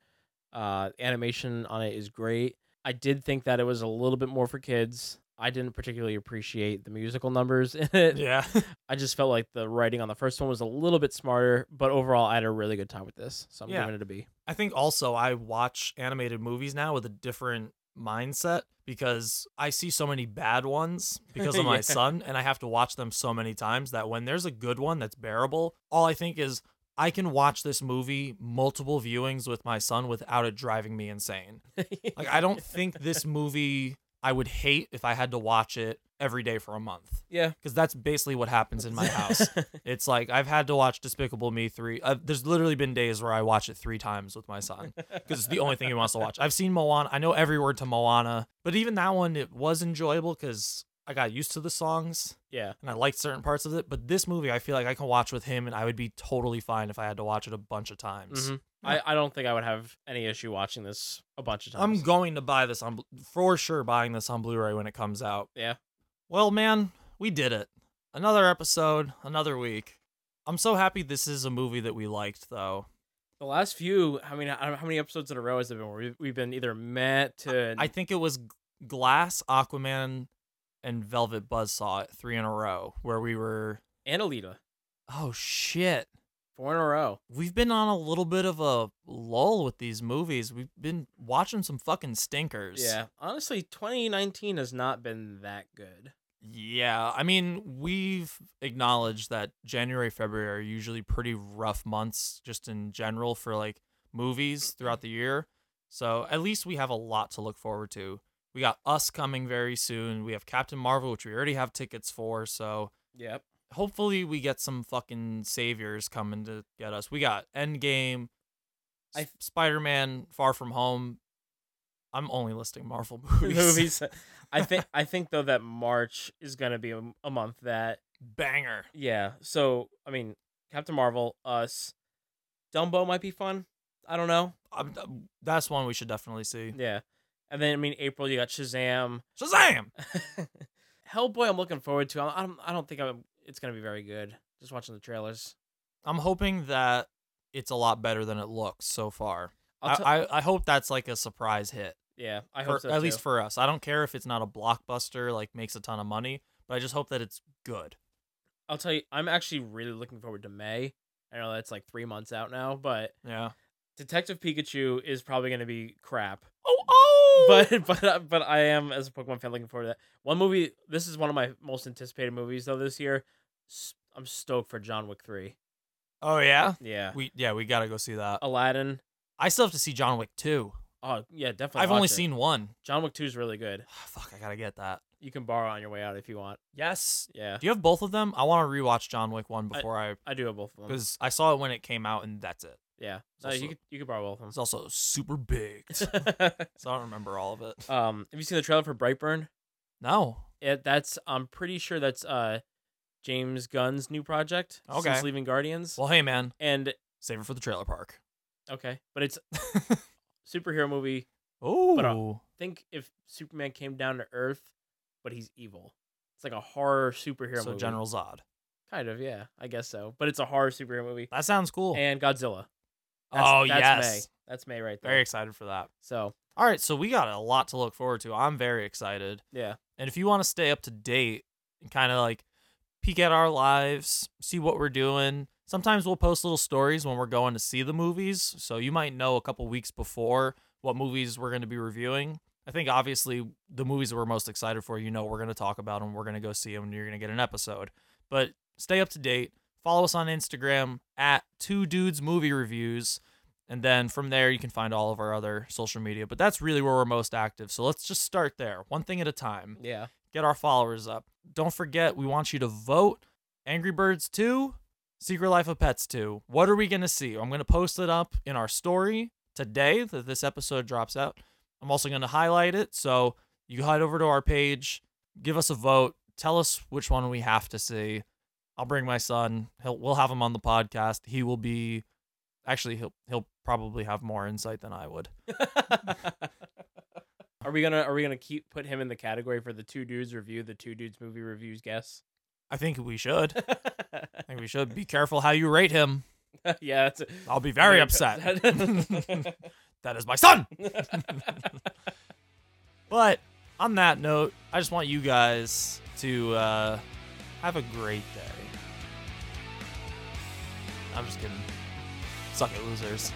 Speaker 7: Uh, animation on it is great. I did think that it was a little bit more for kids. I didn't particularly appreciate the musical numbers in it.
Speaker 6: Yeah,
Speaker 7: I just felt like the writing on the first one was a little bit smarter, but overall, I had a really good time with this. So I'm
Speaker 6: Yeah.
Speaker 7: giving it a B.
Speaker 6: I think also I watch animated movies now with a different mindset because I see so many bad ones because of my
Speaker 7: Yeah.
Speaker 6: son, and I have to watch them so many times that when there's a good one that's bearable, all I think is I can watch this movie multiple viewings with my son without it driving me insane. like I don't think this movie I would hate if I had to watch it every day for a month.
Speaker 7: Yeah.
Speaker 6: Because that's basically what happens in my house. it's like I've had to watch Despicable Me 3. Uh, there's literally been days where I watch it three times with my son because it's the only thing he wants to watch. I've seen Moana. I know every word to Moana, but even that one, it was enjoyable because I got used to the songs.
Speaker 7: Yeah.
Speaker 6: And I liked certain parts of it. But this movie, I feel like I can watch with him and I would be totally fine if I had to watch it a bunch of times.
Speaker 7: Mhm. I, I don't think I would have any issue watching this a bunch of times.
Speaker 6: I'm going to buy this on for sure. Buying this on Blu-ray when it comes out.
Speaker 7: Yeah.
Speaker 6: Well, man, we did it. Another episode, another week. I'm so happy this is a movie that we liked, though.
Speaker 7: The last few, I mean, I don't know how many episodes in a row has it been where we've, we've been either meant to.
Speaker 6: I think it was G- Glass, Aquaman, and Velvet Buzzsaw at three in a row, where we were.
Speaker 7: and Alita.
Speaker 6: Oh shit!
Speaker 7: Four in a row.
Speaker 6: We've been on a little bit of a lull with these movies. We've been watching some fucking stinkers.
Speaker 7: Yeah. Honestly, 2019 has not been that good.
Speaker 6: Yeah, I mean, we've acknowledged that January, February are usually pretty rough months just in general for like movies throughout the year. So at least we have a lot to look forward to. We got Us coming very soon. We have Captain Marvel, which we already have tickets for. So
Speaker 7: Yep.
Speaker 6: hopefully we get some fucking saviors coming to get us. We got Endgame,
Speaker 7: I-
Speaker 6: I Spider Man, Far From Home. I'm only listing Marvel movies.
Speaker 7: Movies. I think I think though that March is gonna be a, a month that
Speaker 6: Banger.
Speaker 7: yeah. So I mean, Captain Marvel, us, Dumbo might be fun. I don't know.
Speaker 6: I'm, that's one we should definitely see.
Speaker 7: Yeah, and then I mean April you got Shazam,
Speaker 6: Shazam!
Speaker 7: Hellboy. I'm looking forward to. I I don't. I don't think I'm, it's gonna be very good. Just watching the trailers.
Speaker 6: I'm hoping that it's a lot better than it looks so far. I
Speaker 7: I'll t-
Speaker 6: I- I hope that's like a surprise hit.
Speaker 7: Yeah, I
Speaker 6: for-
Speaker 7: hope so
Speaker 6: at least
Speaker 7: too.
Speaker 6: for us. I don't care if it's not a blockbuster, like makes a ton of money, but I just hope that it's good.
Speaker 7: I'll tell you, I'm actually really looking forward to May. I know that's like three months out now, but
Speaker 6: Yeah.
Speaker 7: Detective Pikachu is probably gonna be crap.
Speaker 6: Oh oh.
Speaker 7: But uh, but but I am as a Pokemon fan looking forward to that. One movie. This is one of my most anticipated movies though this year. S- I'm stoked for John Wick three.
Speaker 6: Oh yeah.
Speaker 7: Yeah.
Speaker 6: We yeah we gotta go see that.
Speaker 7: Oh. Aladdin.
Speaker 6: I still have to see John Wick two.
Speaker 7: Oh yeah, definitely.
Speaker 6: I've only
Speaker 7: watch it.
Speaker 6: seen one. Ah,
Speaker 7: John Wick two is really good.
Speaker 6: Fuck, I gotta get that.
Speaker 7: You can borrow on your way out if you want.
Speaker 6: Yes.
Speaker 7: Yeah,
Speaker 6: Do you have both of them? I want to rewatch John Wick one before I
Speaker 7: I do have both of them.
Speaker 6: because I saw it when it came out and that's it.
Speaker 7: Yeah,
Speaker 6: It's
Speaker 7: no,
Speaker 6: also-
Speaker 7: you could you could borrow both of
Speaker 6: It's also super big, so
Speaker 7: them.
Speaker 6: I don't remember all of it.
Speaker 7: um, have you seen the trailer for Brightburn?
Speaker 6: No.
Speaker 7: It, that's I'm pretty sure that's uh James Gunn's new project
Speaker 6: Okay.
Speaker 7: since leaving Guardians.
Speaker 6: Well, hey man,
Speaker 7: and
Speaker 6: save it for the trailer park.
Speaker 7: okay, but it's superhero movie.
Speaker 6: Oh,
Speaker 7: uh, Think if Superman came down to Earth, but he's evil. It's like a horror superhero
Speaker 6: so
Speaker 7: movie.
Speaker 6: General Zod.
Speaker 7: kind of yeah, I guess so. But it's a horror superhero movie
Speaker 6: That sounds cool.
Speaker 7: and Godzilla.
Speaker 6: oh
Speaker 7: that's
Speaker 6: yes,
Speaker 7: May. that's May right there.
Speaker 6: very excited for that.
Speaker 7: So
Speaker 6: All right, so we got a lot to look forward to. I'm very excited,
Speaker 7: yeah,
Speaker 6: and if you want to stay up to date and kind of like peek at our lives, see what we're doing. Sometimes we'll post little stories when we're going to see the movies, so you might know a couple weeks before what movies we're going to be reviewing. I think obviously the movies that we're most excited for, you know, we're going to talk about them, we're going to go see them, and you're going to get an episode. But stay up to date. Follow us on Instagram at Two Dudes Movie Reviews, and then from there you can find all of our other social media. But that's really where we're most active. So let's just start there, one thing at a time
Speaker 7: yeah.
Speaker 6: get our followers up. Don't forget, we want you to vote Angry Birds 2, Secret Life of Pets 2. What are we going to see? I'm going to post it up in our story today that this episode drops out. I'm also going to highlight it. So you head over to our page, give us a vote, tell us which one we have to see. I'll bring my son. He'll, we'll have him on the podcast. He will be actually he'll he'll probably have more insight than I would.
Speaker 7: are we gonna are we gonna keep put him in the category for the two dudes review the two dudes movie reviews guess?
Speaker 6: I think we should. I think we should be careful how you rate him.
Speaker 7: yeah, it's a-
Speaker 6: I'll be very
Speaker 7: very
Speaker 6: upset.
Speaker 7: upset.
Speaker 6: that is my son. but on that note, I just want you guys to uh, have a great day. I'm just kidding. Suck it, losers.